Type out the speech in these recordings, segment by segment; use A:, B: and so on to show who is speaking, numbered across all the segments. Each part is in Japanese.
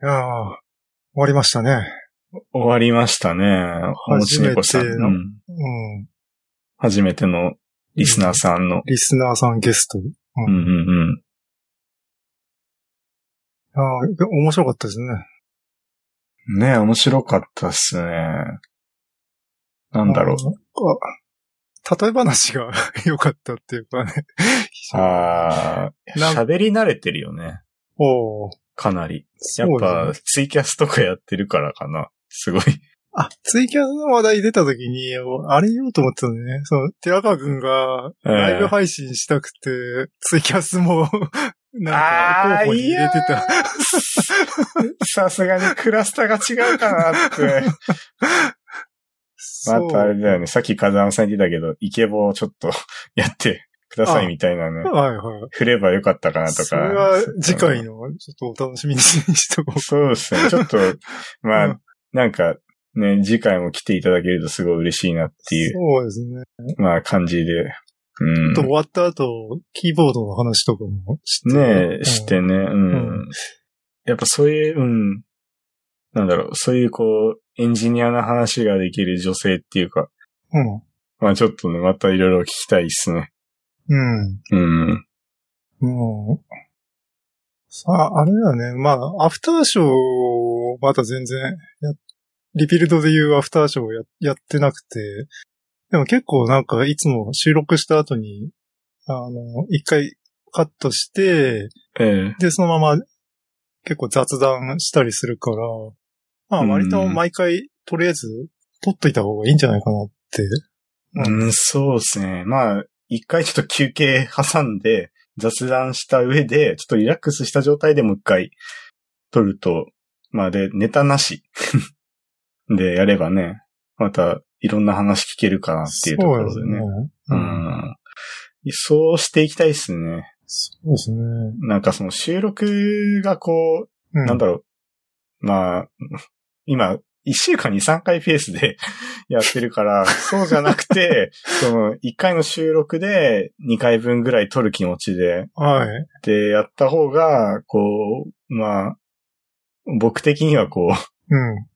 A: いやー終わりましたね。
B: 終わりましたね。おもちねこさん。
A: 初めての
B: うん
A: うん。
B: 初めてのリスナーさんの。
A: リスナーさんゲスト。い
B: うんうんうん。
A: やー面白かったですね。
B: ねえ、面白かったっすね。なんだろ
A: う。あ、例え話が 良かったっていうかね。
B: う。ああ、
A: なん
B: 喋り慣れてるよね。
A: おお。
B: かなり。
A: そ
B: やっ
A: うだね
B: ぱ、ツイキャスとかやってるからかな。す ごい。
A: あ、ツイキャスの話題出た時に、あれ言おうと思ってたのね。その、寺川くんがライブ配信したくて、ツイキャスも、 なんか、候補に入れてた。
B: さすがにクラスターが違うかなって。
A: そ
B: あ
A: う
B: とあれだよね。さっき風間さん言ってたけど、イケボをちょっと やってくださいみたいなね。
A: はいはい。
B: 振ればよかったかなとか。
A: それは次回の、ちょっとお楽しみにしておこ
B: そうですね。ちょっと、まあ、
A: うん
B: なんか、ね、次回も来ていただけるとすごい嬉しいなってい
A: う。そ
B: う、
A: うですね。
B: まあ感じで。うん
A: あと。終わった後、キーボードの話とかもして。
B: ねえ、してね、うん。
A: う
B: やっぱそういう、うん。なんだろう、そういうこう、エンジニアな話ができる女性っていうか、
A: うん。
B: まあちょっとね、またいろいろ聞きたいっすね。
A: うん。
B: うん。
A: もう、さあ、あれだよね。まあ、アフターショーをまだ全然や、リビルドでいうアフターショーをややってなくて、でも結構なんかいつも収録した後に、あの、一回カットして、
B: ええ。
A: で、そのまま結構雑談したりするから、まあ割と毎回とりあえず撮っといた方がいいんじゃないかなって。うん
B: うん、そうですね。まあ、一回ちょっと休憩挟んで、雑談した上で、ちょっとリラックスした状態でもう一回撮ると、まあで、ネタなし でやればね、またいろんな話聞けるかなっていうところでね。
A: う
B: うんん。そうしていきたいですね。
A: そうですね。
B: なんかその収録がこう、
A: うん
B: なんだろう。まあ、今、一週間に3回ペース でやってるから、そうじゃなくて、その、1回の収録で2回分ぐらい撮る気持ちで、
A: はい。
B: で、やった方が、こう、まあ、僕的にはこう、
A: うん。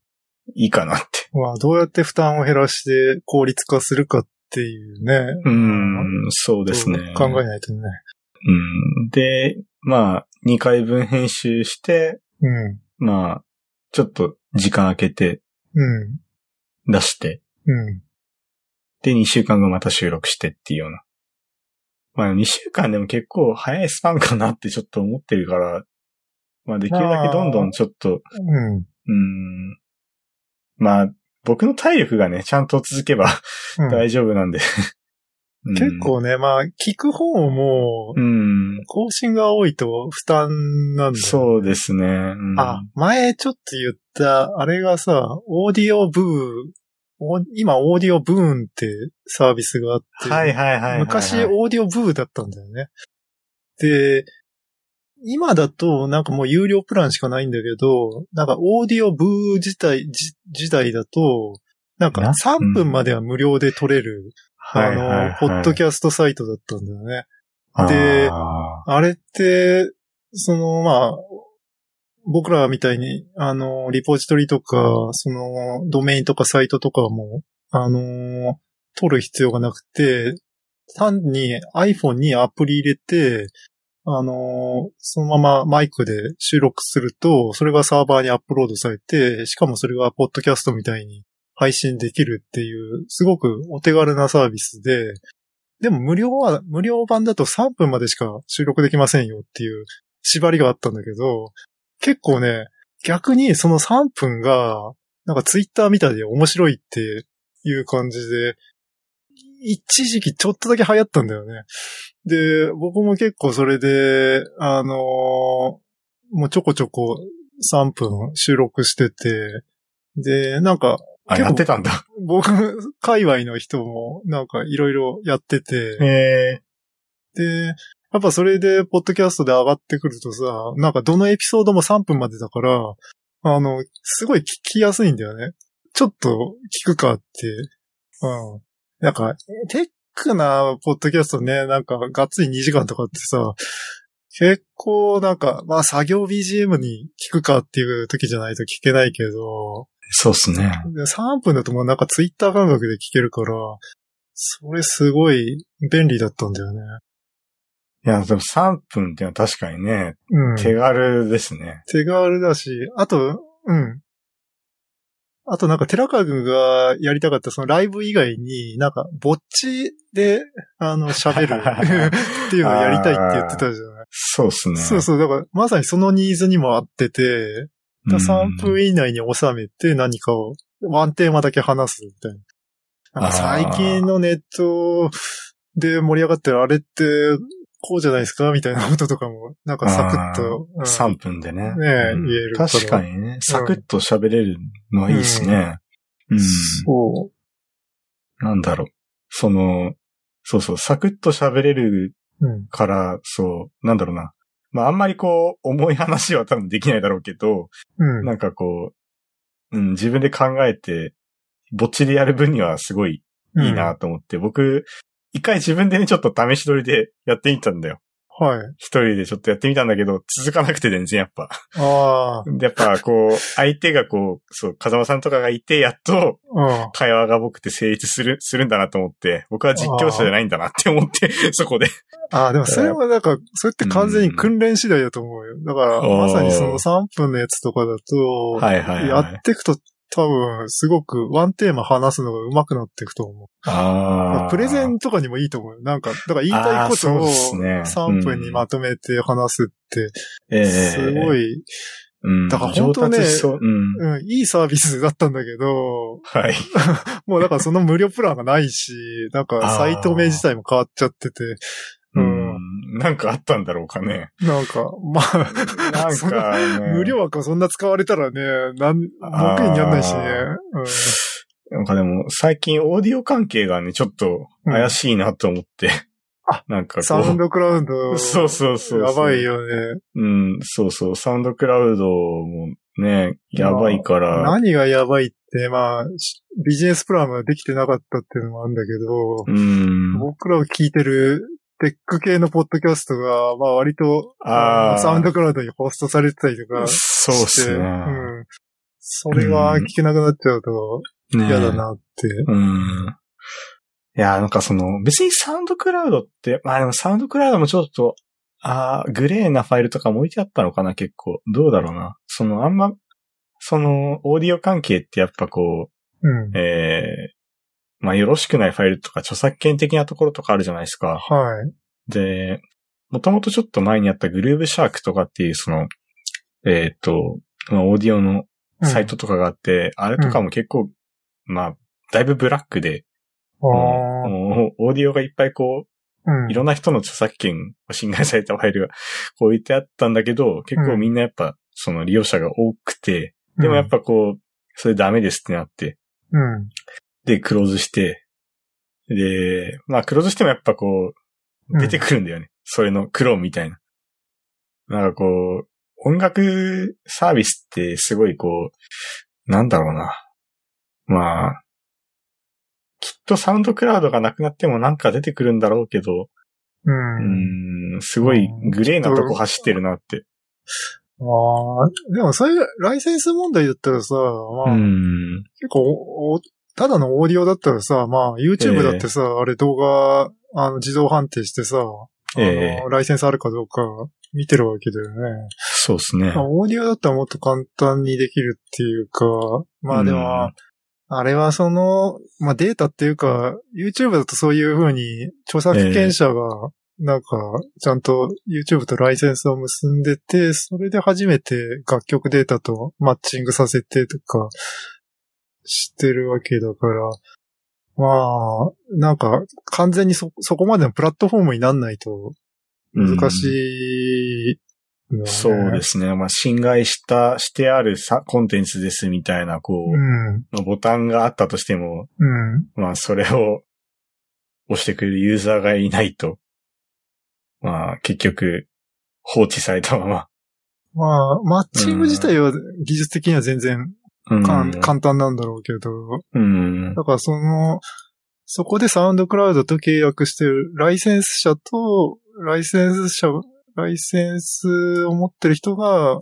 B: いいかなって。
A: まあ、どうやって負担を減らして効率化するかっていうね。
B: うん、そうですね。
A: 考えないとね。
B: うん。で、まあ、2回分編集して、
A: うん。
B: まあ、ちょっと時間空けて
A: う
B: 出して、
A: ん。うん。
B: で、2週間後また収録してっていうような。まあ、2週間でも結構早いスパンかなってちょっと思ってるから、まあ、できるだけどんどんちょっと、
A: うん。
B: うん。まあ、僕の体力がね、ちゃんと続けば
A: うん、
B: 大丈夫なんで、うん
A: 結、構ね、まあ、聞く方も
B: う、ん。
A: 更新が多いと負担なんだよね
B: そうですね。うん
A: あ、前ちょっと言った、あれがさ、オーディオブー、お今、オーディオブーンってサービスがあって、
B: はいはいはいはいはい。
A: 昔、オーディオブーだったんだよね。で、今だと、なんかもう有料プランしかないんだけど、なんかオーディオブー自体、じ時代だと、なんか
B: な
A: 3分までは無料で撮れる、
B: はいはいはい
A: あの、ポッドキャストサイトだったんだよね。で
B: あ
A: あれって、その、まあ、僕らみたいに、あの、リポジトリとか、その、ドメインとかサイトとかも、あの、取る必要がなくて、単に iPhone にアプリ入れて、あの、そのままマイクで収録すると、それがサーバーにアップロードされて、しかもそれがポッドキャストみたいに配信できるっていう、すごくお手軽なサービスで、でも無料は、無料版だと3分までしか収録できませんよっていう縛りがあったんだけど、結構ね、逆にその3分が、なんかツイッターみたいで面白いっていう感じで、一時期ちょっとだけ流行ったんだよね。で、僕も結構それで、あのーもうちょこちょこ3分収録してて、で、なんか、
B: あ。あ、
A: 結構
B: やってたんだ。
A: 僕、界隈の人もなんかいろいろやってて、
B: え
A: で、やっぱそれで、ポッドキャストで上がってくるとさ、なんかどのエピソードも3分までだから、あの、すごい聞きやすいんだよね。ちょっと聞くかって。うん。なんか、テックなポッドキャストね、なんかがっつり2時間とかってさ、結構なんか、まあ作業 BGM に聞くかっていう時じゃないと聞けないけど、
B: そうっすね。
A: で3分だともうなんかツイッター感覚で聞けるから、それすごい便利だったんだよね。
B: いや、でも3分っていうのは確かにね、
A: うん。
B: 手軽ですね。
A: 手軽だし、あと、うん。あとなんか、寺川君がやりたかったそのライブ以外に、なんか、ぼっちで、あの、 喋るっていうのをやりたいって言ってたじゃない。
B: そうっすね。
A: そうそう、だから、まさにそのニーズにも合ってて、だから3分以内に収めて何かを、ワンテーマだけ話すみたいな。なんか最近のネットで盛り上がってるあれって、こうじゃないですかみたいなこととかも、なんかサクッと。うん
B: 3分でね。
A: ねえ
B: うん
A: 言えるから
B: 確かにね。サクッと喋れるのはいいですね。うん。
A: そう。
B: なんだろう。その、そうそう、サクッと喋れる
A: うん。
B: から、そう、なんだろうな。まあ、あんまりこう、重い話は多分できないだろうけど、
A: うん。
B: なんかこう、うん、自分で考えて、ぼっちでやる分にはすごいいいなと思って、僕、一回自分でね、ちょっと試し撮りでやってみたんだよ。
A: うん。はい。
B: 一人でちょっとやってみたんだけど、続かなくて全然やっぱ。
A: ああ。
B: でやっぱこう、相手がこう、そう、風間さんとかがいて、やっと
A: うん。
B: 会話が僕って成立する、するんだなと思って、僕は実況者じゃないんだなって思って、 そこで。
A: ああ、でもそれはなんか、それって完全に訓練次第だと思うよ。だから、
B: うん
A: まさにその3分のやつとかだと、
B: はいはい
A: や
B: はい
A: っ。ていくと多分、すごくワンテーマ話すのが上手くなっていくと思う。
B: あー
A: プレゼンとかにもいいと思うよ。なんか、だから言いたいこと
B: あーそう
A: を
B: ですね
A: 3分にまとめて話すって、
B: ええ
A: すご
B: い。
A: い、
B: うん
A: だから本当ね
B: 上達しそう。うん。
A: うん、いいサービスだったんだけど、
B: はい。
A: もうだからその無料プランがないし、なんかサイト名自体も変わっちゃってて、
B: う
A: うん
B: ん。なんかあったんだろうかね。
A: なんか、まあ、
B: な ん
A: そんな
B: かね、
A: 無料枠をそんな使われたらね、なん、僕にやんないしね。
B: なんかでも、最近オーディオ関係がね、ちょっと怪しいなと思って。
A: あ、
B: なんか
A: う
B: こ
A: ん、
B: う。
A: サウンドクラウド。
B: そうそうそうそう。
A: やばい。よね。
B: うん、そうそう。サウンドクラウドもね、やばいから。
A: 何がやばいって、まあ、しビジネスプランができてなかったっていうのもあるんだけど、
B: うん。
A: 僕らを聞いてるテック系のポッドキャストが、まあ割と、
B: あー
A: のサウンドクラウドにホストされてたりとかして、
B: そうっすね。
A: うん。それが聞けなくなっちゃうと
B: ね
A: 嫌だ。なって。
B: うん。いや、なんかその、別にサウンドクラウドって、まあでもサウンドクラウドもちょっと、ああ、グレーなファイルとかも置いてあったのかな、結構。どうだろうな。その、あんま、その、オーディオ関係ってやっぱこ
A: うん
B: う、。ええまあよろしくないファイルとか著作権的なところとかあるじゃないですか。
A: はい。
B: で、もともとちょっと前にあったグルーブシャークとかっていうその、えーっ、と、まあオーディオの
A: うん
B: サイトとかがあって、あれとかも結構、まあ、だいぶブラックで、
A: ああ。
B: もうオーディオがいっぱいこ
A: うん
B: う、いろんな人の著作権を侵害されたファイルがこう置いてあったんだけど、結構みんなやっぱその利用者が多くて、でもやっ、ぱこう、それダメですってなって、
A: うん。
B: で、クローズして、で、まあクローズしてもやっぱこ
A: うん
B: う、出てくるんだよね。それのクローンみたいな。なんかこう、音楽サービスってすごいこう、なんだろうな。まあ、きっとサウンドクラウドがなくなってもなんか出てくるんだろうけど、
A: うん。
B: うーんすごいグレーなとこ走ってるなって。
A: ああ、でもそういうライセンス問題だったらさ、まあ、
B: ん。
A: 結構おおただのオーディオだったらさ、まあ、YouTube だってさ、あれ動画、あの、自動判定してさ、あの、
B: ええ
A: ライセンスあるかどうか見てるわけだよね。
B: そうですね
A: ま。あ、オーディオだったらもっと簡単にできるっていうか、まあでも、あれはその、まあデータっていうか、YouTube だとそういう風に著作権者が、なんか、ちゃんと YouTube とライセンスを結んでて、それで初めて楽曲データとマッチングさせてとか、してるわけだから、まあ、なんか、完全にそ、そこまでのプラットフォームになんないと、難
B: い。
A: しい、。
B: そうですすね。まあ、侵害した、してあるさコンテンツですみたいな、こう、
A: うん、
B: まあボタンがあったとしても、
A: うん。
B: まあ、それを押してくれるユーザーがいないと、まあ、結局、放置されたまま。
A: まあ、マッチング自体は技術的には全然
B: うん
A: かん、簡単なんだろうけど、
B: うん。
A: だからその、そこでサウンドクラウドと契約してるライセンス者と、ライセンス者ライセンスを持ってる人が、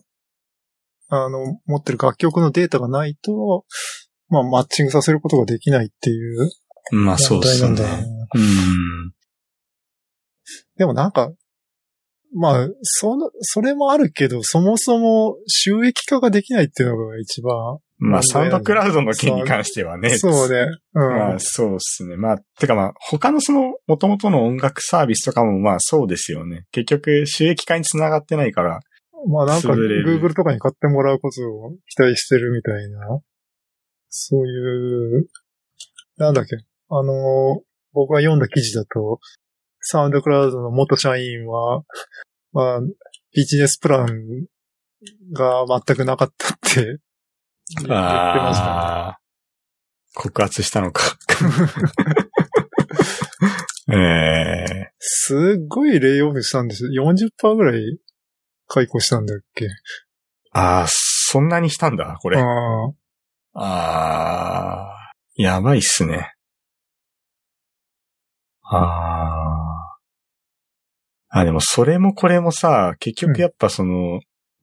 A: あの、持ってる楽曲のデータがないと、まあ、マッチングさせることができないっていう
B: まあそう
A: 問
B: で
A: 題な
B: す
A: んだ
B: ね
A: よ。ね。
B: うん。
A: でもなんか、まあ、その、それもあるけど、そもそも収益化ができないっていうのが一 番。
B: まあサウンドクラウドの件に関してはね。
A: そうね。うん。
B: まあそうですね。まあ、てかまあ、他のその、元々の音楽サービスとかもまあそうですよね。結局、収益化につながってないから。
A: まあなんか
B: 優れる
A: Google とかに買ってもらうことを期待してるみたいな、そういう、なんだっけ、あの、僕が読んだ記事だと、サウンドクラウドの元社員は、まあ、ビジネスプランが全くなかったって 言ってましたね。
B: ああ。告発したのか。 ええ
A: すっごいレイオフしたんですよ。40%ぐらい解雇したんだっけ。
B: ああ、そんなにしたんだ、これ。
A: あ
B: あ
A: あ。
B: あー。やばいっすね。ああ。あ、でもそれもこれもさ、結局やっぱその、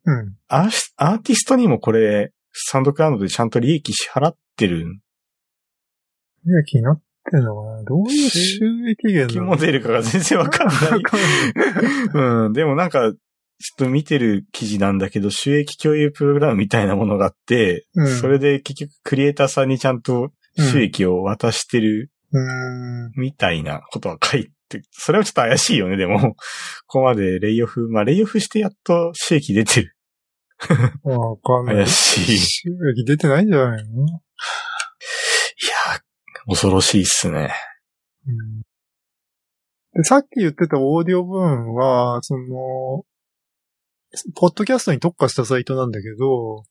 A: うん。
B: アーシアーティストにもこれ、サウンドクラウドでちゃんと利益支払ってる
A: 利益になってんのかなどういう収益源なの
B: モデルかが全然わかんない。 うん、でもなんか、ちょっと見てる記事なんだけど、収益共有プログラムみたいなものがあって、
A: うん
B: それで結局クリエイターさんにちゃんと収益を渡してる
A: うーん。
B: みたいなことは書いて、それはちょっと怪しいよね、でも。こ こまでレイオフ、まあレイオフしてやっと収益出てる。
A: わかんない
B: 怪。しい。い
A: 収益出てないんじゃないの、
B: やー、恐ろしいっすね。
A: うん、で、さっき言ってたオーディオ部分は、その、ポッドキャストに特化したサイトなんだけど、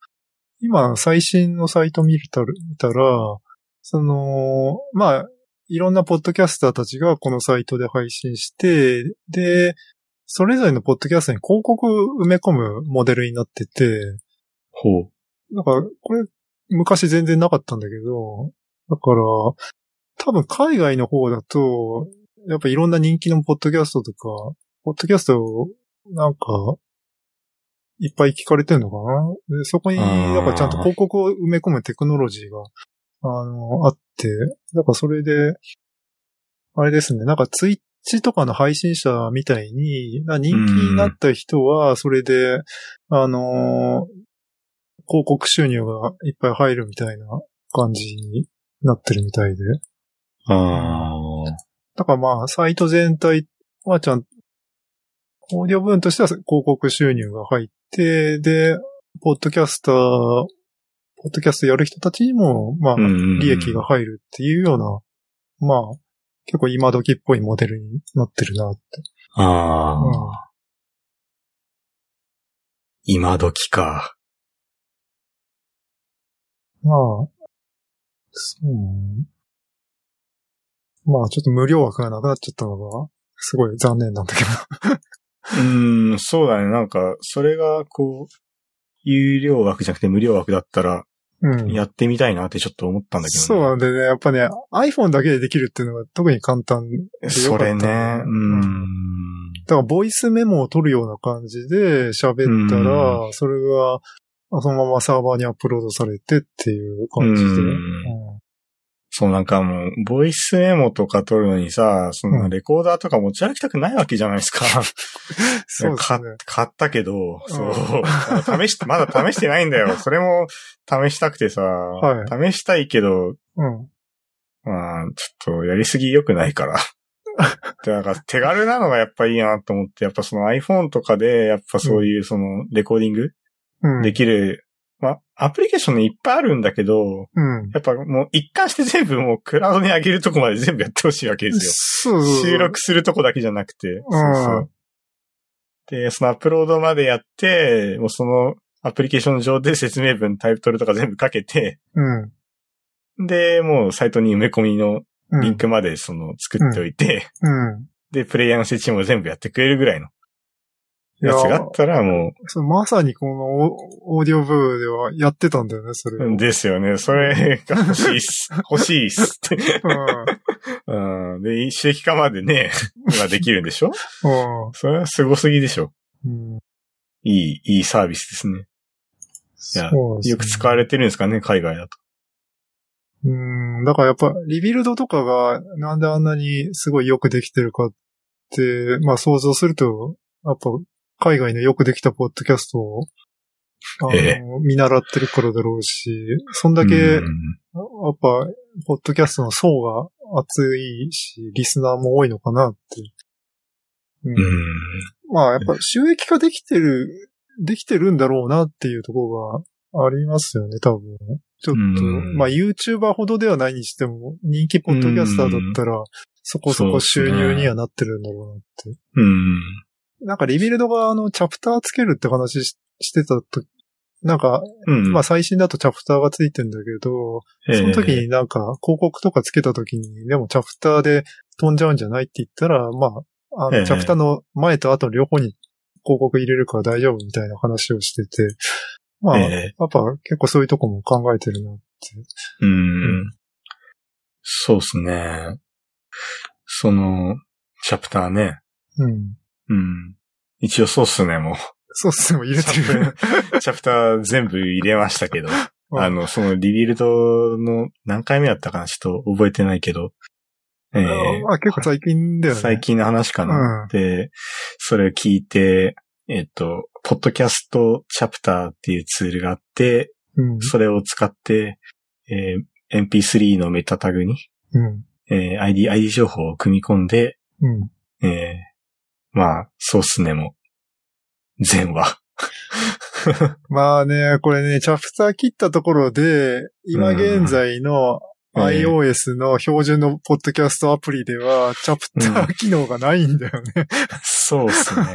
A: 今、最新のサイト見たら、見たらその、まあ、いろんなポッドキャスターたちがこのサイトで配信して、で、それぞれのポッドキャストに広告を埋め込むモデルになってて、
B: ほう。
A: なんか、これ、昔全然なかったんだけど、だから、多分海外の方だと、やっぱいろんな人気のポッドキャストとか、ポッドキャストを、なんか、いっぱい聞かれてるのかなでそこに、
B: あー
A: なんかちゃんと広告を埋め込むテクノロジーが、あの、あって、だからそれで、あれですね、なんかツイッチとかの配信者みたいに、な人気になった人は、それで、あの広告収入がいっぱい入るみたいな感じになってるみたいで。
B: ああ。
A: だからまあ、サイト全体はちゃん、オーディオ部分としては広告収入が入って、で、ポッドキャスター、ポッドキャストやる人たちにも、まあ、利
B: 利
A: 益が。入るっていうような、まあ、結構今時っぽいモデルになってるなって。
B: あ
A: うん
B: あ、今時か。
A: まあ、そうね。まあ、ちょっと無料枠がなくなっちゃったのが、すごい残念なんだけど。
B: うん、そうだね。なんか、それが、こう、有料枠じゃなくて無料枠だったら、
A: うん。
B: やってみたいなってちょっと思ったんだけど、
A: そうなんでね、やっぱね、iPhone だけでできるっていうのが特に簡単で
B: う
A: よか
B: そ
A: った
B: れね。うん。
A: だから、ボイスメモを取るような感じで喋ったら、それが、そのままサーバーにアップロードされてっていう感じで。
B: う
A: うん
B: んそうなんかもう、ボイスメモとか撮るのにさ、そんなレコーダーとか持ち歩きたくないわけじゃないですか。
A: そうです
B: 買
A: ね。
B: 買ったけど、
A: うん
B: そう。試して、まだ試してないんだよ。それも試したくてさ、
A: は
B: 試したいけど、
A: うん。
B: まあ、ちょっとやりすぎ良くないから。 で、なんか手軽なのがやっぱいいなと思って、やっぱその iPhone とかで、やっぱそういうそのレコーディング
A: うん。
B: できる、まあ、アプリケーションねいっぱいあるんだけど、
A: うん。
B: やっぱもう一貫して全部もうクラウドに上げるとこまで全部やってほしいわけですよ。
A: そうそうそう
B: 収録するとこだけじゃなくて。そうそう。で、そのアップロードまでやって、もうそのアプリケーション上で説明文、タイトルとか全部かけて、
A: うん。
B: で、もうサイトに埋め込みの
A: うん。
B: リンクまでその作っておいて、
A: うん。
B: で、プレイヤーの設置も全部やってくれるぐらいの
A: いや
B: やつがあったらも
A: そうまさにこのオオーディオ部ではやってたんだよね、それを。
B: う、ですよね。それが欲しい っす。欲しいっすって。
A: う
B: うん。で、収益化までね、今できるんでしょ
A: ん。うん。
B: それはすごすぎでしょ。いい、いいサービスですね。いや
A: そうですね
B: よく使われてるんですかね、海外だと。
A: うん、だからやっぱ、リビルドとかがなんであんなにすごいよくできてるかって、まあ想像すると、やっぱ、海外のよくできたポッドキャストを、あの、
B: え
A: 見習ってるからだろうし、そんだけ、
B: う
A: や
B: ん
A: っぱ、ポッドキャストの層が厚いし、リスナーも多いのかなって。うん
B: うん。
A: まあやっぱ収益化できてる、できてるんだろうなっていうところがありますよね、多分。ちょっと、
B: うん
A: まあ YouTuber ほどではないにしても、人気ポッドキャスターだったら、そこそこ収入にはなってるんだろうなって。
B: うん。
A: なんかリビルドがあの、チャプターつけるって話ししてたとき、なんか、
B: うん。
A: まあ最新だとチャプターがついてんだけど、その時
B: ええ
A: になんか広告とかつけた時に、でもチャプターで飛んじゃうんじゃないって言ったら、まあ、あ
B: ええ
A: のチャプターの前と後の両方に広告入れるから大丈夫みたいな話をしてて、まあ、
B: え
A: や
B: え
A: っぱ結構そういうとこも考えてるなって。
B: うん。そうですね。その、チャプターね。
A: うん。
B: うん。一応そうっす ね、も
A: そうっすね、もう入れてる。
B: う。チャプター全部入れましたけど。あの、そのリビルドの何回目だったかな、ちょっと覚えてないけど。え
A: うん、
B: え
A: まあ結構最近だよね。
B: 最。近の話かな。
A: うん
B: で、それを聞いて、えっ、と、ポッドキャストチャプターっていうツールがあって、
A: うん。
B: それを使って、えー MP3 のメタタグに、
A: うん。
B: えー ID、ID 情報を組み込んで、
A: うん。
B: えーまあ、そうっすねも、全話。
A: まあね、これね、チャプター切ったところで、今現在の
B: うんええ
A: iOS の標準のポッドキャストアプリでは、チャプター機能がないんだよね。
B: そうっすね。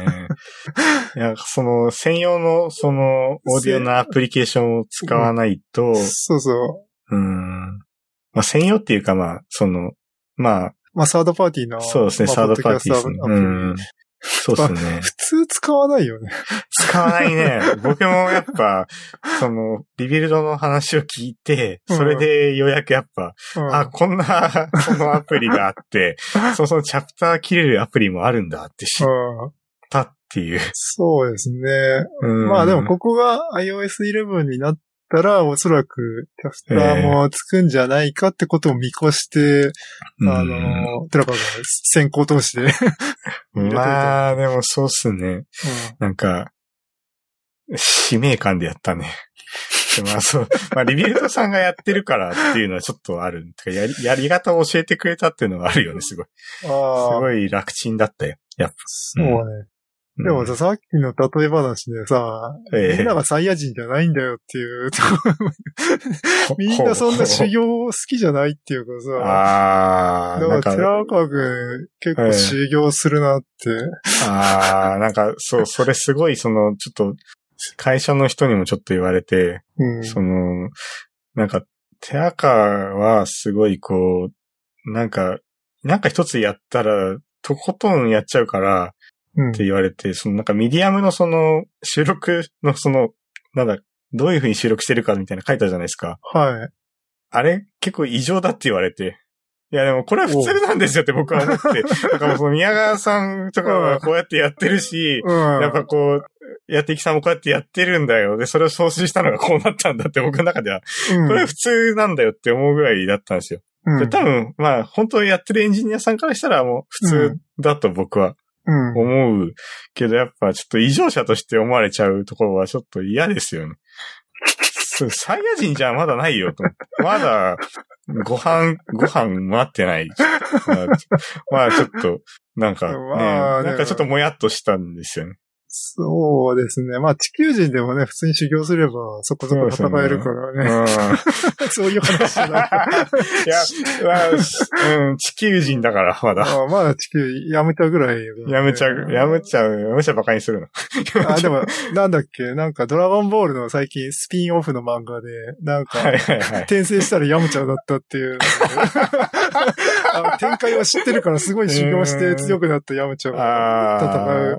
B: いや、その、専用の、その、オーディオのアプリケーションを使わないと、
A: そうそう。
B: うん。まあ、専用っていうか、まあ、その、まあ、
A: まあ、サードパーティーの。
B: そうですね、
A: まあ
B: サードパーティーですね。
A: ポッドキャストアプ
B: う
A: リ
B: ん。そうですね。
A: 普通使わないよね。
B: 使わな いね。僕もやっぱ、その、リビルドの話を聞いて、それでようやくやっぱ、
A: うん
B: あ、こんな、このアプリがあ って、そうそう、チャプター切れるアプリもあるんだって知っ
A: うん
B: たっていう。
A: そうですね。
B: うん
A: まあでも、ここが iOS11 になったら、おそらく、キャスターもつくんじゃないかってことを見越して、
B: うん
A: あの、寺川が先行投資で。入れといた
B: まあ、でもそうっすね。なんか、使命感でやった ね。でまあそう、まあリビルドさんがやってるからっていうのはちょっとある。てかやり、やり方を教えてくれたっていうのがあるよね、すごい。
A: うん
B: す
A: ああ、
B: ごい楽ちんだったよ。やっぱ。
A: そうね。
B: うん
A: でもさ、さっきの例え話でさ、
B: ええ
A: みんながサイヤ人じゃないんだよっていう とこみんなそんな修行好きじゃないっていうかさ、
B: あー、な
A: だ
B: ん
A: か、、
B: から
A: 寺川くん、結構修行するなって。
B: あー、なんか、そう、それすごい、その、ちょっと、会社の人にもちょっと言われて、
A: うん。
B: その、なんか、手垢はすごいこう、なんか、なんか一つやったら、とことんやっちゃうから、
A: うん
B: って言われて、そのなんかミディアムのその、収録のその、なんだ、どういう風に収録してるかみたいなの書いたじゃないですか。
A: はい。
B: あれ結構異常だって言われて。いやでもこれは普通なんですよって僕は思って。だからその宮川さんとかはこうやってやってるし、
A: うん。
B: やっぱこう、やってきさんもこうやってやってるんだよ。で、それを創始したのがこうなったんだって僕の中では
A: うん、
B: これ普通なんだよって思うぐらいだったんですよ。
A: うん、
B: で多分、まあ、本当にやってるエンジニアさんからしたらもう普通だと僕は
A: うん、
B: 思うけど、やっぱちょっと異常者として思われちゃうところはちょっと嫌ですよね。そうサイヤ人じゃまだないよと思って。まだ、ご飯、ご飯待ってない。まあ、ちょっと、なんか、ね、
A: まあ
B: なんかちょっともやっとしたんですよね。
A: そうですね。まあ地球人でもね、普通に修行すればそこそこ戦える からね。
B: うん
A: そう,、いう話じゃ ない。
B: いや、まあしうん、地球人だから、まだ。
A: あまあ地球やめちゃうぐらい、
B: やめちゃう、やめちゃう、やめちゃバカにするの。
A: あ、で も、なんだっけ、なんかドラゴンボールの最近スピンオフの漫画で、なんか、
B: はいはい はい。
A: 転生したらヤムチャだったって いうので。あの展開を知ってるからすごい修行して強くなったヤムチャが戦
B: あ
A: う。
B: あ、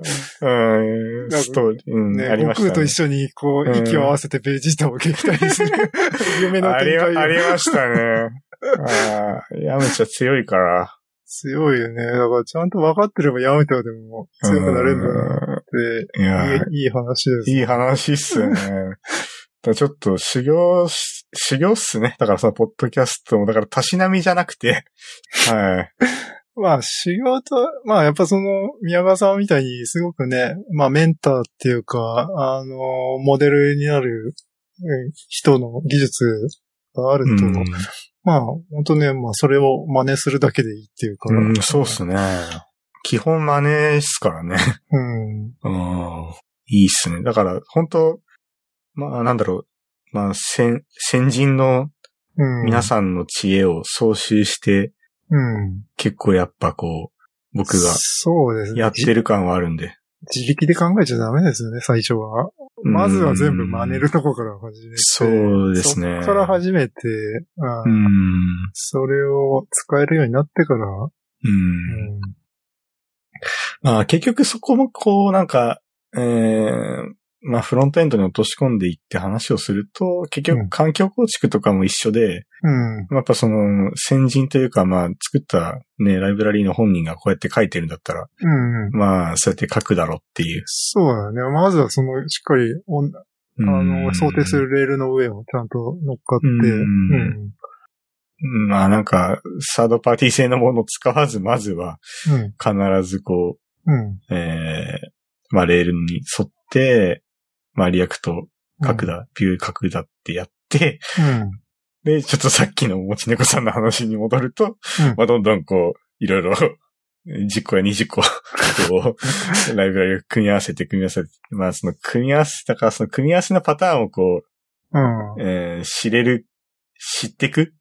B: うん、ストーリー、うん、
A: ね、
B: あり
A: 悟
B: ました、
A: 空
B: ね。
A: と一緒にこ
B: うん
A: う、息を合わせてベジータを撃退する 夢の
B: あ
A: 展
B: り
A: 開
B: あ
A: を
B: りましたね。ああ、やめちゃ強いから。
A: 強いよね。だからちゃんと分かってればやめたでも強くなれるんだなっ
B: いやー
A: て、いいいい話です。
B: いい話っすね。だからちょっと修行し、修行っすね。だからそのポッドキャストも、だからたしなみじゃなくて、はい。
A: まあ、修行と、まあ、やっぱその、宮川さんみたいに、すごくね、まあ、メンターっていうか、あの、モデルになるうん人の技術があると、
B: うん
A: まあ、本当ね、まあ、それを真似するだけでいいっていうか、
B: うん、そうっすね。基本真似っすからね。
A: うん。
B: うん。いいっすね。だから、本当まあ、なんだろう。まあ、先、先人の
A: うん。
B: 皆さんの知恵を総集して、
A: うん。
B: 結構やっぱこう、僕が
A: そうですね。
B: やってる感はあるんで。
A: じ自力で考えちゃダメですよね、最初は。まずは全部真似るとこから始めて。
B: そうですね
A: そこから始めて、あ
B: うん。うん。
A: それを使えるようになってから、
B: うん。
A: うん
B: まあ結局そこもこうなんか、えーまあフロントエンドに落とし込んでいって話をすると、結
A: う
B: 局
A: ん
B: 環境構築とかも一緒で、
A: うん。
B: やっぱその先人というかまあ作ったね、ライブラリーの本人がこうやって書いてるんだったら、
A: うん。
B: まあそうやって書くだろうっていう。
A: そうだね。まずはその、しっかりおん、あ
B: う
A: の、
B: ん
A: 想定す。るレールの上をちゃんと乗っかって、
B: うん
A: うん。
B: うんまあなんか、サードパーティー製のものを使わず、まずは
A: うん。
B: 必ずこ
A: うん。
B: う、えーまあレールに沿って、まあリアクト角だ、ビュー角だってやって、
A: うん。
B: で、ちょっとさっきの持ち猫さんの話に戻ると、まあ、どんどんこう、いろいろ、10個や20個、こ う、ライブラリを組み合わせて組み合わせて、まあ、その組み合わせ、だからその組み合わせのパターンをこ
A: うん。
B: う、えー知れる、知ってく、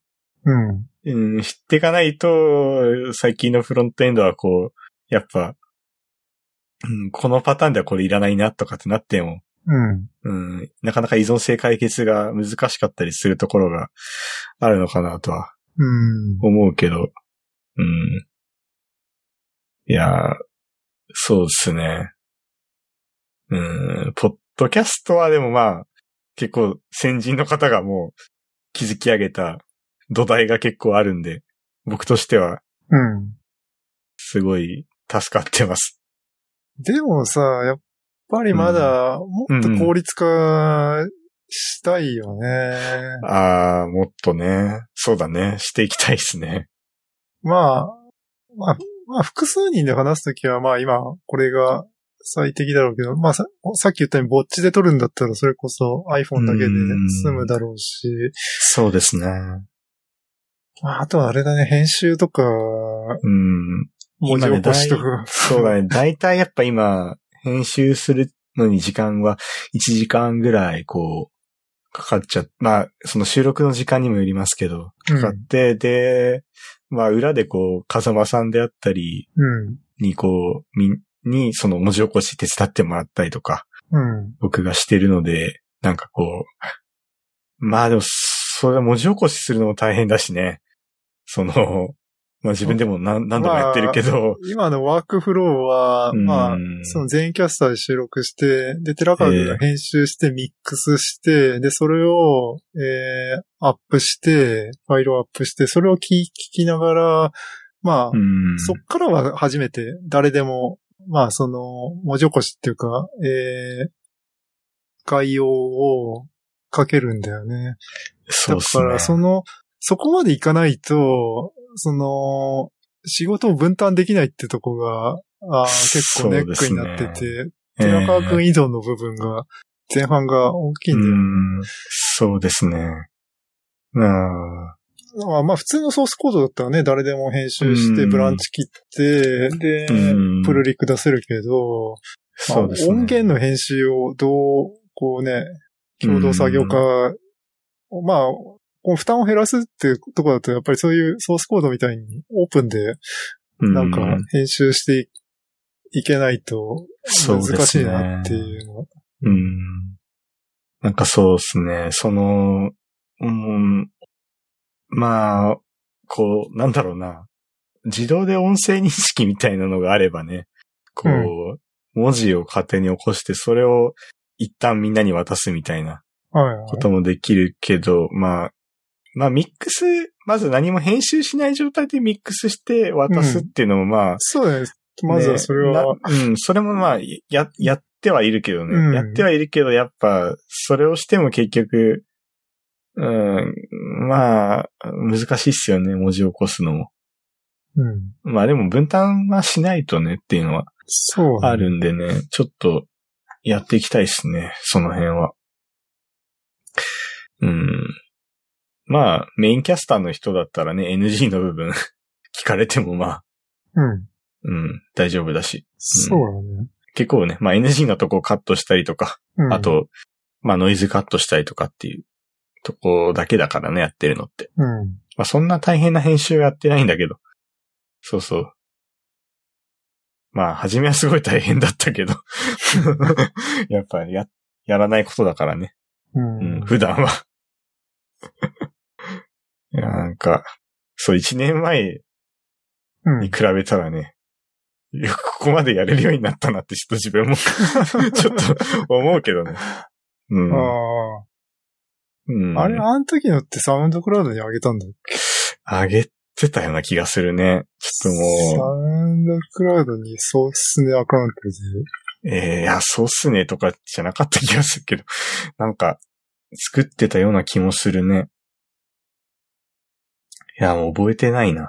A: うん。
B: うん、知っていかないと、最近のフロントエンドはこう、やっぱ、うん、このパターンではこれいらないなとかってなっても、
A: うん。
B: うん、なかなか依存性解決が難しかったりするところがあるのかなとは
A: うん。
B: 思うけど、うん。いやー、そうですね。うん、ポッドキャストはでもまあ、結構先人の方がもう築き上げた土台が結構あるんで、僕としては
A: うん。
B: すごい助かってます。
A: でもさ、やっぱりまだ、もっと効率化したいよね。
B: あー、もっとね、そうだね、していきたいですね。
A: まあ、まあ、まあ、複数人で話すときは、まあ今、これが最適だろうけど、まあささっき言ったように、ぼっちで撮るんだったら、それこそ iPhone だけで済むだろうし、
B: そうですね。
A: まあ、あとはあれだね、編集とか、
B: うん。
A: 文字起こしとか。
B: 今そうだね。だいたいやっぱ今、編集するのに時間は1時間ぐらい、こう、かかっちゃっまあ、その収録の時間にもよりますけど、
A: う
B: かかって、で、まあ、裏でこう、風間さんであったり
A: ん。
B: に、こう、みん、に、その文字起こし手伝ってもらったりとか、
A: うん。
B: 僕がしてるので、なんかこう、まあでも、それは文字起こしするのも大変だしね。その、まあ自分でも何何度もやってるけど、
A: 今のワークフローは、
B: うん
A: まあ、その全員キャスターで収録して、で、テラカーが編集して、ミックスして、で、それを、えー、アップして、ファイルをアップして、それを聞き聞きながら、まあ、
B: うん。
A: そっからは初めて誰でも、まあ、その、文字起こしっていうか、えー、概要を書けるんだよね。
B: そ
A: だ
B: うっす
A: か
B: ね。
A: ら、その、そこまでいかないと、その、仕事を分担できないってとこが、あー結構ネックになって
B: そう
A: て、寺川くん依存の部分が、前半が大きいんだよ、
B: うんそうですね。あ
A: まあまあ普通のソースコードだったらね、誰でも編集し
B: う
A: て、
B: ん
A: ブランチ切って、で、
B: うん
A: プルリック出せるけど、まあ
B: そうですね。
A: 音源の編集をどう、こうね、共同作業化、まあ、こう負担を減らすっていうところだと、やっぱりそういうソースコードみたいにオープンで、
B: うん、
A: なんか編集していけないと
B: そうですね
A: 難しいなっていうの。
B: うん。なんかそうですね。その、うん、まあ、こう、なんだろうな。自動で音声認識みたいなのがあればね、こう、文字を勝手に起こして、それを一旦みんなに渡すみたいな
A: はいはい
B: こともできるけど、まあ、まあミックス、まず何も編集しない状態でミックスして渡すっていうのもまあ、
A: そうだね。まずはそれは、
B: ねなうん、それもまあ、や、やってはいるけどね。
A: うん
B: やってはいるけど、やっぱ、それをしても結局、うん、まあ、難しいっすよね、文字起こすのも。
A: うん。
B: まあでも分担はしないとねっていうのは
A: そう、
B: あ。るんでね、ちょっとやっていきたいっすね、その辺は。うん。まあ、メインキャスターの人だったらね、NG の部分 聞かれてもまあ、
A: うん。
B: うん、大丈夫だし。
A: そうだね。
B: 結構ね、まあ NG なとこをカットしたりとか、
A: うん、
B: あ、と、まあノイズカットしたりとかっていうとこだけだからね、やってるのって。
A: うん。
B: まあそんな大変な編集はやってないんだけど。そうそう。まあ、初めはすごい大変だったけど。 やっぱや、やらないことだからね。
A: うん。
B: うん、普段は。 いや、なんか、そう、一年前
A: うん
B: に比べたらね、よくここまでやれるようになったなってちょっと自分も、 ちょっと思うけどね。うん。
A: あ
B: うん、
A: あ。あれ、あの時のってサウンドクラウドに上げたんだっけ
B: 上げてたような気がするね。ちょっともう。
A: サウンドクラウドにソースねアカウント
B: えー、いや、そうっすねとかじゃなかった気がするけど、 なんか、作ってたような気もするね。いや、もう覚えてないな。い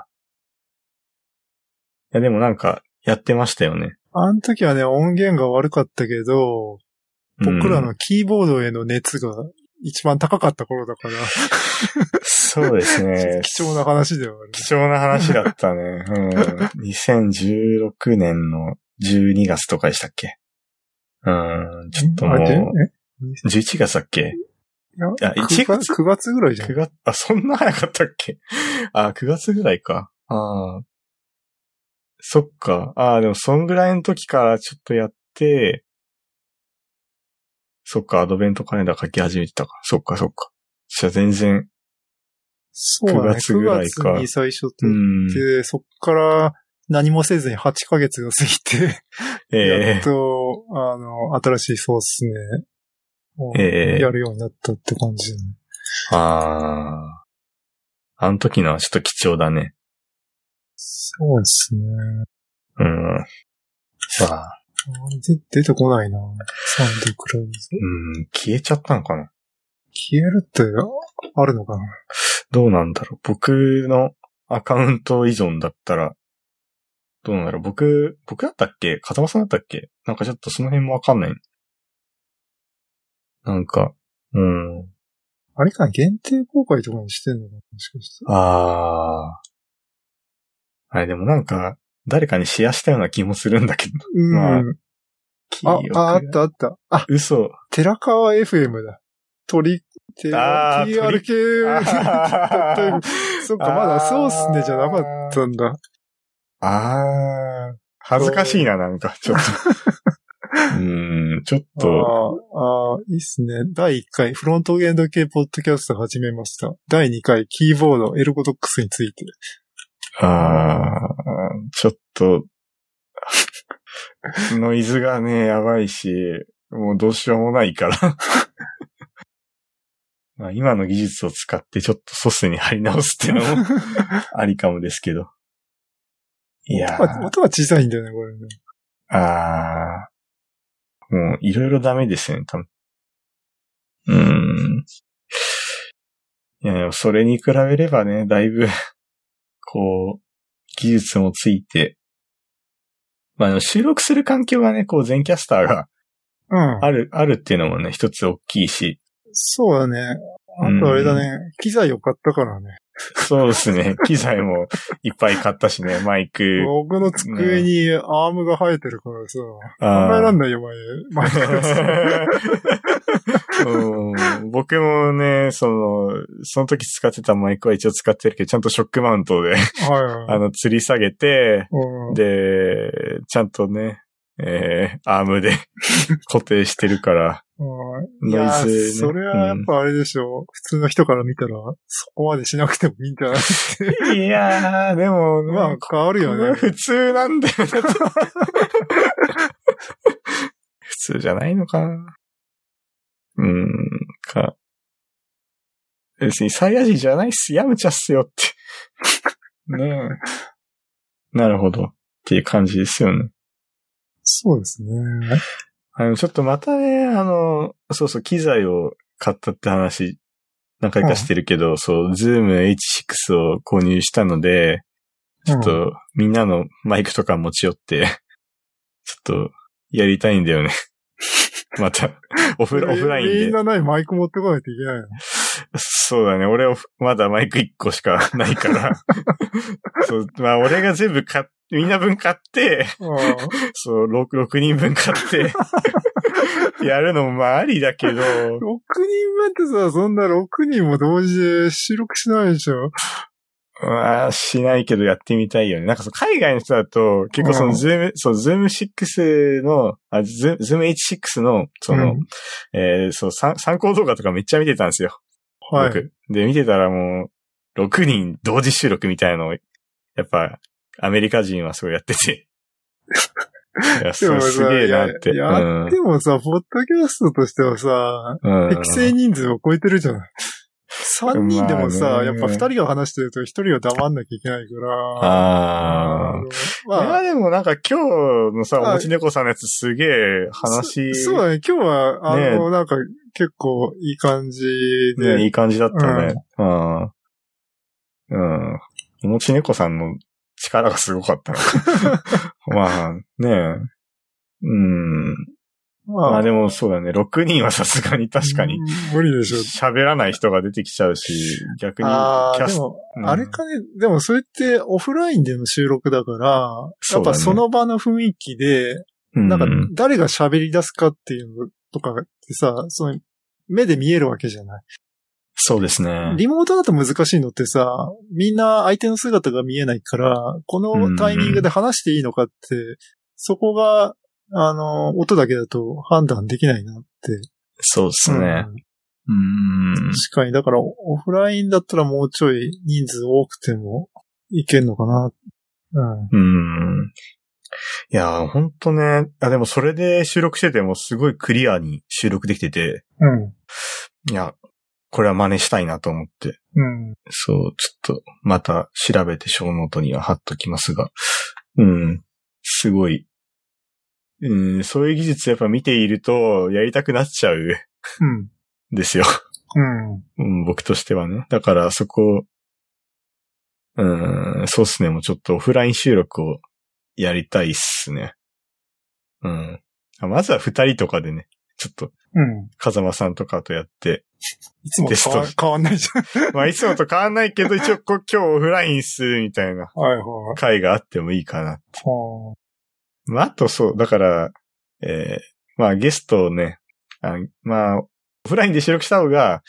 B: や、でもなんか、やってましたよね。
A: で。あの時はね、音源が悪かったけど、
B: うん
A: 僕らのキーボードへの熱が一番高かった頃だから、。
B: そうですね
A: 貴重な話ではある。
B: 貴重な話だったね。うん。2016年の12月とかでしたっけうん、ちょっとも
A: あでえ
B: う、11月だっけ
A: いや
B: あ1
A: 9月 ?9 月ぐらいじゃん。
B: 9月、あ、そんな早かったっけあ、9月ぐらいか。ああ。そっか。ああ、でもそんぐらいの時からちょっとやって、そっか、アドベントカレンダー書き始めてたか。そっか、そっか。じゃあ全然、
A: そうだね。
B: 9月ぐらいか
A: 9月に最初と
B: う
A: っ
B: ん。
A: て、そっから何もせずに8ヶ月が過ぎて、や
B: ええ
A: っと、あの、新しいソースね、を
B: ええ
A: やるようになったって感じだね。
B: ああ。あの時のはちょっと貴重だね。
A: そうですね。
B: うん。さあ、
A: あれで出てこないな。サウンドクラウド。
B: うん、消えちゃったのかな
A: 消えるってあるのかな
B: どうなんだろう僕のアカウント依存だったら、どうなんだろう僕、僕だったっけ風間さんだったっけなんかちょっとその辺もわかんない。なんか、うん。
A: あれかな限定公開とかにしてんのかなもしかして。
B: あー。あれでもなんか、誰かにシェアしたような気もするん だけど。
A: うん。
B: まあ
A: あ
B: 記憶、が
A: ああったあった。あ、
B: 嘘。
A: 寺川 FM だ。鳥、テ
B: あ
A: ラ
B: ー鳥
A: TRK。
B: あ
A: そっか、まだそうっすねじゃなかったんだ。
B: あー。恥ずかしいな、なんか、ちょっ と。うん、ちょっ
A: あ
B: と。
A: あー、いいっすね。第1回、フロントエンド系ポッドキャスト始めました。第2回、キーボード、エルゴトックスについて。
B: ああ、ちょっと、 ノイズがね、やばいし、もうどうしようもないから。 まあ今の技術を使ってちょっとソスに貼り直すっていうのもありかもですけど。いや
A: 音は
B: ー、
A: 音は小さいんだよね、これね。
B: あーもういろいろダメですね、多分。うーん。いや、でもそれに比べればね、だいぶ、こう、技術もついて、まあ、あの収録する環境がね、こう、全キャスターが
A: うん。
B: ある、あるっていうのもね、一つ大きいし、
A: そうだね。あとあれだね、機材を買ったからね。
B: そうですね、機材もいっぱい買ったしね、マイ ク。
A: 僕の机にアームが生えてるからさ、
B: あー
A: 考えらんないよ、前。前からさ
B: うん僕もね、その、その時使ってたマイクは一応使ってるけど、ちゃんとショックマウントで、
A: はい
B: あ
A: はい。
B: の、吊り下げて、
A: うん
B: で、ちゃんとね、えー、アームで固定してるか
A: う
B: ら、
A: んいや
B: ノイズね
A: ー、それはやっぱあれでしょ、普通の人から見たら、そこまでしなくてもいいんじゃない
B: いやー、でも、
A: まあ、変わるよね。
B: 普通なんだよね。 普通じゃないのかな。うーん、か。別にサイヤ人じゃないっす、ヤムチャっすよって。 ねえ。なるほど。っていう感じですよね。
A: そうですね。
B: あの、ちょっとまたね、あの、そうそう、機材を買ったって話、何回かしてるけど、そう、ズーム H6 を購入したので、ちょ
A: う
B: っ
A: ん
B: と、みんなのマイクとか持ち寄って、 ちょっと、やりたいんだよね。 また、オフ、オフラインで。
A: みんなないマイク持ってこないといけないの。
B: そうだね。俺を、まだマイク1個しかない から。そう、まあ俺が全部買っ、みんな分買って、
A: あ
B: そう、6、6人分買って、 やるのもまあありだけ
A: 6
B: ど、
A: 人目ってさ、そんな6人も同時で収録しないでしょ
B: まあしないけどやってみたいよね。なんかその海外の人だと、結構そうの
A: ん
B: ズーム、そう、ズーム6の、あ、ズームズーム H6 の、その、
A: うん
B: えーそう、参参考動画とかめっちゃ見てたんですよ。
A: はい。
B: 僕。で、見てたらもう、6人同時収録みたいなのを、やっぱ、アメリカ人はすごいやっ てて。い
A: で
B: や、そ
A: も
B: れ
A: さ
B: すげえなって。
A: ややってもさ、ポッドキャストとしてはさ、
B: うん。
A: 適正人数を超えてるじゃ ない。3人でも
B: まあ
A: さ、
B: ね
A: やっぱ2人が話してると1人は黙んなきゃいけないから。
B: あ
A: の
B: あ。
A: ま
B: いや、でもなんか今日のさ、お
A: あ
B: もち猫さんのやつすげえ話、
A: そそうだね。今日は、あの、なんか、結構いい感じで。
B: ね、いい感じだったね。うん。うん。おもち猫さんの力がすごかったな。 まあ、ねえ。うん。
A: ま
B: まあでもそうだね。6人はさすがに確かに。。
A: 無理でしょ。
B: 喋らない人が出てきちゃうし、逆に
A: あ
B: キ
A: あ、
B: ャ
A: で
B: スト。
A: も、
B: うん
A: あれかね、でもそれってオフラインでの収録だから、や
B: そう
A: っ
B: だ
A: ぱ
B: ね
A: その場の雰囲気で、なんか
B: うん
A: 誰が喋り出すかっていうのとかってさ、その目で見えるわけじゃない。
B: そうですね。
A: リモートだと難しいのってさ、みんな相手の姿が見えないから、このタイミングで話していいのかって、そこが、あの、音だけだと判断できないなって。
B: そうですね。
A: うん
B: うん。
A: 確かに、だからオフラインだったらもうちょい人数多くてもいけんのかな。うん。
B: うん。いや、ほんとね。あ、でもそれで収録しててもすごいクリアに収録できてて、
A: うん。
B: いや、これは真似したいなと思って。
A: うん。
B: そう、ちょっと、また調べて小ノートには貼っときますが。うん。すごい。うん、そういう技術やっぱ見ていると、やりたくなっちゃう
A: うん。
B: んですよ。
A: うん。
B: うん、僕としてはね。だからそこ、うん、そうっすね。もうちょっとオフライン収録をやりたいっすね。うん。あまずは二人とかでね、ちょっと、
A: うん。
B: 風間さんとかとやって。
A: いつも
B: テス
A: 変わ
B: ト
A: 変わんないじゃん。
B: まあ、いつもと変わんないけど、一応こ今日オフラインっす、みたいな
A: はいはい。
B: 回があってもいいかな。
A: は
B: まあ、あとそう、だから、えーまあゲストをね、あまあ、オフラインで収録した方が、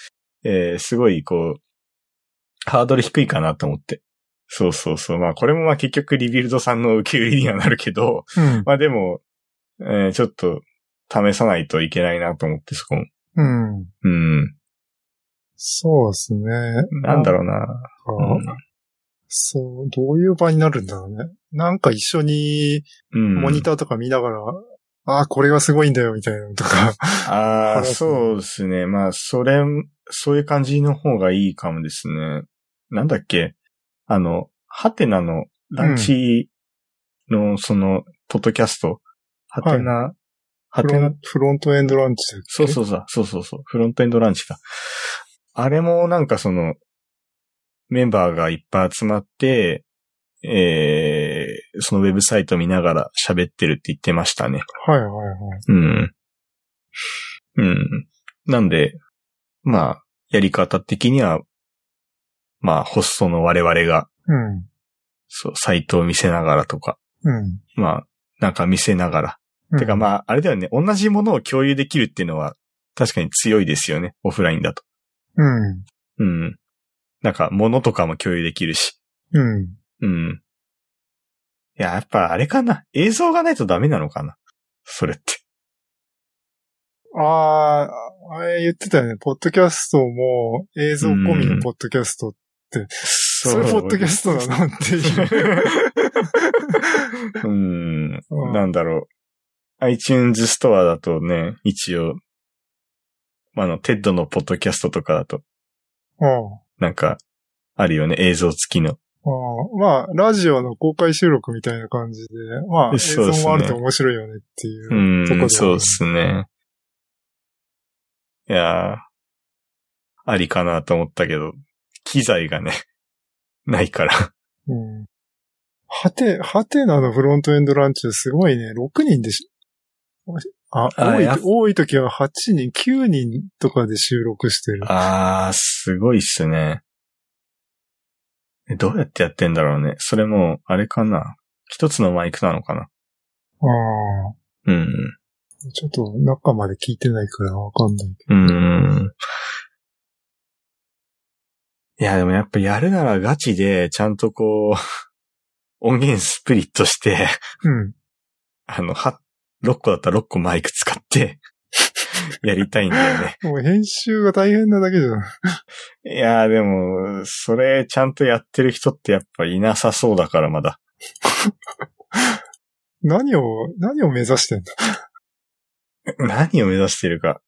B: えーすごい、こう、ハードル低いかなと思って。そうそうそう。まあこれもまあ結局リビルドさんの受け売りにはなるけど、
A: あうん。
B: まあでも、えーちょっと試さないといけないなと思って、そこも。
A: うん。
B: うん。
A: そうですね。
B: なんだろうな。
A: なんかそう、どういう場になるんだろうね。なんか一緒に
B: うん。
A: モニターとか見ながら、ああ、これがすごいんだよ、みたいなのとか。
B: ああ、
A: 話す
B: そうですね。まあ、それ、そういう感じの方がいいかもですね。なんだっけあの、ハテナの ランチの、その、ポッドキャスト。ハテナ、ハ
A: フ
B: テ
A: ロ
B: ナ
A: ン、フロントエンドランチだっけ
B: そうそうそう、そうそうそう、フロントエンドランチだ。あれもなんかその、メンバーがいっぱい集まって、えー、そのウェブサイト見ながら喋ってるって言ってましたね。
A: はいはいはい。
B: うん。うん。なんで、まあ、やり方的には、まあ、ホストの我々が、
A: うん。
B: そう、サイトを見せながらとか、
A: うん。
B: まあ、なんか見せながら。
A: うん
B: てかまあ、あれだよね、同じものを共有できるっていうのは、確かに強いですよね、オフラインだと。
A: うん。
B: うん。なんか、物とかも共有できるし。
A: うん。
B: うん。いや、やっぱあれかな。映像がないとダメなのかな。それって。
A: ああ、あれ言ってたよね。ポッドキャストも映像込みのポッドキャスト。そ
B: そ
A: れポッドキャストなのっていう。
B: うーん。
A: うん
B: なんだろう。iTunes ストアだとね、一応、まああの、TED のポッドキャストとかだと、
A: ああ
B: なんか、あるよね、映像付きの。
A: ああまあ、ラジオの公開収録みたいな感じで、まあ、映
B: そうですね
A: 像もあると面白いよねっていう。
B: うん
A: とこだよね、
B: そうっすね。いやー、ありかなと思ったけど、機材がね、 ないから。
A: うん。はて、はてなのフロントエンドランチすごいね。6人でし、あ、
B: あ
A: 多い
B: やっ、
A: 多い時は8人、9人とかで収録してる。
B: あー、すごいっすね。えどうやってやってんだろうね。それも、あれかな。一つのマイクなのかな。
A: あ
B: うん。
A: あ、ちょっと中まで聞いてないからわかんないけ
B: うん。いや、でもやっぱやるならガチで、ちゃんとこう、 音源スプリットして、
A: ど。うん。
B: あの、は、6個だったら6個マイク使って、 やりたいんだよね。
A: もう編集が大変なだけじゃん。
B: いやーでも、それちゃんとやってる人ってやっぱいなさそうだからまだ。
A: 何を、何を目指してんだ
B: 何を目指してるか。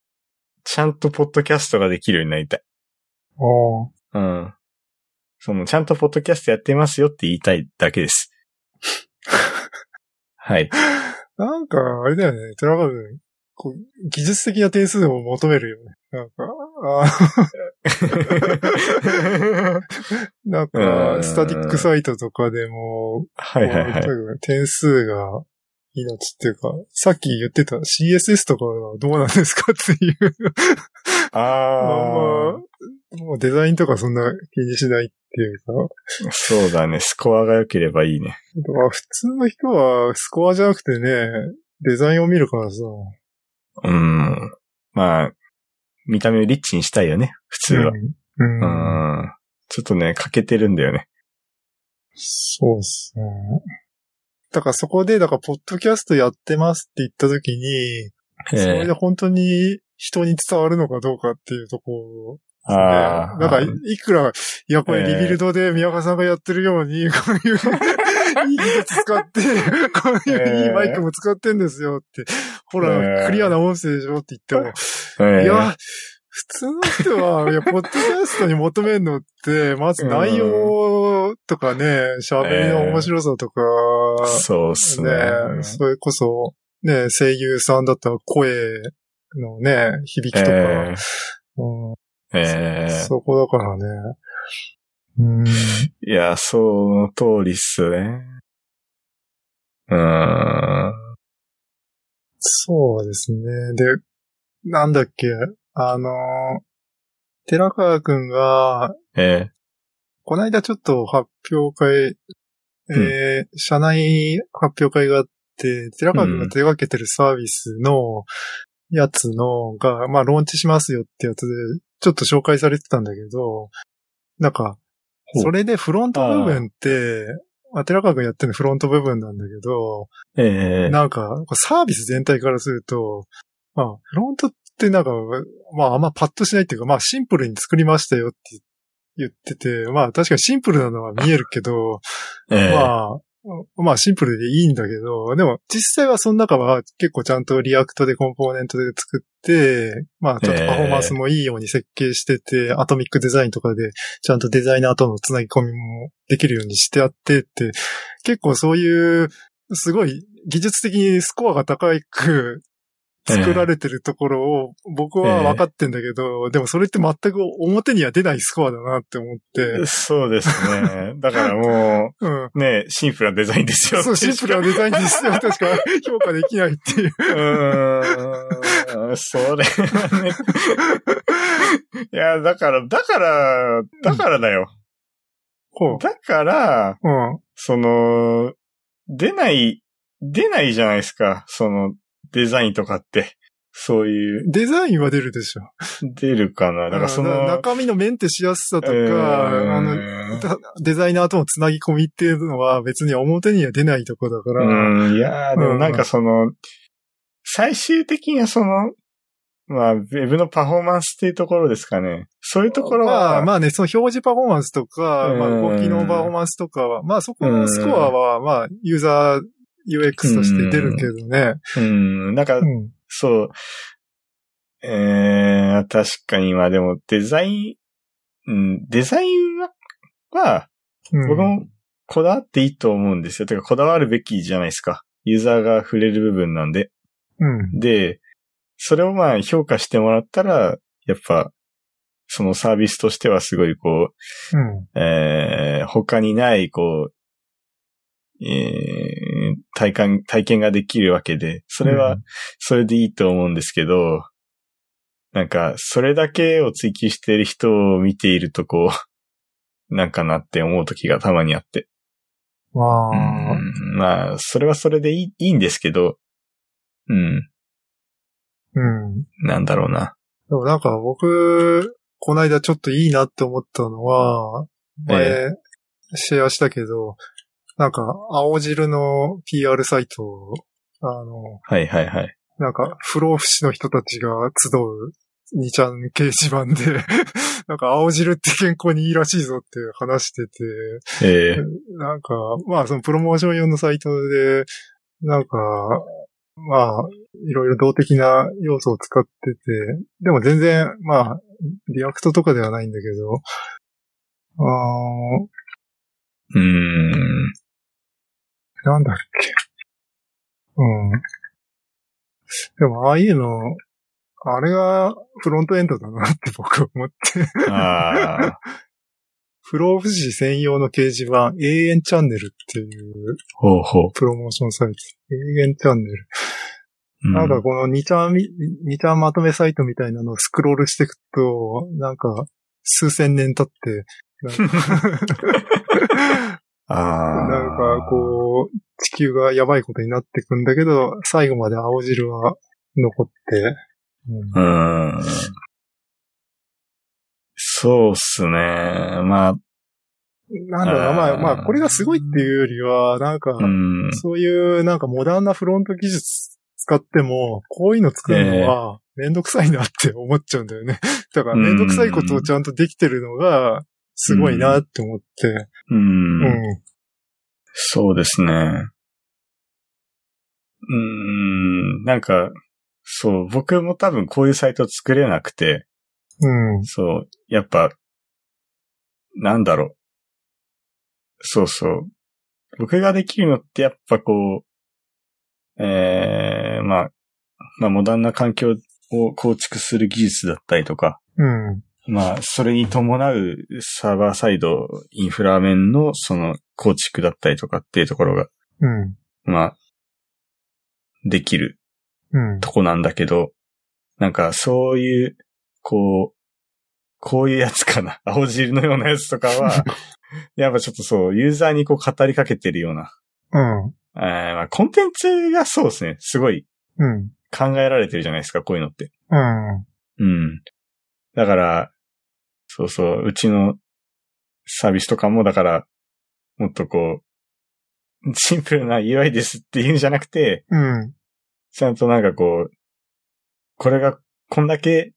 B: ちゃんとポッドキャストができるようになりたい。
A: ああ。
B: うん。その、ちゃんとポッドキャストやってますよって言いたいだ けです。はい。
A: なんか、あれだよね。トラブル、こう、技術的な点数を求めるよね。なんか、あー なん
B: う
A: か、
B: ん
A: スタティックサイトとかでも、
B: はいはいはい
A: と。にかく点数が命っていうか、さっき言ってた CSS とかはどうなんですかっていう。あん
B: あ
A: まもうデザインとかそんな気にしないっていうか、
B: あ、そうだね。スコアが良ければいいね。
A: まあ普通の人はスコアじゃなくてね、デザインを見るからさ。
B: うん。まあ、見た目をリッチにしたいよね、普通は。
A: うん。うん。
B: うん。ちょっとね、欠けてるんだよね。
A: そうっすね。だからそこで、だから、ポッドキャストやってますって言った時に、
B: え
A: それ
B: え
A: で本当に人に伝わるのかどうかっていうところ
B: ああ。
A: なんか、い
B: うん
A: いくら、いや、これ
B: え
A: リ
B: ー
A: ビルドで宮川さんがやってるように、 こういう、いい技術使 って、こういういいマイクも使ってんですよって、ほ
B: え
A: ら、
B: ー
A: クリアな音声でしょって言っても、
B: え
A: い
B: え
A: や、普通の人は、いや、ポッドキャストに求めるの って、まず内容とかね、喋りの面白さとか、
B: そうっすね。
A: ね、それこそ、ね、声優さんだったら声のね、響きとか、
B: え
A: うん
B: えええ
A: そこだからね。うん。
B: いや、その通りっすね。うーん。
A: そうですね。で、なんだっけ、あのー、寺川くんが、
B: ええ
A: こないだちょっと発表会、えー社内発表会があって、寺川くんが手掛けてるサービスのやつの、が、まあ、ローンチしますよってやつで、ちょっと紹介されてたんだけど、なんか、
B: ほう
A: それでフロント部分って、まあ、寺川くんやってるのフロント部分なんだけど、
B: ええ
A: なんか、サービス全体からすると、まあ、フロントってなんか、まあ、あんまパッとしないっていうか、まあ、シンプルに作りましたよって言ってて、まあ、確かにシンプルなのは見えるけど、
B: ええ
A: まあ、まあ、シンプルでいいんだけど、でも、実際はその中は結構ちゃんとリアクトでコンポーネントで作って、まあ、ちょっとパフォーマンスもいいように設計してて、アトミックデザインとかで、ちゃんとデザイナーとのつなぎ込みもできるようにしてあってって、結構そういう、すごい技術的にスコアが高く作られてるところを僕は分かってんだけど、でもそれって全く表には出ないスコアだなって思って、
B: そうですね。だからも
A: うん。
B: う、ね、シンプルなデザインですよ。
A: そう、シンプルなデザインにして は確か評価できないっていう。
B: うーんそれはね。いや、だから、だから、だからだよ。
A: こ
B: だから、
A: う。うん。
B: その、出ない、出ないじゃないですか。その、デザインとかって。そういう、
A: デザインは出るでしょ。
B: 出るかな。だからその、
A: うん中身のメンテしやすさとか、
B: うーん
A: あの、だデザイナーとのつなぎ込みっていうのは別に表には出ないとこだから、
B: うん、いやー、でもなん
A: う
B: かその、最終的にはその、まあ、ウェブのパフォーマンスっていうところですかね。そういうところ
A: ま
B: は、
A: あ、まあね、その表示パフォーマンスとか、
B: うん
A: まあ動きのパフォーマンスとかは、まあそこのスコアは、まあユーザー UX として出るけどね。
B: うん、なんか
A: う、ん。
B: そう、えー、確かに、まあでもデザイうん、デザインは、は、
A: うん、
B: 僕もこだわっていいと思うんですよ。てか、こだわるべきじゃないですか。ユーザーが触れる部分なんで。
A: うん。
B: で、それをまあ評価してもらったら、やっぱ、そのサービスとしてはすごいこ
A: うん。
B: う、えー、他にない、こう、えー、体感、体験ができるわけで、それは、それでいいと思うんですけど、なんか、それだけを追求している人を見ているとこう、 なんかなって思う時がたまにあって。
A: うん。まあ、
B: うんまあ、それはそれでいいいいんですけど、うん、
A: うん。
B: なんだろうな。
A: でもなんか僕、この間ちょっといいなって思ったのは、前、シェアしたけど、なんか、青汁の PR サイトを、あの、
B: はいはいはい。
A: なんか、不老不死の人たちが集う、2ちゃん掲示板で、 なんか、青汁って健康にいいらしいぞって話してて、
B: ええ
A: なんか、まあ、そのプロモーション用のサイトで、なんか、まあ、いろいろ動的な要素を使ってて、でも全然、まあ、リアクトとかではないんだけど、あー
B: うーん。
A: なんだっけ。うん。でも、ああいうの、あれがフロントエンドだなって 僕は思って。
B: ああ。
A: 不老不死専用の掲示板、永遠チャンネルっていう
B: ほうほう。
A: プロモーションサイト。永遠チャンネル。
B: うん
A: なんかこの2ちゃんみ、2ちゃんまとめサイトみたいなのをスクロールしていくと、なんか、数千年経って、なんか
B: ああ。
A: なんかこう、地球がやばいことになってくんだけど、最後まで青汁は残って、うん
B: うーん。そうっすね。まあ、
A: なんだろうな、まあ、
B: あー
A: まあ、これがすごいっていうよりは、なんか、
B: うん。
A: そういうなんかモダンなフロント技術使っても、こういうの作るのはめんどくさいなって思っちゃうんだよね。だから
B: うん
A: めんどくさいことをちゃんとできてるのがすごいなって思って。
B: うん。
A: うん。
B: そうですね。うーん。なんか、そう、僕も多分こういうサイト作れなくて、
A: うん。
B: そう、やっぱ、なんだろう。そうそう。僕ができるのってやっぱこう、ええまあ、まあ、モダンな環境を構築する技術だったりとか、
A: うん。
B: まあ、それに伴うサーバーサイドインフラ面のその構築だったりとかっていうところが、
A: うん。
B: まあ、できる
A: うん。
B: とこなんだけど、なんかそういう、こう、こういうやつかな。青汁のようなやつとかは、やっぱちょっとそう、ユーザーにこう語りかけてるような。
A: うん。
B: えーまあ、コンテンツがそうですね。すごい
A: うん。
B: 考えられてるじゃないですか、こういうのって。
A: うん。
B: うん。だから、そうそう、うちのサービスとかも、だから、もっとこう、シンプルな UI ですっていうんじゃなくて、
A: うん。
B: ちゃんとなんかこう、これが、こんだけ、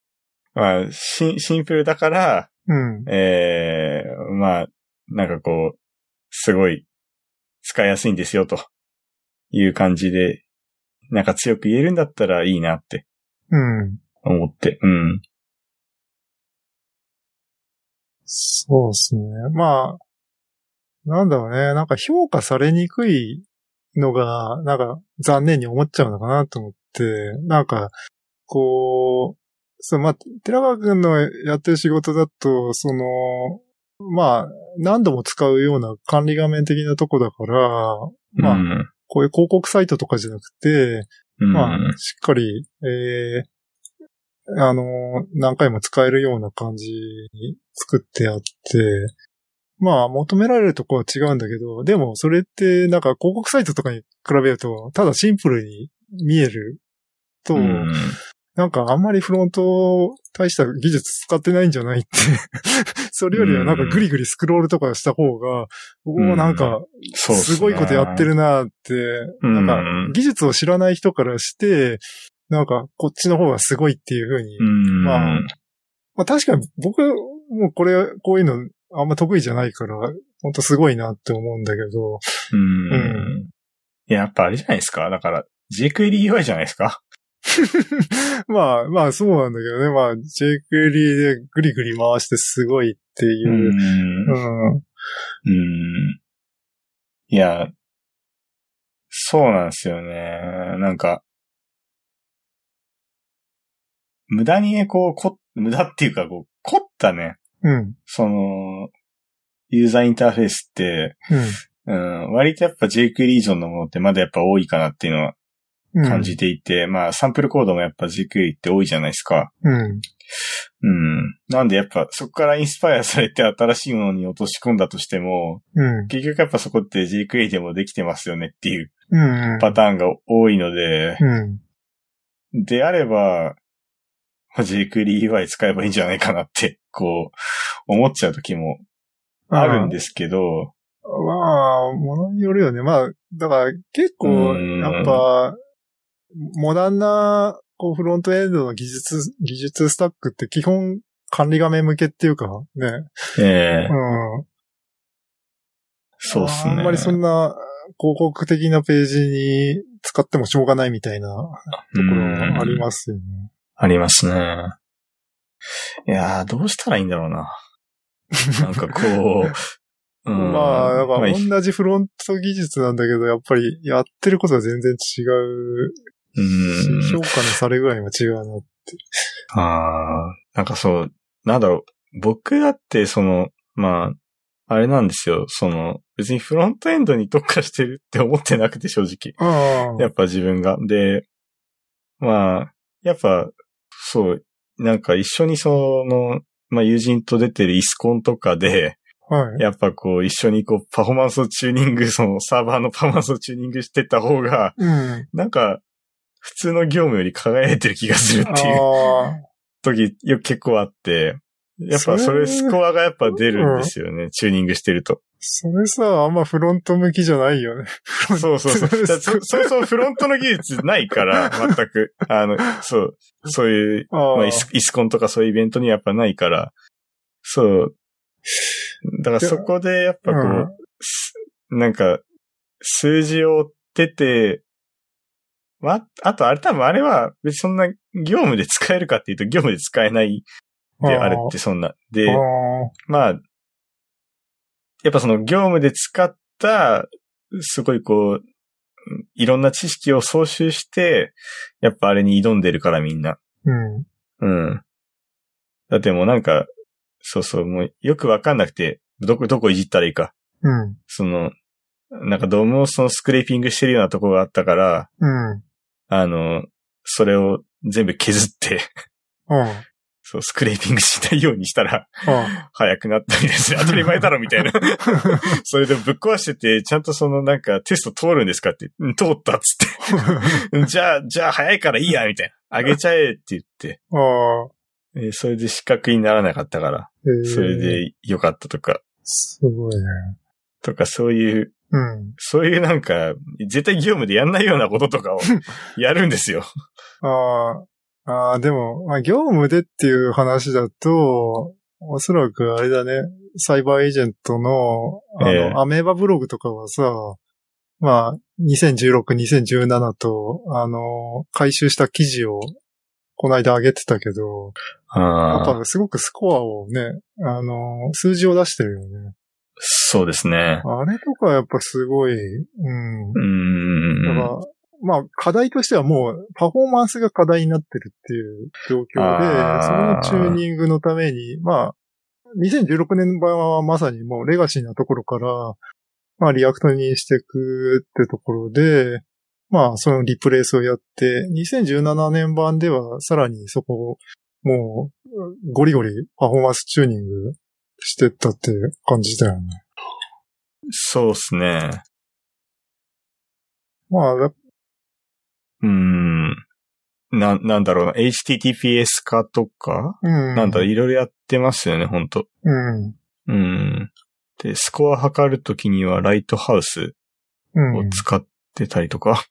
B: まあ、シンシンプルだから、
A: うん。
B: ええまあ、なんかこう、すごい、使いやすいんですよ、という感じで、なんか強く言えるんだったらいいなって
A: うん。
B: 思って、うん。
A: そうですね。まあ、なんだろうね。なんか評価されにくいのが、なんか残念に思っちゃうのかなと思って、なんか、こう、そう、まあ、寺川くんのやってる仕事だと、その、まあ、何度も使うような管理画面的なとこだから、まあ、
B: うん
A: こういう広告サイトとかじゃなくて、
B: うん、
A: まあ、しっかり、えーあのー何回も使えるような感じに作ってあって、まあ、求められるとこは違うんだけど、でも、それって、なんか、広告サイトとかに比べると、ただシンプルに見えると、
B: うん
A: なんか、あんまりフロント、大した技術使ってないんじゃないって。 それよりは、なんか、グリグリスクロールとかした方が、僕もなんか、
B: そうっね
A: すごいことやって。るなって、
B: うん
A: なんか、技術を知らない人からして、なんか、こっちの方がすごいっていう風に。
B: うん。
A: まあまあ確かに僕、もうこれ、こういうのあんま得意じゃないから、ほんとすごいなって思うんだけど、
B: うん
A: う
B: いややっぱあれじゃないですか。だから、JQuery UI じゃないですか。
A: まあ、まあそうなんだけどね。まあ、J クエリでぐりぐり回してすごいっていうう。
B: ん
A: う。ん。
B: うん。いや、そうなんですよね。なんか、無駄にね、こう、こ、無駄っていうか、こう、凝ったね、
A: うん。うん。
B: その、ユーザーインターフェースって、うん、割とやっぱ JQ リージョンのものってまだやっぱ多いかなっていうのは
A: うん。
B: 感じていて、まあサンプルコードもやっぱ JQ って多いじゃないですか。
A: うん。
B: うん。なんでやっぱそこからインスパイアされて新しいものに落とし込んだとしても、
A: うん。
B: 結局やっぱそこって JQA でもできてますよねっていう
A: うん。
B: パターンが多いので、
A: うん。
B: であれば、JQLEUI 使えばいいんじゃないかなって、こう、思っちゃう時もあるんですけど、
A: まあ、ものによるよね。まあ、だから結構、
B: うん
A: やっぱ、モダンな、こう、フロントエンドの技術、技術スタックって基本管理画面向けっていうか、ね。
B: ええ
A: うん。
B: そうですね。
A: あんまりそんな、広告的なページに使ってもしょうがないみたいなところはあり
B: うん
A: ますよね。
B: ありますね。いやー、どうしたらいいんだろうな。なんかこ う、うん
A: まあ、だか
B: ま
A: ら
B: い
A: 同じフロント技術なんだけど、やっぱりやってることは全然違う
B: うん
A: し、評価のされ具合も違うな。
B: ああ、なんかそう、なんだろう。僕だって、その、まあ、あれなんですよ。その、別にフロントエンドに特化してるって思ってなくて、正直。
A: あ
B: やっぱ自分が。で、まあ、やっぱ、そう、なんか一緒にその、まあ友人と出てるイスコンとかで、
A: あ、はい。
B: やっぱこう一緒にこうパフォーマンスをチューニング、そのサーバーのパフォーマンスをチューニングしてた方が、
A: うん。
B: なんか普通の業務より輝いてる気がするっていう。
A: あ
B: 時よ結構あって、やっ
A: そ
B: ぱそ
A: れ
B: れスコアがやっぱ出るんですよね、チューニングしてると。
A: それさ、あんまフロント向きじゃないよね。
B: そうそうそう。
A: そう
B: だそそもそもフロントの技術ないから、全く。あの、そう、そういう、
A: ああ、
B: まあ、イスイスコンとかそういうイベントにやっぱないから、そう。だからそこでやっぱこう、
A: うん
B: すなんか、数字を追ってて、まあ、あとあれ多分あれは別にそんな業務で使えるかっていうと業務で使えないであれってそんな。で、
A: ああ
B: まあ、やっぱその業務で使った、すごいこう、いろんな知識を総集して、やっぱあれに挑んでるからみんな。
A: うん。
B: うん。だってもうなんか、そうそう、もうよくわかんなくて、どこ、どこいじったらいいか。
A: うん。
B: その、なんかドームをそのスクレーピングしてるようなとこがあったから、
A: うん。
B: あの、それを全部削って、
A: うん。
B: そう、スクレーピングしないようにしたら、
A: あ
B: 早くなったりですね。当たり前だろみたいな。それでぶっ壊してて、ちゃんとそのなんかテスト通るんですかって、うん通ったっ つって。じゃあ、じゃあ早いからいいや、みたいな。あげちゃえって言って。
A: あ。ああ。
B: えーそれで失格にならなかったから、
A: へえ
B: それ。で良かったとか、
A: すごいね。
B: とかそういう、
A: うん。
B: そういうなんか、絶対業務でやんないようなこと とかをやるんですよ。
A: ああ。ああ、でも、まあ、業務でっていう話だと、おそらくあれだね、サイバーエージェントの、あの、
B: ええ
A: アメーバブログとかはさ、まあ、2016、2017と、あの、回収した記事を、この間上げてたけど、やっ
B: ああ、
A: ぱすごくスコアをね、あの、数字を出してるよね。
B: そうですね。
A: あれとかやっぱすごい、うん
B: う。ん
A: だから、まあ、課題としてはもう、パフォーマンスが課題になってるっていう状況で、それの
B: あー
A: チューニングのために、まあ、2016年版はまさにもうレガシーなところから、まあ、リアクトにしていくってところで、まあ、そのリプレイスをやって、2017年版ではさらにそこを、もう、ゴリゴリパフォーマンスチューニングしてったって感じだよね。
B: そうですね。
A: まあ、だ
B: うーん。な、なんだろうな。HTTPS 化とか、
A: うん。
B: なんだ、いろいろやってますよね、ほんと。
A: うん。
B: うん。で、スコア測るときにはライトハウス
A: う
B: を
A: ん。
B: 使ってたりとか。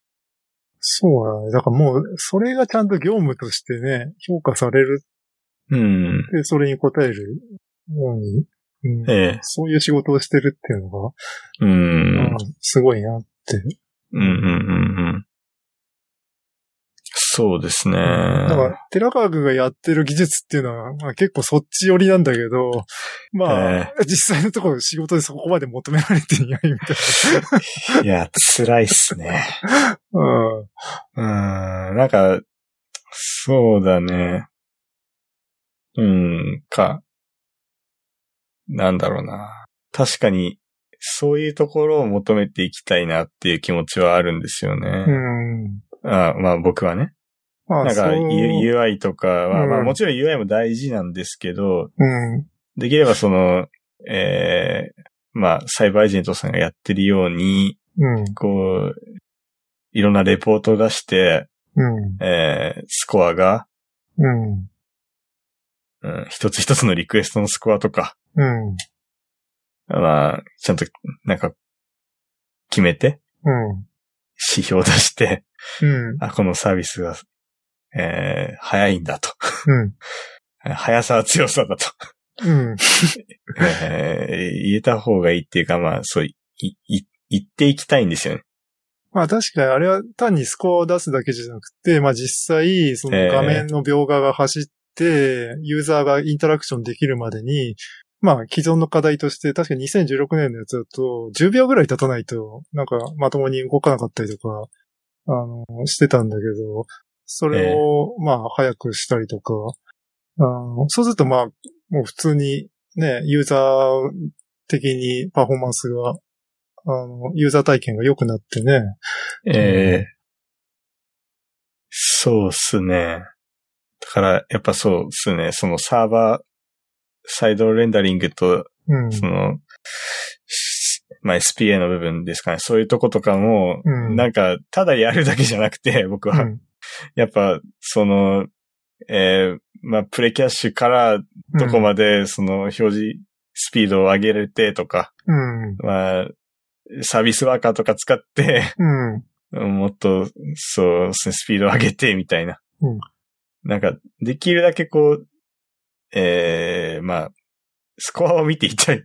A: そうだね。だからもう、それがちゃんと業務としてね、評価される
B: うん。
A: って、それに応えるように、うん
B: ええ。
A: そういう仕事をしてるっていうのが、
B: う
A: うん
B: ん。
A: すごいなって。
B: うんうんうんうん。そうですね。
A: だから、寺川君がやってる技術っていうのは、まあ、結構そっち寄りなんだけど、まあ、
B: え
A: 実際のところ仕事でそこまで求められていないみたい
B: えいや、辛いっすね。
A: な。うん。
B: うーん、なんか、そうだね。うん、か。なんだろうな。確かに、そういうところを求めていきたいなっていう気持ちはあるんですよね。
A: うん。
B: あまあ僕はね。
A: ま
B: なんか
A: そう
B: U- UI とかは、
A: うん
B: まあもちろん UI も大事なんですけど、
A: うん。
B: できればその、ええまあサイバーエージェントさんがやってるように、
A: うん。
B: こう、いろんなレポートを出して、
A: うん。
B: えー、スコアが、
A: うん。
B: うん、一つ一つのリクエストのスコアとか、
A: うん。
B: まあ、ちゃんと、なんか、決めて、
A: うん。
B: 指標を出して、
A: うん。
B: あ、このサービスが、えー、早いんだと。
A: うん。
B: 速さは強さだと。
A: うん。
B: えー 言えた方がいいっていうか、まあ、そう、い、い、言っていきたいんですよね。
A: まあ確かにあれは単にスコアを出すだけじゃなくて、まあ実際、そ
B: ええ
A: の画面の描画が走って、ユーザーがインタラクションできるまでに、まあ既存の課題として、確かに2016年のやつだと、10秒ぐらい経たないと、なんかまともに動かなかったりとか、あの、してたんだけど、それを、まあ早くしたりとか、あのそうするとまあ、もう普通にね、ユーザー的にパフォーマンスが、あの、ユーザー体験が良くなってね、
B: えーそうっすね。だから、やっぱそうっすね。そのサーバー、サイドレンダリングと
A: うん。
B: その、まあ、SPA の部分ですかね。そういうとことかも、
A: うん
B: なんか、ただやるだけじゃなくて、 僕は、
A: うん
B: やっぱ、その、えーまあ、プレキャッシュからどこまで、その、表示スピードを上げれてとか、
A: うん。
B: まあ、サービスワーカーとか使って、
A: うん。
B: もっと、そうですね、スピードを上げて、みたいな。
A: うん
B: なんか、できるだけこう、えー、まあ、スコアを見ていたい。
A: うん。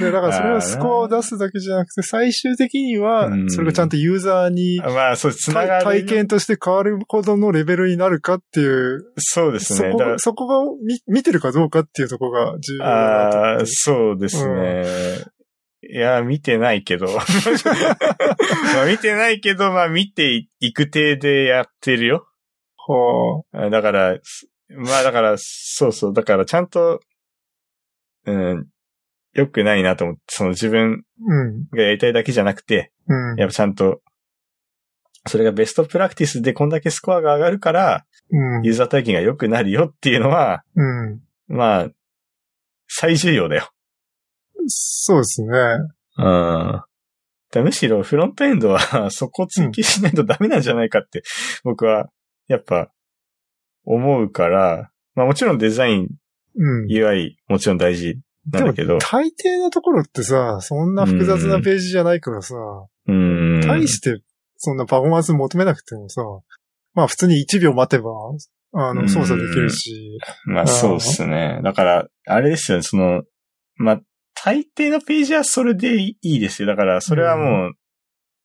A: で、だからそれはスコアを出すだけじゃなくて、最終的には
B: う、ん
A: それがちゃんとユーザーに
B: まあ、そう、つな
A: 体
B: がる。
A: 体験として変わるほどのレベルになるかっていう、
B: そうです
A: そ
B: ね。だ
A: こ、そこが見見てるかどうかっていうところが重要だなと
B: あ
A: 思っ
B: あー、
A: て。
B: そうですね。いや、見てない けど。 まあ見てないけど、まあ見ていいく体でやってるよ。
A: は
B: あだから、すまあだから、そうそう。だからちゃんと、うん、良くないなと思って、その自分
A: あ。うん。
B: がやりたいだけじゃなくて、
A: うん。
B: やっぱちゃんと、それがベストプラクティスでこんだけスコアが上がるから、
A: うん。
B: ユーザー体験が良くなるよっていうのは、
A: うん。
B: まあ、最重要だよ。
A: そうですね。
B: うん。むしろフロントエンドは そこを追求しないとダメなんじゃないかって、僕は、やっぱ、思うから、まあもちろんデザイン、
A: うん。
B: UI、もちろん大事なんだけど、
A: 大抵のところってさ、そんな複雑なページじゃないからさ、
B: うん。
A: 対して、そんなパフォーマンス求めなくてもさ、まあ普通に1秒待てば、あ
B: うん
A: の、操作できるし、
B: まあそうっすね。だから、あれですよね、その、まあ、大抵のページはそれでいいですよ。だから、それはもう、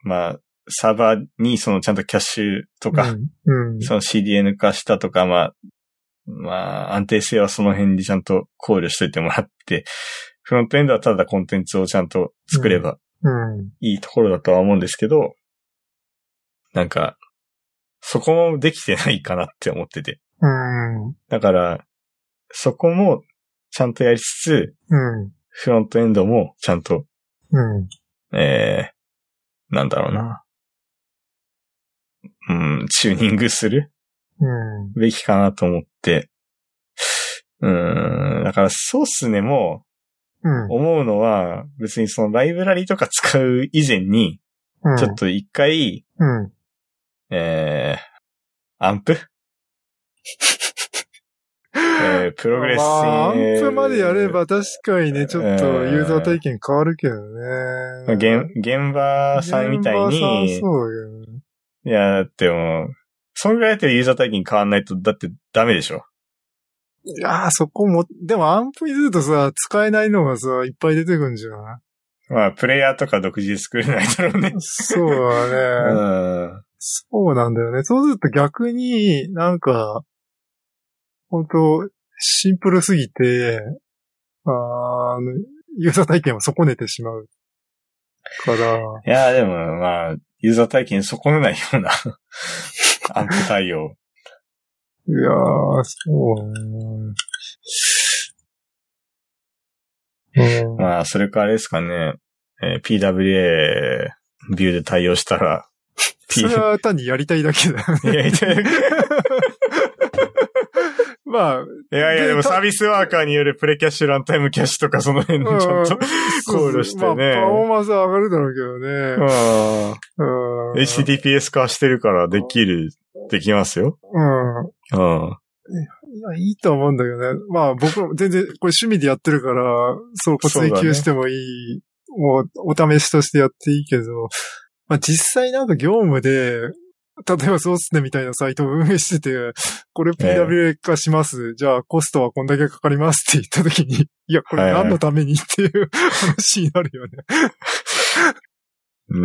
B: まあ、サーバーにそのちゃんとキャッシュと
A: う
B: か、
A: ん。うん。
B: その CDN 化したとか、まあ、まあ、安定性はその辺にちゃんと考慮しといてもらって、フロントエンドはただコンテンツをちゃんと作れば
A: うん。
B: いいところだとは思うんですけど、なんか、そこもできてないかなって思ってて。
A: うん。
B: だから、そこもちゃんとやりつつ、
A: うん。
B: フロントエンドもちゃんと、
A: うん。
B: えー、なんだろうな。うん、チューニングする
A: うん。
B: べきかなと思って。うーん。だからそうっすね、も
A: うん
B: う、。思うのは、別にそのライブラリとか使う以前に、
A: うん
B: ちょっ。と一回、
A: うん。
B: えー、アンプ えー、プログレス
A: まあ、アン
B: えー
A: プまでやれば確かにね、ちょっとユーザー体験変わるけど
B: まあ
A: ね。
B: 現、現場さんみたい
A: 現場
B: に、
A: さんそうだけどね。
B: いや、だってもう、そんぐらいだってユーザー体験変わんないと、だってダメでしょ。
A: いやー、そこも、でもアンプにするとさ、使えないのがさ、いっぱい出てくるんじゃない
B: まあ、プレイヤーとか独自で作れないだろうね。
A: そうだね。
B: うん。
A: そうなんだよね。そうすると逆になんか、本当シンプルすぎて、あの、ユーザー体験を損ねてしまう。から、
B: いやーでもまあ、ユーザー体験損ねないような アンプ対応。
A: いやー、そうね。うん、
B: まあ、それかあれですかね、えー PWA ビューで対応したら、
A: それは単にやりたいだけだよね。
B: いやいやい
A: まあ、
B: やいや、でもサービスワーカーによるプレキャッシュ、ランタイムキャッシュとかその辺
A: う
B: の
A: ん
B: ちゃんと考慮して
A: まあ、パ
B: ね。
A: フォーマンスは上がるだろうけどね。
B: うん
A: うん。
B: HTTPS 化してるからできる、できますよ。
A: う
B: うん。
A: ん。いや、いいと思うんだけどね。まあ、僕も全然、これ趣味でやってるから、そう、追求してもいい。もう、お試しとしてやっていいけど、まあ実際なんか業務で、例えばソースネみたいなサイトを 運営してて、これ PWA 化します。じゃあコストはこんだけかかりますって言った時に、いや、これ何のためにっていう話になるよね。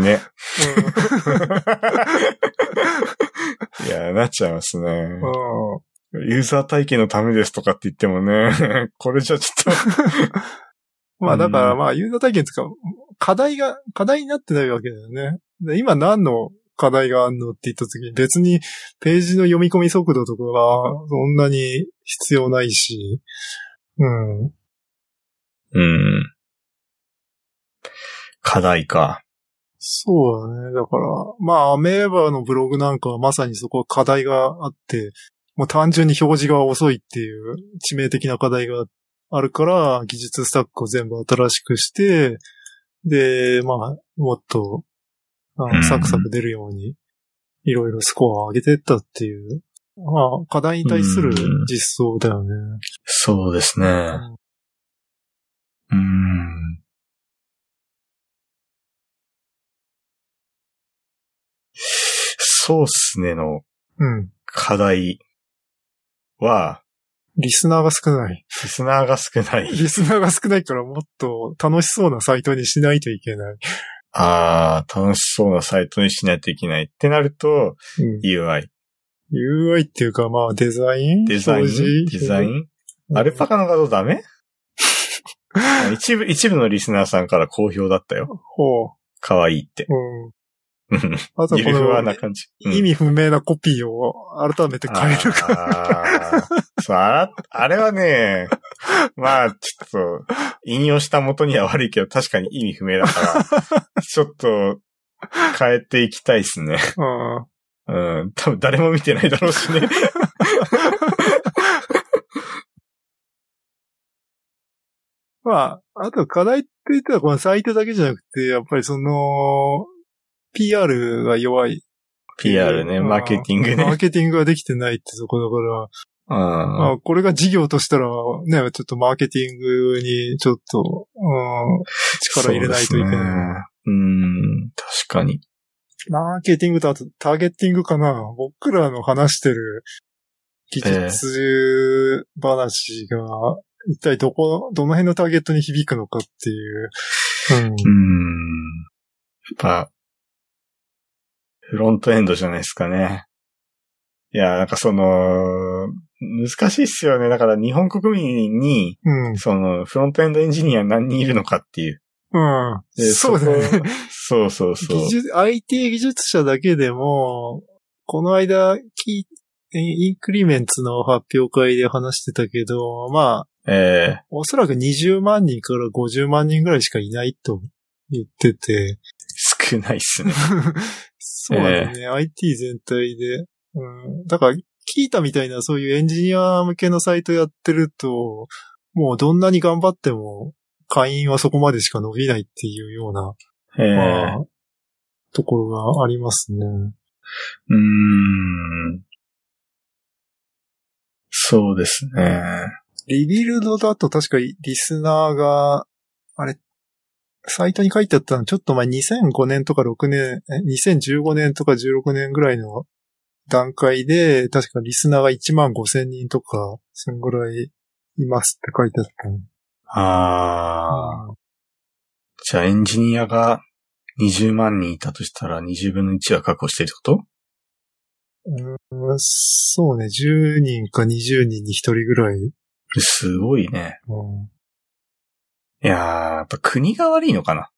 B: ね。
A: う ん
B: いや、なっちゃいますね。
A: うん
B: ユーザー体験のためですとかって言ってもね、 これじゃちょっ
A: まあだか
B: う
A: ら
B: ん
A: まあユーザー体験つうか、課題が、課題になってないわけだよね。で今何の課題があるのって言った時に別にページの読み込み速度とかはそんなに必要ないし、うん。
B: と。うん。課題か。
A: そうだね。だから、まあアメーバのブログなんかはまさにそこは課題があって、もう単純に表示が遅いっていう致命的な課題があるから、技術スタックを全部新しくして、で、まあ、もっと、あ
B: うん
A: のサクサク出るように、いろいろスコアを上げていったっていう、まあ、課題に対する実装だよね。
B: そうですね。うん。そうっすねの
A: うん。
B: 課題は、
A: リスナーが少ない。
B: リスナーが少ない。
A: リスナーが少ないからもっと楽しそうなサイトにしないといけない。
B: ああ、楽しそうなサイトにしないといけないってなる
A: う
B: と、
A: ん
B: UI。
A: UI っていうか、まあ、デザイン
B: デザイン
A: 表示
B: デザインアルパ
A: カ
B: カの画像ダメ あ一部、一部のリスナーさんから好評だったよ。
A: ほう。
B: 可愛い って。
A: うん。
B: うん
A: あと
B: ゆ
A: こ
B: るふわな
A: の、
B: 感じ。
A: 意味不明なコピーを改めて変えるか。
B: か。そう、あらあれはね、まあ、ちょっと、引用した元には悪いけど、確かに意味不明だ から、ちょっと、変えていきたいですね。
A: うん。
B: うん。多分誰も見てないだろう しね。
A: まあ、あと課題って言ったら、このサイトだけじゃなくて、やっぱりその、PR が弱い。
B: PR ね、
A: うん
B: マーケティング
A: マ
B: ね
A: ー。ケティングができてないってとこだから、
B: う
A: ま
B: ん。
A: あ、これが事業としたら、ね、ちょっとマーケティングに、ちょっと、うん、力入れないといけない。
B: そうですねうん、確かに。
A: マーケティングとあとターゲッティングかな僕らの話してる技術話が、一体どこ、どの辺のターゲットに響くのかっていう。うん
B: うん。やっぱ、フロントエンドじゃないですかね。いや、なんかその、難しいっすよね。だから日本国民に、。
A: うん。
B: その、フロントエンドエンジニア何人いるのかっていう。
A: うん。
B: で
A: そうだね。。
B: そこそうそうそう
A: 技。術、IT 技術者だけでも、この間、キーインクリメンツの発表会で話してたけど、まあ、
B: えー
A: おそらく20万人から50万人ぐらいしかいないと言ってて、
B: 少ないっすね。
A: そうだね、IT 全体で。うん。だから、キータみたいなそういうエンジニア向けのサイトやってると、もうどんなに頑張っても、会員はそこまでしか伸びないっていうような、
B: えー
A: まあところがありますね。
B: うーん。そうですね。
A: リビルドだと確かリスナーが、あれ、サイトに書いてあったの、ちょっと前2005年とか6年、え2015年とか16年ぐらいの段階で、確かリスナーが1万5千人とか、そんぐらいいますって書いてあったの。
B: ああ。じゃあエンジニアが20万人いたとしたら20分の1は確保してるってこと
A: うんそうね、10人か20人に1人ぐらい。
B: すごいね。
A: うん
B: いやー、やっぱ国が悪いのかな。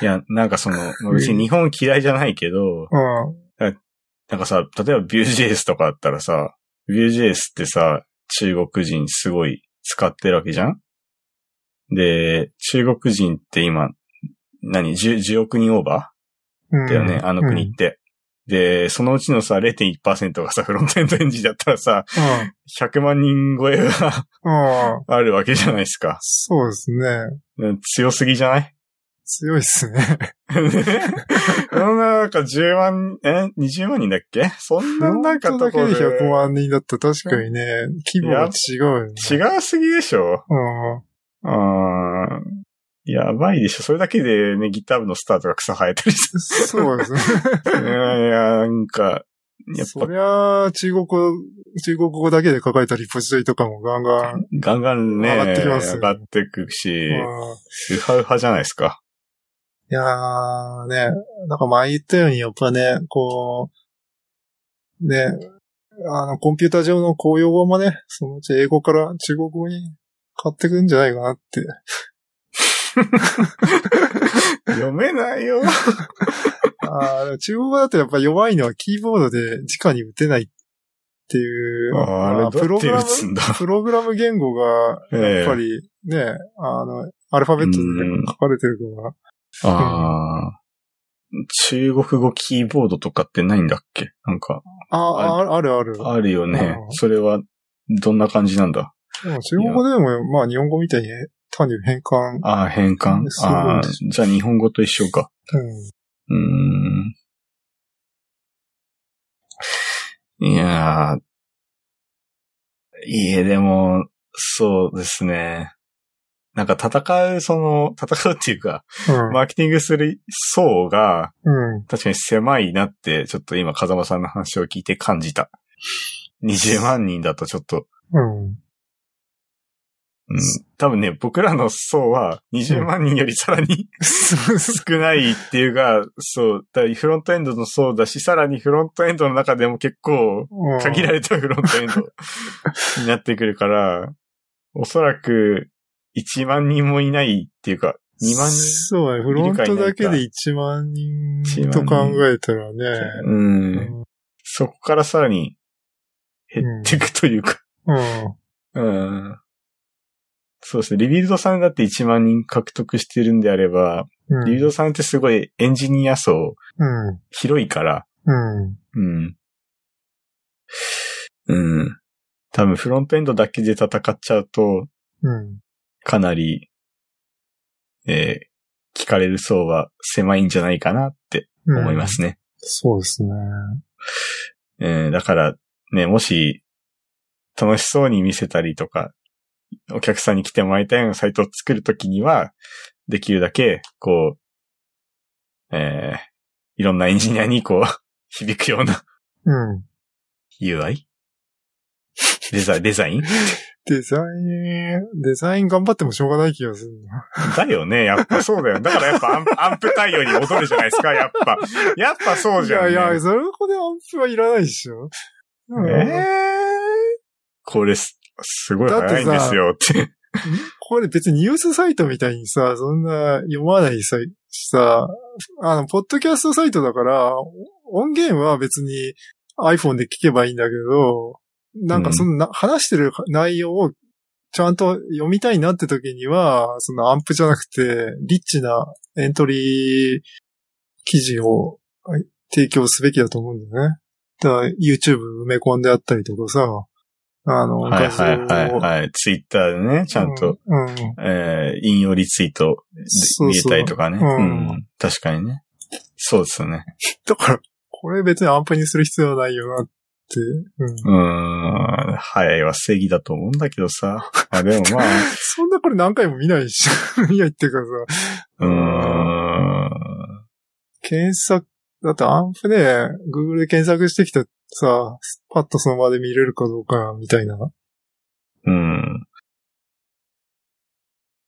B: いや、なんかその、まあ別に日本嫌いじゃないけど、
A: ああ
B: なんかさ、例えばビュージェイスとかあったらさ、ビュージェイスってさ、中国人すごい使ってるわけじゃんで、中国人って今、何 10, ?10 億人オーバ
A: うん
B: ーだよね、あの国
A: うん
B: って。で、そのうちのさ、0.1%がさ、フロントエンドエンジンだったらさ、
A: あ
B: 100万人超えが
A: あああ、
B: あるわけじゃないですか。
A: そうですね。
B: 強すぎじゃ ない
A: 強いですね。
B: そんな、なんか10万、え ?20 万人だっけそんな、なんか
A: 本当
B: と
A: だけ
B: ころ
A: で
B: で
A: 100万人だったら確かにね、規模が違うよね。
B: 違うすぎでし ょ
A: うん。
B: うーん。やばいでしょそれだけでね、ギター部のスタートが草生えたりす
A: そうですね。
B: る。 いやいや、なんか、やっ
A: そ
B: ぱ、
A: りゃ、中国語、中国語だけで書かれたリポジトリとかもガンガン、
B: ガンガン
A: 上
B: ね、
A: がってきますよ
B: 上がってくし、
A: うん
B: ウハウハじゃないですか。
A: いやーね、なんか前言ったように、やっぱね、こう、ね、あの、コンピューター上の公用語もね、そのうち英語から中国語に変わってくんじゃないかなって。
B: 読めない よ。
A: あーでも中国語だとやっぱ弱いのはキーボードで直に打てないっていう、
B: あー
A: ま
B: あれ
A: プ
B: ど
A: ロ
B: うやって
A: グ
B: 打
A: ラ
B: つ
A: ム、
B: んだ。
A: プログラム言語が、やっぱりね、あの、アルファベットで書かれてるのが、
B: ああ。中国語キーボードとかってないんだっけなんか、
A: あ、ああるある。
B: あるよね
A: う。ん
B: それは、どんな感じなんだ
A: でも中国語でも、まあ日本語みたいに単に変換。
B: ああ、変換
A: そう
B: ああ、
A: で
B: じゃあ日本語と一緒か。
A: う
B: うーん。いやー。いいえ、でも、そうですね。なんか戦う、その、戦うっていうか、
A: ん。うん。
B: マーケティングする層が、
A: うん。
B: 確かに狭いなって、ちょっと今、風間さんの話を聞いて感じた。20万人だとちょっと、
A: うん。
B: うん。多分ね、僕らの層は20万人よりさらに
A: そうそ
B: 少ないっていうか、そう、だからフロントエンドの層だし、さらにフロントエンドの中でも結構
A: う
B: 限られたフロントエンド になってくるから、おそらく1万人もいないっていうか、2万人
A: そうだね。フロントだけで1万人と考えたらね。
B: うん。そこからさらに減っていくというか、
A: うん。
B: うんそうですね。リビルドさんだって1万人獲得してるんであれば、
A: うん。
B: リビルドさんってすごいエンジニア層
A: うん。
B: 広いから、
A: うん。
B: うん。うん。多分フロントエンドだけで戦っちゃうと、
A: うん。
B: かなり、えー聞かれる層は狭いんじゃないかなって
A: うん。
B: 思いま。すね。
A: そうですね。
B: えーだから、ね、もし、楽しそうに見せたりとか、お客さんに来てもらいたいようなサイトを作るときには、できるだけ、こう、えーいろんなエンジニアにこう、 響くような
A: うん。
B: UI? デザデザイン
A: デザイン、デザイン頑張ってもしょうがない気がするな。
B: だよね。やっぱそうだよ。だからやっぱアンプアンプ対応に戻るじゃないですか。やっぱ。やっぱそう
A: い
B: じゃん、
A: や
B: ね。
A: いや、それほどアンプはいらないでしょ。うん
B: えーこれす、すごい早いんですよって。
A: これ別にニュースサイトみたいにさ、そんな読まないさ、さ、あの、ポッドキャストサイトだから、お音源は別に iPhone で聞けばいいんだけど、なんかそのな、話してる内容をちゃんと読みたいなって時には、そのアンプじゃなくて、リッチなエントリー記事をはい提供すべきだと思うんだよね。だから YouTube 埋め込んであったりとかさ、あの、
B: はいはいはい
A: 画像を
B: はい。ツイッターでね、ちゃんと、
A: うん。うん
B: えー引用リツイートで
A: そう
B: 見
A: そう
B: えたりとかね。
A: うん
B: うん確かにね。そうですよね。
A: だから、これ別にアンプにする必要はないよなって。うん。
B: うーん。早いは正義だと思うんだけどさ。 まあでもま
A: そんなこれ何回も見ないし、 見ないっていうかさ、
B: あ、
A: 検索、だってアンプで Google で検索してきたさ、パッとその場で見れるかどうかみたいな。
B: うーん。うん。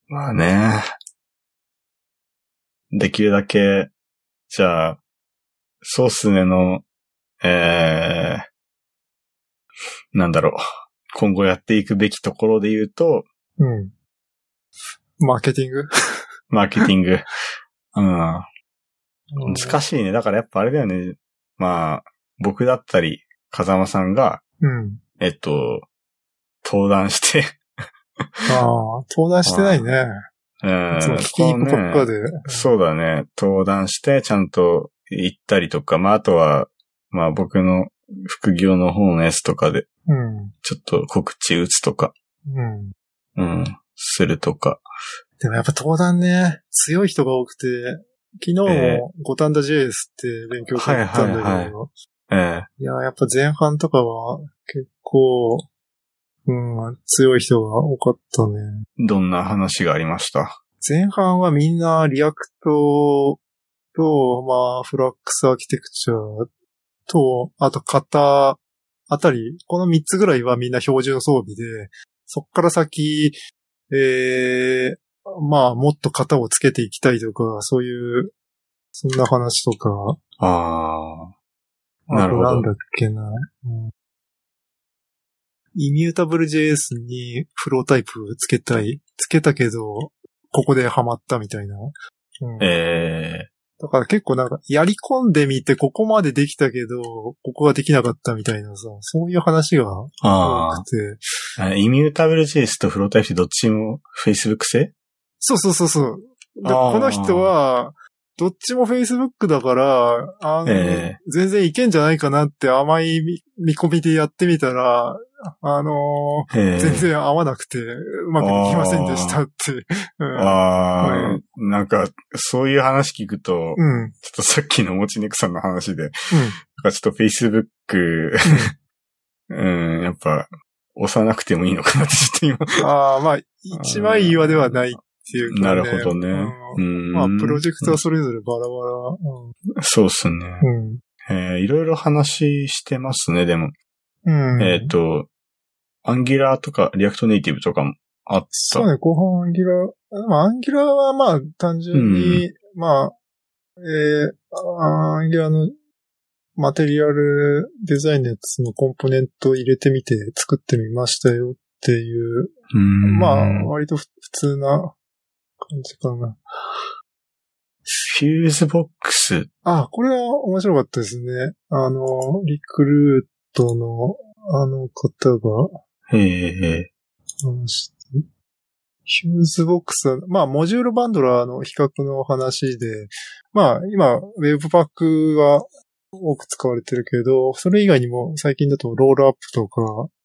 B: まあね。できるだけ、じゃあ、そうっすねの、えー、なんだろう。今後やっていくべきところで言うと、
A: うん。マーケティング
B: マーケティ ング。うん。
A: い。
B: 難しいね。だからやっぱあれだよね。まあ、僕だったり、風間さんが、
A: うん。
B: えっと、登壇して、
A: ああ、登壇してないね。
B: うん
A: いつも聞きに行くばっかで。
B: そうだね。登壇して、ちゃんと行ったりとか、まあ、あとは、まあ、僕の副業の方のやつとかで、
A: うん。
B: ちょっと告知打つとか、
A: うん。
B: うん、するとか。
A: でもやっぱ登壇ね、強い人が多くて、昨日
B: ええ
A: も五反田 JS って勉強会行ったんだけど、
B: はい
A: い
B: はいえ
A: や、やっぱ前半とかは結構、うん、強い人が多かったね。
B: ーどんな話がありました
A: 前半はみんなリアクトと、まあ、フラックスアーキテクチャと、あと型あたり、この3つぐらいはみんな標準装備で、そっから先、えー、まあ、もっと型をつけていきたいとか、そういう、そんな話とか、
B: ああ。
A: あ
B: なる
A: と
B: ほ
A: なん
B: ど。
A: だっけな。うんイミュータブル JS にプロタイプつけたい。つけたけど、ここでハマったみたいな。うん、だ
B: え
A: から結構なんか、やり込んでみて、ここまでできたけど、ここができなかったみたいなさ、そういう話が多
B: ー、あ
A: くて。
B: あ。イミュータブル JS とフロータイプどっちも Facebook 製
A: そうそうそうそう。で
B: あー
A: この人は、どっちも Facebook だから、あの、
B: え
A: 全然いけんじゃないかなって甘い見見込みでやってみたら、あのー
B: えー
A: 全然合わなくて、うまくできませんでしたって。うん
B: ああ、
A: う
B: なんか、そういう話聞くと、
A: うん。うん。
B: ちょっとさっきのもちねくさんの話で、なんかちょっと Facebook、うん、やっぱ、押さなくてもいいのかなってちょっと
A: ああ、まあ、一枚岩ではないっていう
B: 今。
A: か
B: な
A: ね、
B: るほどね。
A: う
B: うんん。
A: まあ、プロジェクトはそれぞれバラバ
B: そうっすね。
A: ラ。うん。うん
B: えーいろいろ話してますね、でも。
A: うん。
B: えっ、と、アンギュラーとかリアクトネイティブとかもあった。
A: そうね、後半アンギュラー。まあ、アンギュラーはまあ、単純に、まあ、えー、あーアンギュラーのマテリアルデザインのやつのコンポーネント入れてみて作ってみましたよっていう
B: うん。
A: まあ、
B: フ
A: 割とふ普通な感じかな。
B: ューズボックス。
A: あ、これは面白かったですね。あの、リクルートの、あの方が
B: ええ
A: 話して、ヒューズボックスは、まあ、モジュールバンドラーの比較の話で、まあ、今、ウェブパックが多く使われてるけど、それ以外にも最近だとロールアップとか、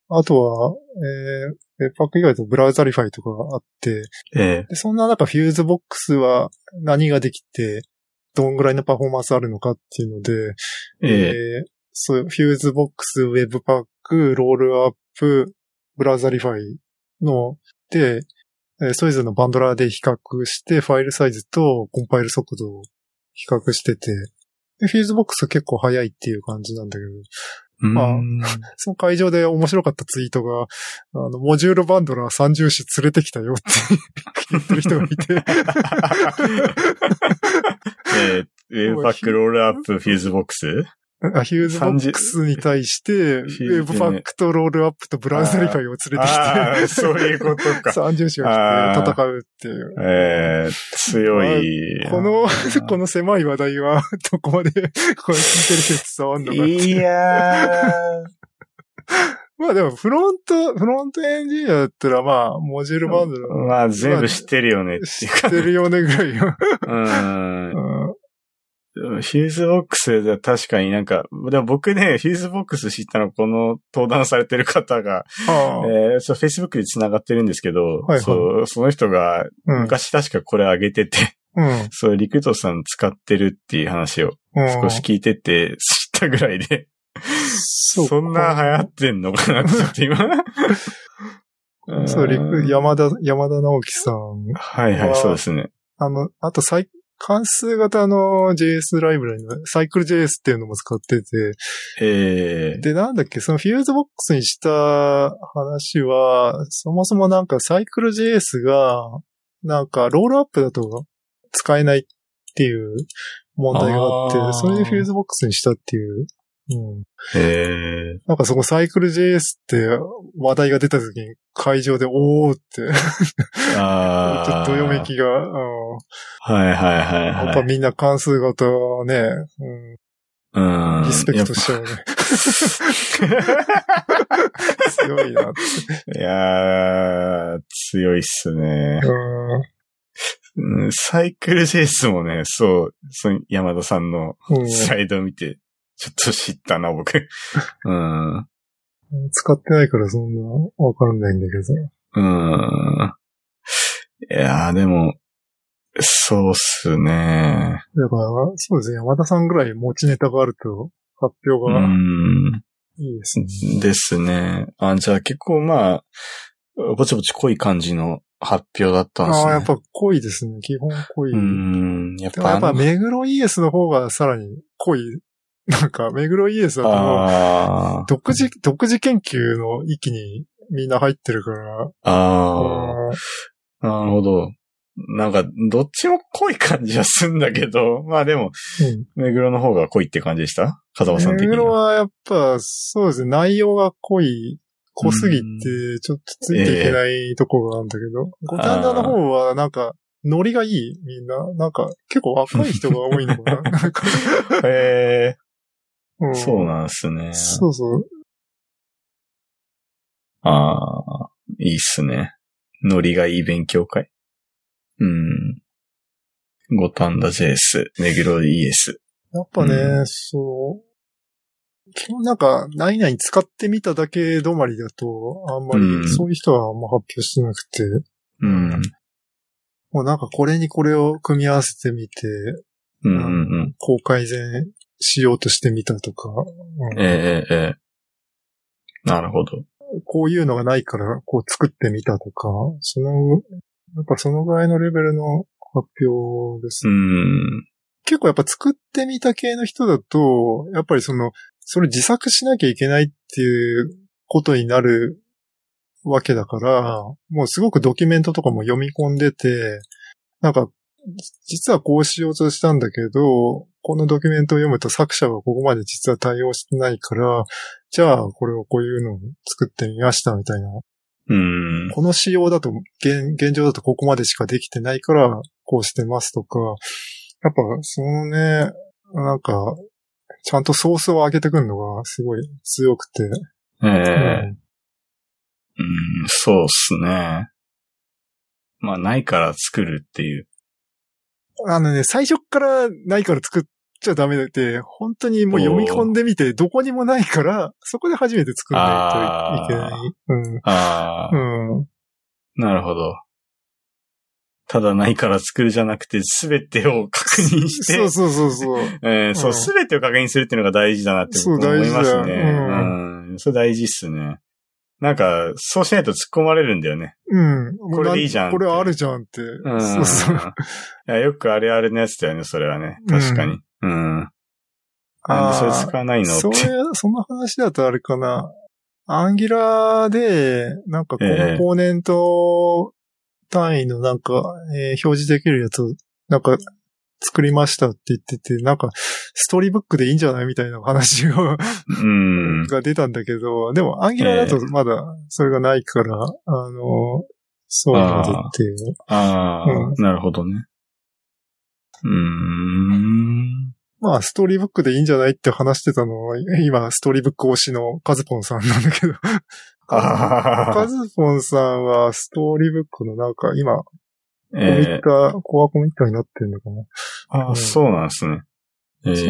A: あとは、えー、ウェブパック以外だとブラウザリファイとかあって、
B: ええ
A: で、そんな中、フューズボックスは何ができて、どんぐらいのパフォーマンスあるのかっていうので、
B: ええ
A: ーそう、フューズボックス、ウェブパック、ロールアップ、ブラウザリファイの、で、えーそれぞれのバンドラーで比較して、ファイルサイズとコンパイル速度を比較してて、でフューズボックス結構早いっていう感じなんだけど、
B: うん
A: まあその会場で面白かったツイートが、あの、モジュールバンドラー30種連れてきた よって言ってる人がいて、
B: えーウェブパック、ロールアップ、フューズボックス
A: あヒューズボックスに対して、ウ
B: ヒュ
A: ェ
B: ーズ
A: ブ
B: ね
A: パックとロールアップとブラウザリファイを連れてき
B: ああ、
A: て、
B: そういうことか。
A: 30種が来て戦うっていう。
B: えー、強い。
A: この、この狭い話題は、どこまで、これ聞いてる人伝わんのかっていう
B: いやー。
A: まあでも、フロント、フロントエンジニアだったら、まあ、モジュールバンドラ
B: まあ、全部知ってるよねっていう
A: ー知ってるよねぐらい は。
B: か。
A: うん
B: うん。ヒューズボックスで確かになんか、でも僕ね、ヒューズボックス知ったのこの登壇されてる方が、
A: ああ
B: えー、そう、Facebook で繋がってるんですけど、
A: いはい
B: そう、その人が、
A: うん
B: 昔確かこれ上げてて、
A: うん。
B: そう、リクルートさん使ってるっていう話を
A: うん
B: 少し聞いてて、知ったぐらいで、
A: そ
B: そんな流行ってんのかなってちょっと今。
A: うか そう、リク山田、山田直樹さん。
B: はいはい、そうですね。
A: あの、あと、サイ、関数型の JS ライブラリの、サイクル JS っていうのも使ってて、
B: ええ
A: で、なんだっけ、そのフューズボックスにした話は、そもそもなんかサイクル JS が、なんかロールアップだと使えないっていう問題があって、
B: あー
A: それでフューズボックスにしたっていう。うん。
B: へえ。
A: なんかそこサイクル JS って話題が出た時に会場でおーって、ちょ
B: あ
A: っ
B: あ。
A: とどよめきが、うん
B: はいはいはい
A: やっ
B: は
A: ぱ
B: い。
A: みんな関数型はね、うん
B: うん。
A: リスペクトしちゃうね。強いなって。
B: いやー、強いっすね。
A: う
B: うんサイクル JS もね、そう、その山田さんの
A: ん
B: スライドを見て、ちょっと知ったな、僕。 うん。う
A: う
B: ん。
A: ん使ってないからそんなわかんないんだけど。
B: いやー、でも、そうっすね。
A: だから、そうですね。山田さんぐらい持ちネタがあると発表
B: う
A: が
B: ん。
A: いいですね。
B: ですね。あ、じゃあ結構まあ、ぼちぼち濃い感じの発表だったんですね。
A: ああ、やっぱ濃いですね。基本濃い。
B: うん。やっ
A: でもや
B: ぱ
A: っぱ
B: あの、
A: 目黒 ES の方がさらに濃い。なんか、目黒 ES だともう
B: あー
A: 独自、独自研究の域にみんな入ってるから。
B: あー。
A: うん
B: なるほど。なんか、どっちも濃い感じはすんだけど、まあでも、
A: うん
B: 目黒の方が濃いって感じでした風間さん的
A: 目
B: に
A: 黒
B: は。
A: はやっぱ、そうですね。内容が濃い、濃すぎて、ちょっとついていけないとこがあるんだけど、五反田の方はなんか、ノリがいい、みんな。なんか、結構若い人が多いの かな。なんか、
B: へえ
A: うん
B: そうなんですね。
A: そうそう。
B: ああ、いいっすね。ノリがいい勉強会。うん。五反田 JS、目黒 ES。
A: やっぱね、
B: う
A: そう。基本なんか、何々使ってみただけ止まりだと、あんま
B: うん
A: り、そういう人はあんま発表してなくて、
B: うん。
A: もうなんかこれにこれを組み合わせてみて、
B: うんうんうん。
A: こう改善しようとしてみたとか、うん
B: ええええええなるほど。
A: こういうのがないから、こう作ってみたとか、その、やっぱそのぐらいのレベルの発表です。
B: うん。
A: 結構やっぱ作ってみた系の人だと、やっぱりその、それ自作しなきゃいけないっていうことになるわけだから、もうすごくドキュメントとかも読み込んでて、なんか、実はこうしようとしたんだけど、このドキュメントを読むと作者はここまで実は対応してないから、じゃあこれをこういうのを作ってみましたみたいな
B: うん。
A: この仕様だと、現現状だとここまでしかできてないから、こうしてますとか、やっぱ、そのね、なんか、ちゃんとソースを上げてくるのがすごい強くて。
B: ええ
A: うん
B: うん、そうっすね。まあ、ないから作るっていう。
A: あのね、最初っからないから作っちゃダメで、本当にもう読み込んでみて、どこにもないから、そこで初めて作らないとい
B: あ
A: けない。
B: ああ、
A: うん。うん。
B: なるほど。ただないから作るじゃなくて、すべてを確認して、
A: そうそうそうそう。
B: えーそうう、
A: ん
B: すべてを確認するっていうのが大事だなって
A: そう
B: 僕も思い
A: 大
B: ます
A: 事だ
B: ね。
A: よう
B: うん、それ大事っすね。なんか、そうしないと突っ込まれるんだよね。
A: うん。
B: これでいいじゃんって
A: これあるじゃんって。
B: うん。
A: そうそう。
B: いやよくあれあれのやつだよね、それはね。確かに。うん。なんでそれ使わないのって
A: そう。いう、その話だとあれかな。アンギラーで、なんかコンポーネント単位のなんか、えー表示できるやつを、なんか、作りましたって言ってて、なんか、ストーリーブックでいいんじゃないみたいな話を
B: うん。
A: が出たんだけど、でも、アンギラーだとまだ、それがないから、あの、そうなんでっていう。
B: ああ、
A: う
B: なるほどね。うーん。
A: まあ、ストーリーブックでいいんじゃないって話してたのは、今、ストーリーブック推しのカズポンさんなんだけど。カ
B: ああ、
A: ズポンさんはストーリーブックのなんか今、コミッ
B: ええ
A: ター、コアコミッターになってるのかな。
B: あそうなんですね。ええ
A: そう。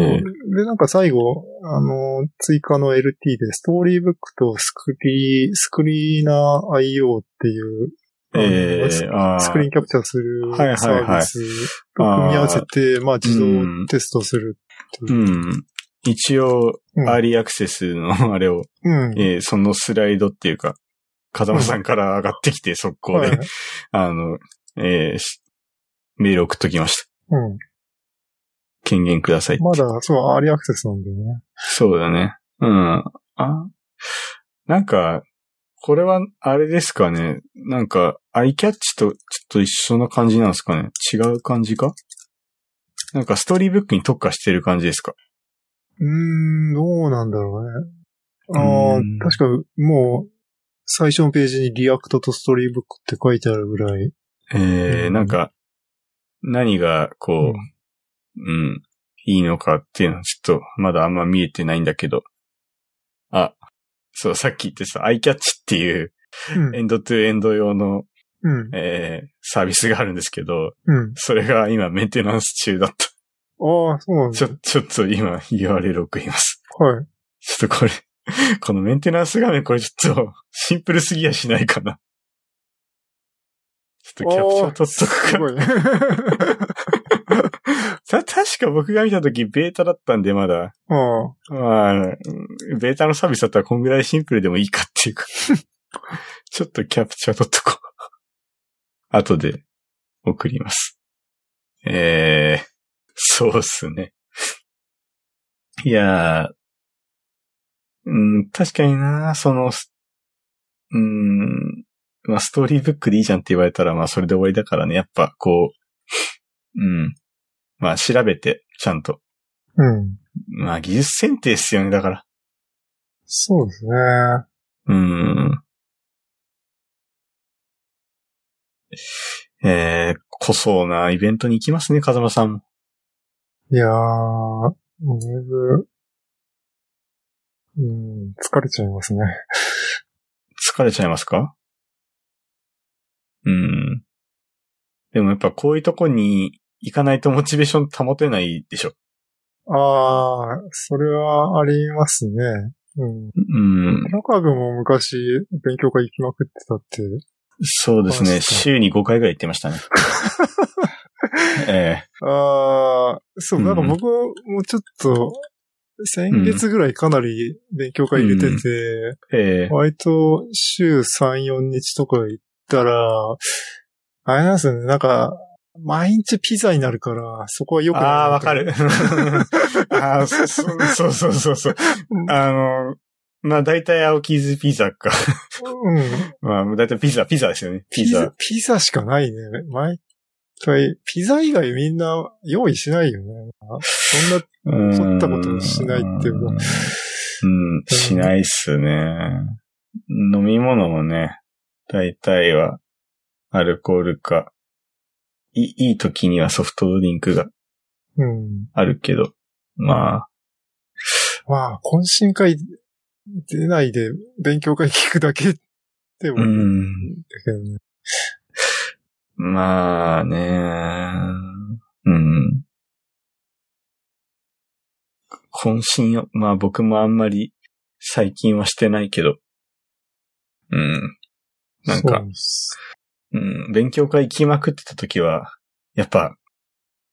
A: で、なんか最後、あの、追加の LT でストーリーブックとスクリー、スクリーナー IO っていう、あの
B: ええ
A: ス
B: ああ
A: スクリーンキャプチャーする
B: はいはい
A: サー
B: はい
A: ビスと組み合わせて、まあ自動テストするって
B: う
A: いう。
B: ん。一応、
A: うん
B: アーリーアクセスの あれを、
A: うん。
B: ええそのスライドっていうか、風間さんから上がってきて、速攻
A: はい
B: で、あの、ええしメール送っときました。
A: うん。
B: 権限くださいって。
A: まだ、そう、アーリーアクセスなんだよね。
B: そうだね。うん。あ、なんか、これは、あれですかね。なんか、アイキャッチとちょっと一緒な感じなんですかね。違う感じかなんかストーリーブックに特化してる感じですか
A: うーん、どうなんだろうね。あ
B: うん
A: あ、確かもう、最初のページにリアクトとストーリーブックって書いてあるぐらい。
B: え
A: う
B: ー、
A: ん
B: なんか、何が、こう、うん、いいのかっていうのはちょっと、まだあんま見えてないんだけど。あ、そう、さっき言ってた、アイキャッチっていう、
A: うん
B: エンドトゥエンド用の、
A: うん。
B: えー、サービスがあるんですけど、
A: うん。
B: それが今メンテナンス中だった。
A: ああ、そうなん
B: ち
A: だ
B: ょ、。ちょっと今 URL 送ります。
A: はい。
B: ちょっとこれ、このメンテナンス画面これちょっとシンプルすぎやしないかな。ちょっとキャプチャー取っとく
A: す
B: か。
A: ごいね。
B: た、確か僕が見たときベータだったんでまだ、
A: あ あ。
B: まあ、うんベータのサービスだったらこんぐらいシンプルでもいいかっていうか。ちょっとキャプチャー取っとこう。後で送ります。えー、そうっすね。いやー、うん、確かになその、すうん、まあストーリーブックでいいじゃんって言われたらまあそれで終わりだからね。やっぱこう、うん、まあ調べて、ちゃんと。
A: うん。
B: まあ技術選定っすよね、だから。
A: そうですね。
B: うん。えー、こそうなイベントに行きますね、風間さんも。
A: いやー、もうだいぶ、うん、疲れちゃいますね。
B: 疲れちゃいますかうん。でもやっぱこういうとこに行かないとモチベーション保てないでしょ。
A: ああ、それはありますね。うん。
B: うん。
A: 中君も昔、勉強会行きまくってたって。
B: そうです
A: マジ
B: ね。
A: か
B: 週に5回ぐらい行ってま したね。え
A: ああ、そう、
B: うん
A: なんか僕もちょっと、先月ぐらいかなり勉強会入れてて、
B: えええ
A: 割と週3、4日とか行ったら、あれなんですよね、なんか、毎日ピザになるから、そこは良くないな
B: ああ、わかる。 ああ、そそうそうそうそう。あの、まあ大体青キーズピザか。
A: うん。
B: まあ大体ピザ、ピザですよね。ピザ。。
A: ピザしかないね。毎回、ピザ以外みんな用意しないよね。そんな
B: 凝
A: 凝ったことしないっていうか。
B: うん、しないっすね。飲み物もね、大体は、アルコールか、いいい時にはソフトドリンクが
A: うん。
B: あるけど、まあ、
A: まあ、懇親会出ないで勉強会聞くだけでも
B: う
A: いいんだ
B: ん、
A: けどね。
B: まあね、うん。渾身を、まあ僕もあんまり最近はしてないけど、うん。なん
A: そう
B: か
A: な、です
B: うん、勉強会行きまくってた時は、やっぱ、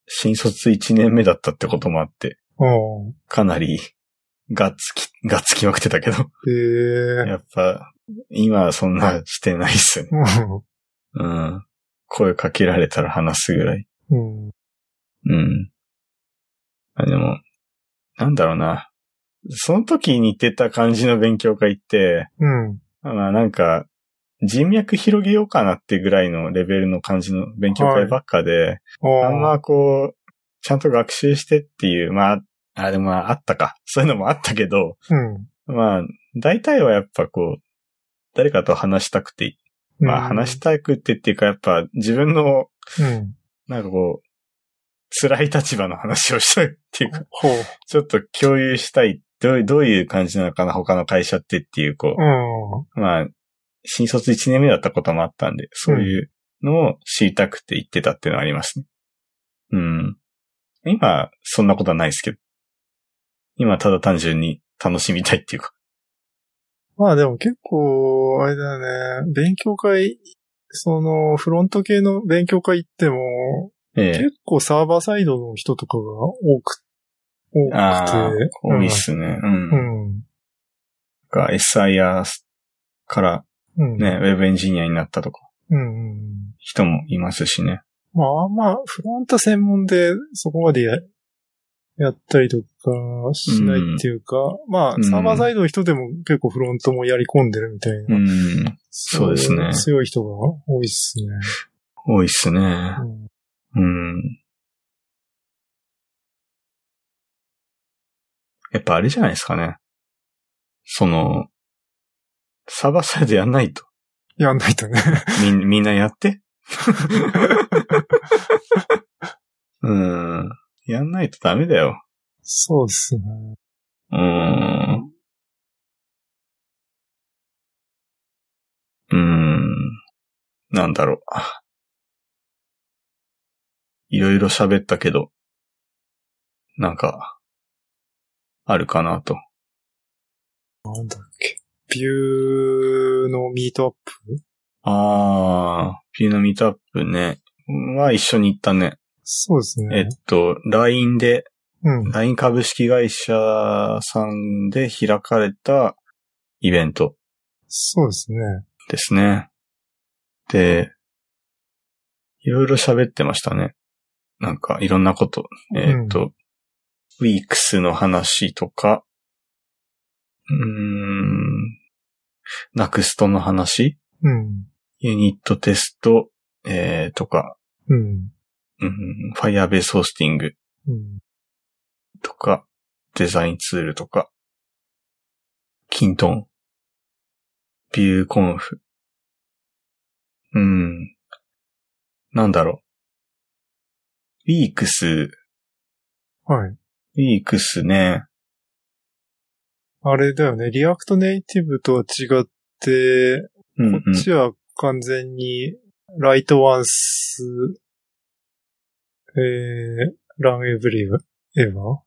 B: 新卒1年目だったってこともあって、
A: うん。
B: かなり、がっつき、がっつきまくってたけど、
A: で、
B: やっぱ、今はそんなしてないっすね。うん。声かけられたら話すぐらい。
A: うん。うん
B: うん。あ、でも、なんだろうな。その時に行ってた感じの勉強会って、
A: うん。
B: まあなんか、人脈広げようかなってぐらいのレベルの感じの勉強会ばっかで、あんまこう、ちゃんと学習してっていう、まあ、あ、でもまああったか。そういうのもあったけど、
A: うん。
B: まあ、大体はやっぱこう、誰かと話したくて、まあ話したくてっていうか、やっぱ自分の、
A: うん。
B: なんかこう、辛い立場の話をしたいっていうか、
A: ほう。
B: ちょっと共有したい。どういう、どういう感じなのかな他の会社ってっていう、こ
A: うん。
B: う、まあ、新卒1年目だったこともあったんで、そういうのを知りたくて言ってたっていうのはありますね。うん。今、そんなことはないですけど。今、ただ単純に楽しみたいっていうか。
A: まあでも結構、あれだよね、勉強会、その、フロント系の勉強会行っても、
B: え
A: 結構サーバーサイドの人とかが多く、多
B: え。ああ
A: くて、、
B: 多いっすね。うん。
A: う
B: なん
A: ん。
B: か SIR から
A: うん。
B: ね、ウェブエンジニアになったとか、
A: うんうん。
B: 人もいますしね。
A: まあ、あんまフロント専門でそこまでややったりとかしないっていうか、ま
B: う
A: あ、
B: ん
A: サーバーサイドの人でも結構フロントもやり込んでるみたいな。
B: うん。そうですね
A: 強い人が多いっすね。
B: 多いっすね。
A: うん
B: うん。やっぱあれじゃないですかね。その、サーバーサイドやんないと。
A: やんないとね。
B: みん、 みんなやって。うん。やんないとダメだよ。
A: そうですね。
B: うん。うん。なんだろう。いろいろ喋ったけど、なんか、あるかなと。
A: なんだっけ。ビューのミートアップ
B: あー、ピーのミートアップね。は一緒に行ったね。
A: そうです
B: えっ
A: ね。
B: と、LINE で、
A: うん。
B: LINE 株式会社さんで開かれたイベント。
A: そうですね。
B: ですね。で、いろいろ喋ってましたね。なんか、いろんなこと。えーっ、と、ウィークスの話とか、うーん、ナクストの話、
A: うん。
B: ユニットテスト、えー、とか、
A: うん。
B: うん、ファイアベースホスティング
A: うん。
B: とか、デザインツールとか、キントン、ビューコンフ。うん。なんだろう。ウィークス、
A: はい。
B: ウィークスね。
A: あれだよね。リアクトネイティブとは違って、
B: うん、
A: こっちは完全に、ライトワンス、えー、ランエブリブ、エヴァ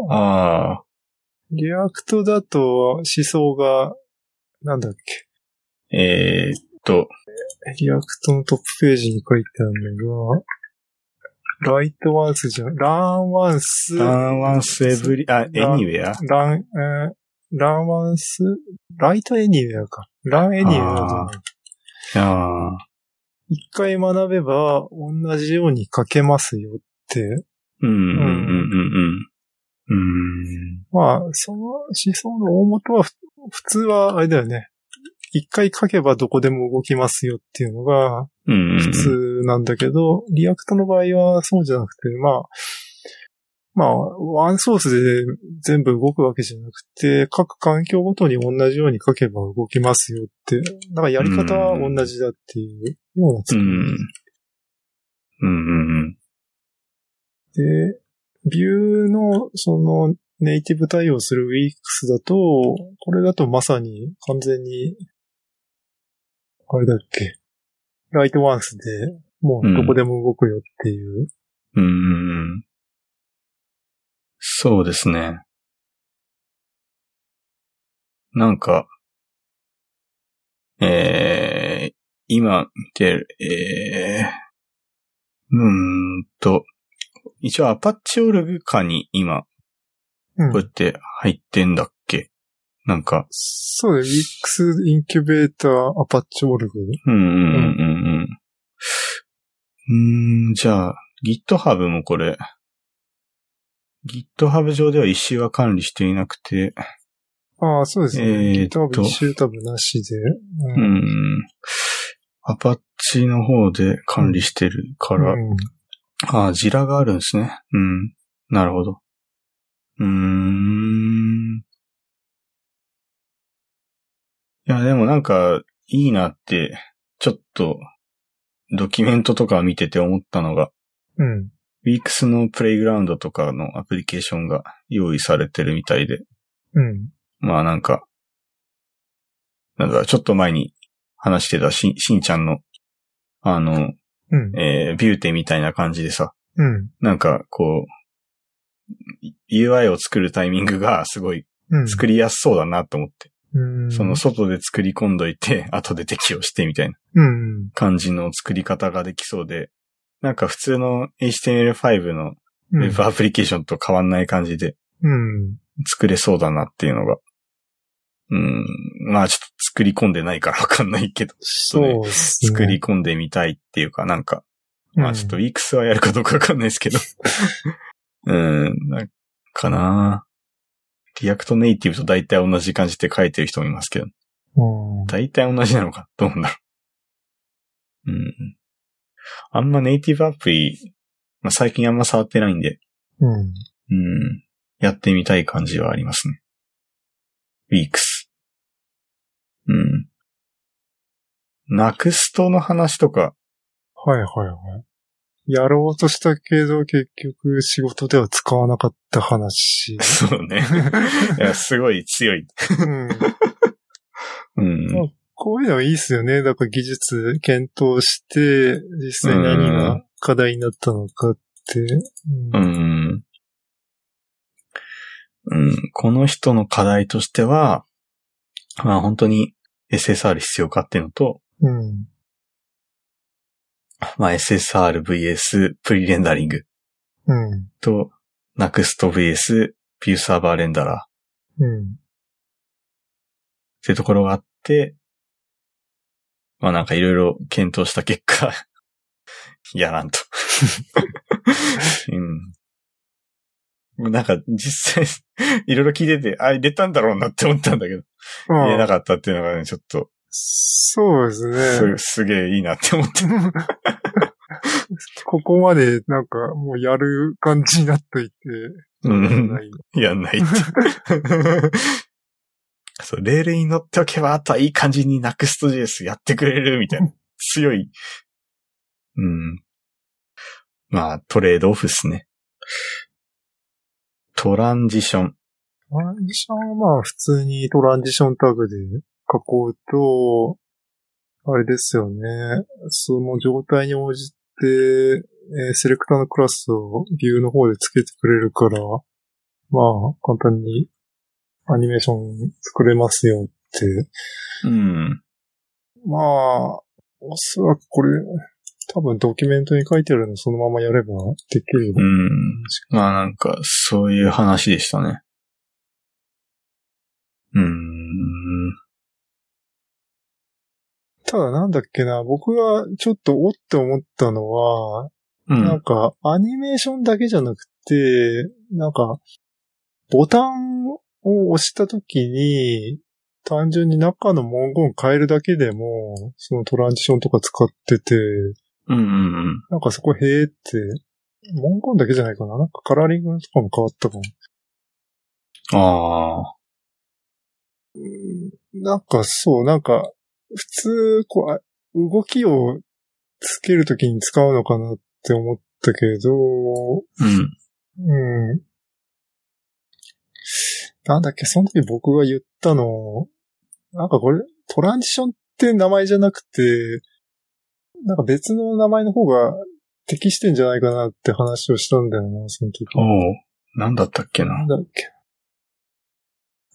B: うん。ああ、
A: リアクトだと思想が、なんだっけ。
B: えー、っと、
A: リアクトのトップページに書いてあるのが、ライトワンスじゃん、ランワンス、
B: ランワンスエブリ、あ、エニウェア
A: ラン、えーランワンス、ライトエニウェアか。ランエニウェアじゃない。
B: あああ、
A: 一回学べば同じように書けますよって。
B: うん、うん、うん、うん、うん。うん。
A: まあ、その思想の大元はふ、普通はあれだよね。一回書けばどこでも動きますよっていうのが、
B: うん、うん。
A: 普通なんだけど、リアクトの場合はそうじゃなくて、まあ、まあ、ワンソースで全部動くわけじゃなくて、各環境ごとに同じように書けば動きますよって、なんかやり方は同じだっていうような
B: う
A: 作り。
B: ん。うん、うん、うん。
A: で、ビューの、その、ネイティブ対応する Weeks だと、これだとまさに完全に、あれだっけ、ライトワンスで、もうどこでも動くよっていう。
B: うーん。そうですね。なんか、えー、今見てる、えー、うーんと、一応アパッチオルグ化に今、
A: うん
B: こうやって入ってんだっけ、なんか、
A: そうだよ、Wix インキュベーターアパッチオルグ。
B: うんうんうんうん。うーん、じゃあ、GitHub もこれ、GitHub 上では一周は管理していなくて、
A: ああ、そうです
B: えー
A: ね。
B: っと
A: GitHub 一周タブなしで。う
B: う。ん、アパッチの方で管理してるから、
A: うん
B: ああ、ジラがあるんですね。うん。なるほど。うーん。いや、でもなんか、いいなって、ちょっと、ドキュメントとか見てて思ったのが、
A: うん。
B: ウィークスのプレイグラウンドとかのアプリケーションが用意されてるみたいで、
A: うん。
B: まあなんか、なんだ、ちょっと前に話してたし、しんちゃんの、あの、
A: うん。
B: えービューテみたいな感じでさ、
A: うん。
B: なんかこう、UI を作るタイミングがすごい
A: うん。
B: 作りやすそうだなと思って、
A: うん。
B: その外で作り込んどいて、 後で適用してみたいな
A: うん。
B: 感じの作り方ができそうで、なんか普通の HTML5 の
A: う
B: ウェ
A: ん。
B: ブアプリケーションと変わんない感じで
A: うん。
B: 作れそうだなっていうのが。うん。まあちょっと作り込んでないからわかんないけど、
A: そうですね。
B: 作り込んでみたいっていうかなんか、
A: うん、
B: まあちょっと X はやるかどうかわかんないです けど。うん、なんかなリアクトネイティブと大体同じ感じで書いてる人もいますけど、
A: うん。
B: 大体同じなのかどうなんだろう。うん。あんまネイティブアプリ、まあ最近あんま触ってないんで、
A: うん。
B: うん。やってみたい感じはありますね。Weeks。うん。なくすとの話 とか、。
A: はいはいはい。やろうとしたけど、結局仕事では使わなかった話
B: そうね。いや、すごい強い。
A: うん、
B: うん。
A: あこういうのはいいっすよね。だから技術検討して、実際何が課題になったのかって。うん
B: うん。うん、この人の課題としては、まあ本当に SSR 必要かっていうのと、
A: うん。
B: まあ SSR vs プリレンダリング
A: うん。
B: と、ナクスト vs ビューサーバーレンダラーっ
A: うん。
B: ていうところがあって、まあなんかいろいろ検討した結果、 やらん と。うん。なんか実際、 いろいろ聞いてて、あ、入れたんだろうなって思ったんだけど。
A: ま
B: 言えな
A: あ、
B: かったっていうのがね、ちょっと、
A: そうですね。
B: す、すげえいいなって思って。
A: ここまでなんかもうやる感じになっといて。
B: うん。
A: ない
B: やんないって。 そう、レールに乗っておけば、あとはいい感じにナクスト JS やってくれるみたいな。強い。うん。まあ、トレードオフっすね。トランジション。
A: トランジションはまあ普通にトランジションタグで書こうと、あれですよね。その状態に応じて、えーセレクターのクラスをビューの方で付けてくれるから、まあ簡単にアニメーション作れますよって。
B: うん。
A: まあ、おそらくこれ、多分ドキュメントに書いてあるのそのままやればできる
B: う。ん。まあなんか、そういう話でしたね。うん。
A: ただなんだっけな、僕がちょっとおって思ったのは、
B: う
A: なん
B: ん。
A: か、アニメーションだけじゃなくて、なんか、ボタンを押したときに、単純に中の文言変えるだけでも、そのトランジションとか使ってて、
B: うんうんうん。
A: なんかそこへーって、文言だけじゃないかななんかカラーリングとかも変わったかも。
B: ああ。
A: なんかそう、なんか、普通、こうあ、動きをつけるときに使うのかなって思ったけど、
B: うん。
A: うん。なんだっけ、その時僕が言ったの、なんかこれ、トランジションって名前じゃなくて、なんか別の名前の方が適してんじゃないかなって話をしたんだよな、その時。
B: おう。なんだったっけ
A: な。
B: なん
A: だっけ。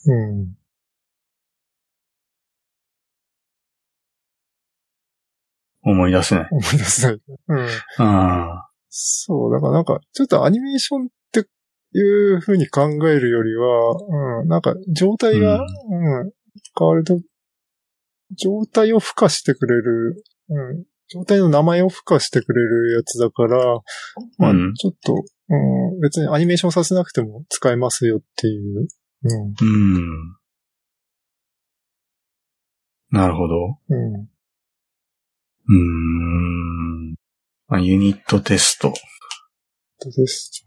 A: うん。
B: 思い出せない。
A: 思い出せない。うん。
B: あ
A: そう、だからなんか、ちょっとアニメーションっていう風に考えるよりは、うん、なんか状態が、うん、変わると、状態を付加してくれる、うん、状態の名前を付加してくれるやつだから、まあ、
B: うん
A: ちょっと、うん、別にアニメーションさせなくても使えますよっていう、うん、
B: ーうん。なるほど。
A: うん、
B: うーん。まあ、ユニットテスト。
A: ことです。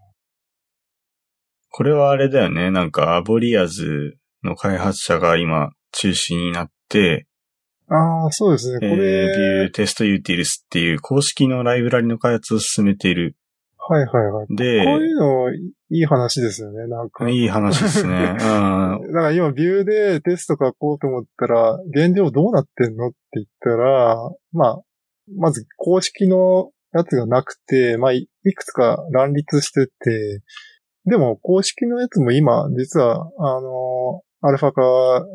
B: これはあれだよね。なんか、アボリアズの開発者が今、中止になって、
A: ああ、そうですね、こ
B: えービュ
A: れ、
B: ーテストユーティルスっていう公式のライブラリの開発を進めている。
A: はいはいはい。
B: で、
A: こういうの、いい話ですよね、なんか。
B: いい話です ね。うん。
A: だから今ビューでテスト書こうと思ったら、現状どうなってんのって言ったら、まあ、まず公式のやつがなくて、まあ、いいくつか乱立してて、でも公式のやつも今、実は、あの、アルファ化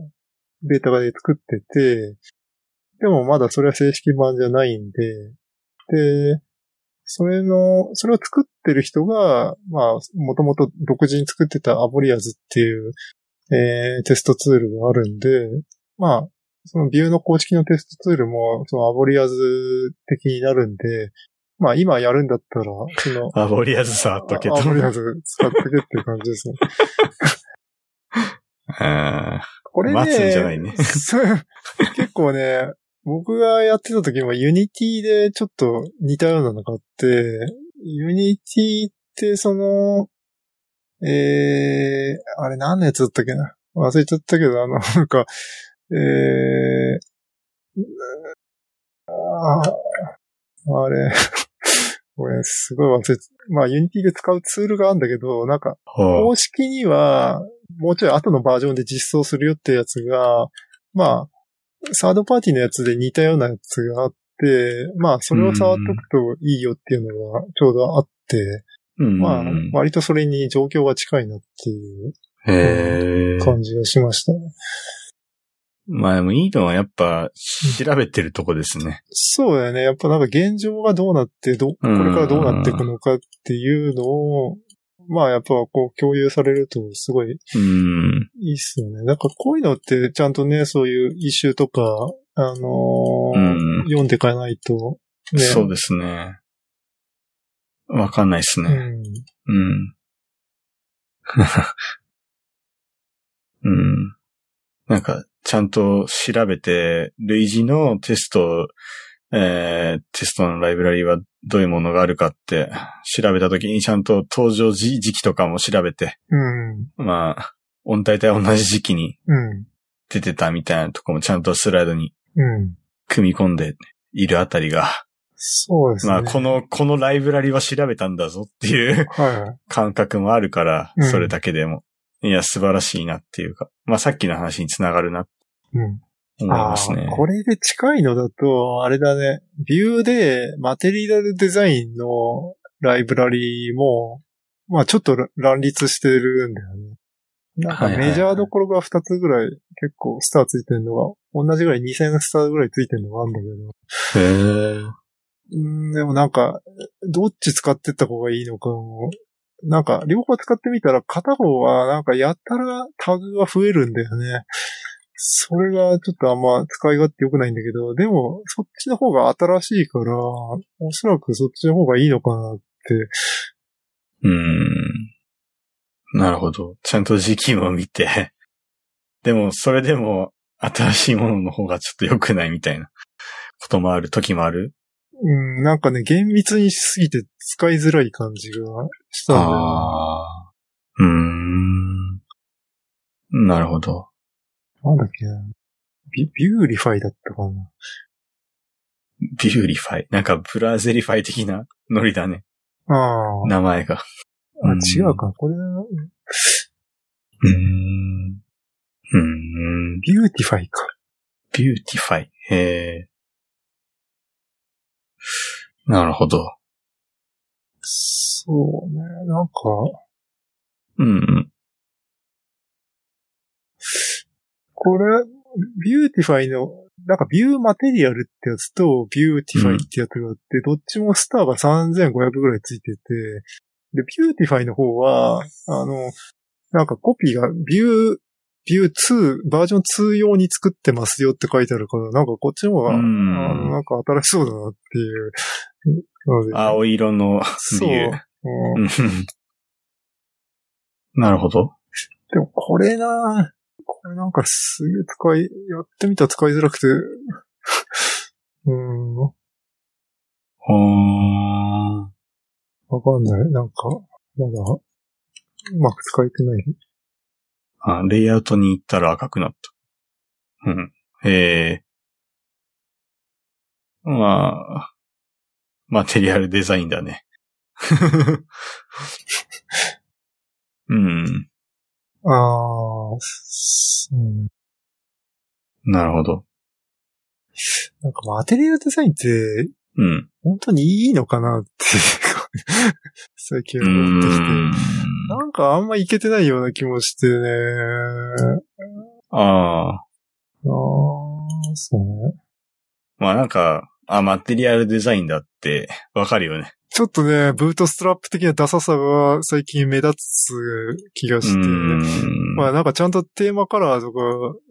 A: データ化で作ってて、でもまだそれは正式版じゃないんで、で、それの、それを作ってる人が、まあ、もともと独自に作ってたアボリアズっていうえーテストツールがあるんで、まあ、そのビューの公式のテストツールも、そのアボリアズ的になるんで、まあ今やるんだったら、その、
B: アボリアズ触っとけと。
A: アボリアズ使ってけっていう感じですね。
B: うん
A: これね、
B: 待つんじゃないね
A: そう 結構ね、僕がやってた時もユニティでちょっと似たようなのがあって、ユニティってその、えー、あれ何のやつだったっけな忘れちゃったけど、あの、なんか、えー、あーあれ、 これすごい忘れて、まあ、ユニティで使うツールがあるんだけど、なんか、
B: は
A: 公式には、もうちょい後のバージョンで実装するよってやつが、まあ、サードパーティーのやつで似たようなやつがあって、まあ、それを触っとくといいよっていうのがちょうどあって、
B: うん。
A: まあ、割とそれに状況が近いなっていう
B: へえ。
A: 感じがしましたね。
B: まあでもいいのはやっぱ調べてるとこですね。
A: そうだよね。やっぱなんか現状がどうなって、ど、こ
B: うん
A: れからどうなっていくのかっていうのを、まあやっぱこう共有されるとすごい
B: うん。
A: いいっすよね。なんかこういうのってちゃんとね、そういう一周とか、あのー
B: うん
A: 読んでいかないと、ね。
B: そうですね。わかんないですね。
A: うん。
B: うん。 うん。なんか、ちゃんと調べて、類似のテスト、えー、テストのライブラリはどういうものがあるかって、調べたときにちゃんと登場時時期とかも調べて、
A: うん。
B: まあ、音体体同じ時期に
A: うん。
B: 出てたみたいなとこもちゃんとスライドに
A: うん。
B: 組み込んでいるあたりが、
A: そうですね。
B: まあ、この、このライブラリは調べたんだぞっていう
A: は
B: 感覚もあるから
A: う、ん
B: それだけでも。いや、素晴らしいなっていうか。まあ、さっきの話につながるな、
A: い。うん。
B: 思いますね
A: あー。これで近いのだと、あれだね、ビューでマテリアルデザインのライブラリーも、まあちょっと乱立してるんだよね。なんか
B: はいはいはい
A: メジャーどころが2つぐらい結構スターついてるのが、同じぐらい2000スターぐらいついてるのがあるんだけど。
B: へー
A: うん、でもなんか、どっち使ってった方がいいのかも。なんか、両方使ってみたら、片方はなんかやったらタグが増えるんだよね。それがちょっとあんま使い勝手良くないんだけど、でも、そっちの方が新しいから、おそらくそっちの方がいいのかなって。
B: うーん。なるほど。ちゃんと時期も見て。 でも、それでも、新しいものの方がちょっと良くないみたいなこともある、時もある。
A: うん、なんかね、厳密にしすぎて使いづらい感じがしたんだよ
B: ああ。うーん。なるほど。
A: ね。なんだっけなビビューリファイだったかな。
B: ビューリファイ。なんか、ブラゼリファイ的なノリだね。
A: あー
B: 名前が。
A: あ、
B: うん
A: 違うか。これは、
B: うーん。うーん。
A: ビューティファイか。
B: ビューティファイ。へえ。なるほど。
A: そうね、なんか、
B: うんうん。
A: これ、ビューティファイの、なんかビューマテリアルってやつと、ビューティファイってやつがあって、どっちもスターが3500ぐらいついてて、で、ビューティファイの方は、あの、なんかコピーがビュー、ビュー2、バージョン2用に作ってますよって書いてあるから、なんかこっちの方が、
B: う
A: あの
B: ん
A: なんか新しそうだなっていう。ので
B: 青色の
A: そう
B: 理由。
A: うん
B: うんうん なるほど。
A: でもこれなこれなんかすげえ使い、やってみたら使いづらくて。 うーん、わ
B: ほーん。
A: かんない。なんか、まだ、うまく使えてない。
B: あ、レイアウトに行ったら赤くなった。うん。へえ。まあ、マテリアルデザインだね。 うん。
A: あー、そう。
B: なるほど。
A: なんかマテリアルデザインって、
B: うん。
A: 本当にいいのかなって、 最近思ってきて。なんかあんまいけてないような気もしてね。
B: ああ。
A: あー、そうね。
B: まあなんか、あ、マテリアルデザインだってわかるよね。
A: ちょっとね、ブートストラップ的なダサさが最近目立つ気が
B: う
A: して、
B: ん。
A: まあなんかちゃんとテーマカラーとか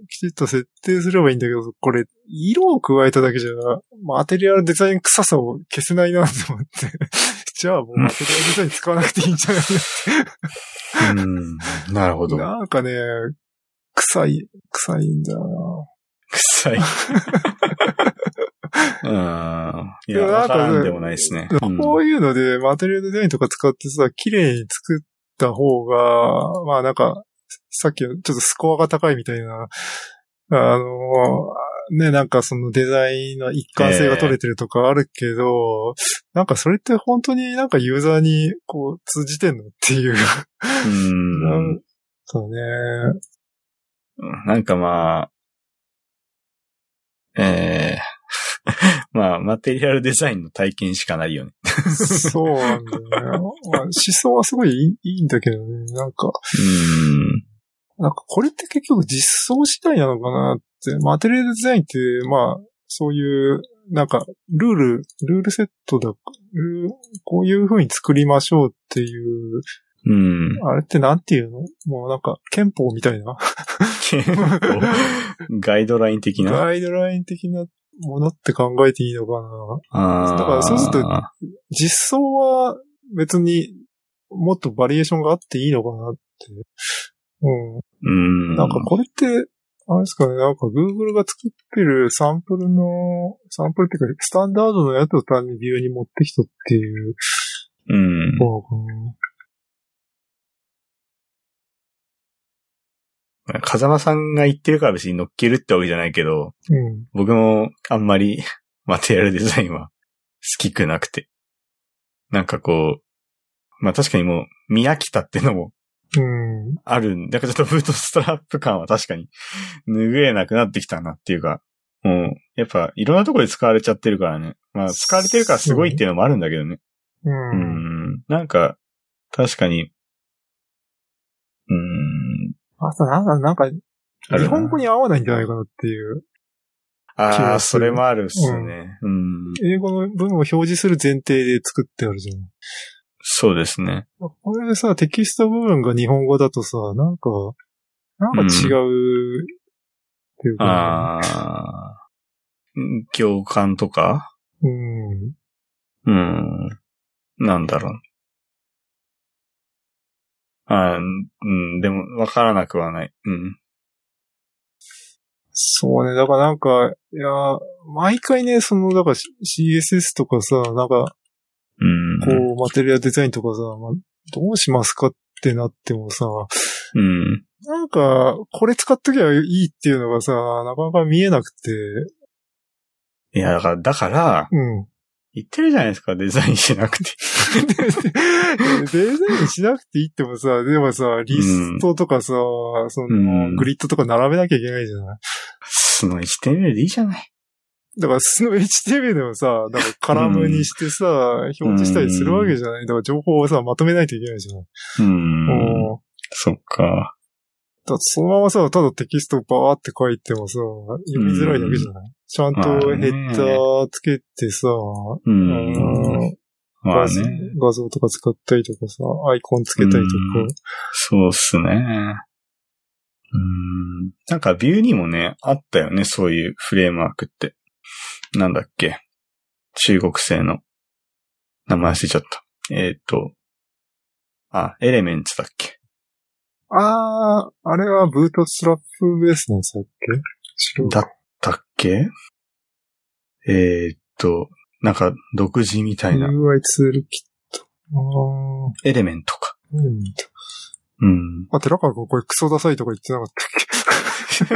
A: きちっと設定すればいいんだけど、これ色を加えただけじゃ、マテリアルデザイン臭さを消せないなと思って。 じゃあもうマテリアルデザイン使わなくていいんじゃない
B: うんなる ほ ど。
A: なんかね、臭い、臭いんだよ
B: 臭い。うん。い
A: で
B: や、
A: もなんかね
B: わからんでもないですね。
A: な。
B: うん
A: こういうのでマテリアルデザインとか使ってさ、綺麗に作った方が、まあなんか、さっきのちょっとスコアが高いみたいな、あの、ね、なんかそのデザインの一貫性が取れてるとかあるけど、なんかそれって本当になんかユーザーにこう通じてんのっていう。
B: う
A: なん
B: ん。
A: そうね。
B: なんかまあ、えー、 まあ、マテリアルデザインの体験しかないよね。
A: そうなんだよね。まあ、思想はすごいいいいいんだけどね。なんか、
B: うん。
A: なんかこれって結局実装次第なのかなって。マテリアルデザインって、まあ、そういう、なんか、ルール、ルールセットだ、ルーこういう風に作りましょうっていう、
B: うん。
A: あれってなんていうのもうなんか、憲法みたいな、
B: 結構ガイドライン的な。
A: ガイドライン的なものって考えていいのかな
B: あー
A: だからそうすると実装は別にもっとバリエーションがあっていいのかなって。う
B: うん。
A: ん。なんかこれって、あれですかね、なんか Google が作ってるサンプルの、サンプルっていうか、スタンダードのやつを単にビューに持ってきたっていう
B: うん。
A: のか
B: 風間さんが言ってるから別に乗っけるってわけじゃないけど、
A: な。うん。
B: 僕もあんまり マテリアルデザインは好きくなくて。なんかこう、まあ確かにもう見飽きたってのも
A: うん。
B: あるんだからちょっとブートストラップ感は 確かに拭えなくなってきたなっていうか、もうやっぱいろんなところで使われちゃってるからね。まあ使われてるからすごいっていうのもあるんだけどね。
A: う。
B: うんん。なんか、確かに、うん。
A: あとなんか、なんか、
B: あるな
A: 日本語に合わないんじゃないかなっていう。気
B: ああ、
A: がす
B: そ
A: る
B: れもあるっすね。うん。
A: 英語の文を表示する前提で作ってあるじゃん。
B: そうですね。
A: これでさ、テキスト部分が日本語だとさ、なんか、なんか違う、っていうか、
B: ああ。行間とか
A: うん。
B: うん。なんだろう。あーうん、でも、わからなくはない。うん。
A: そうね、だからなんか、いや、毎回ね、その、だから CSS とかさ、なんか、
B: うん。
A: こう、マテリアルデザインとかさ、まあ、どうしますかってなってもさ、
B: うん。
A: なんか、これ使っときゃいいっていうのがさ、なかなか見えなくて、
B: いや、だから、だから、
A: うん。
B: 言ってるじゃないですか、デザインしなくて。
A: でデザインしなくていいってもさ、 でもさ、リストとかさ、その、
B: うん
A: グリッドとか並べなきゃいけないじゃない。
B: その HTML でいいじゃない。
A: だから、その HTML でもさ、なんかカラムにしてさ、表示したりするわけじゃない。だから情報をさ、まとめないといけないじゃない。
B: うん。
A: うん
B: そっか。
A: だってそのままさ、ただテキストバーって書いてもさ、読みづらいだけじゃない、ちゃんとヘッダーつけてさ、
B: う。
A: うんん
B: まあ
A: 画像
B: ね。
A: 画像とか使ったりとかさ、アイコンつけたりと
B: うんそうっすね。うん。なんかビューにもね、あったよね、そういうフレームワークって。なんだっけ。中国製の。名前忘れちゃった。えっ、と。あ、エレメンツだっけ。
A: か。あー、あれはブートストラップベースのやつだっけ違う
B: だったっけえっ、と、なんか独自みたいな。
A: UI ツールキット。あ
B: エレメントか。
A: ー、うん。
B: うん。
A: あ、寺川君これクソダサいとか言ってなかった。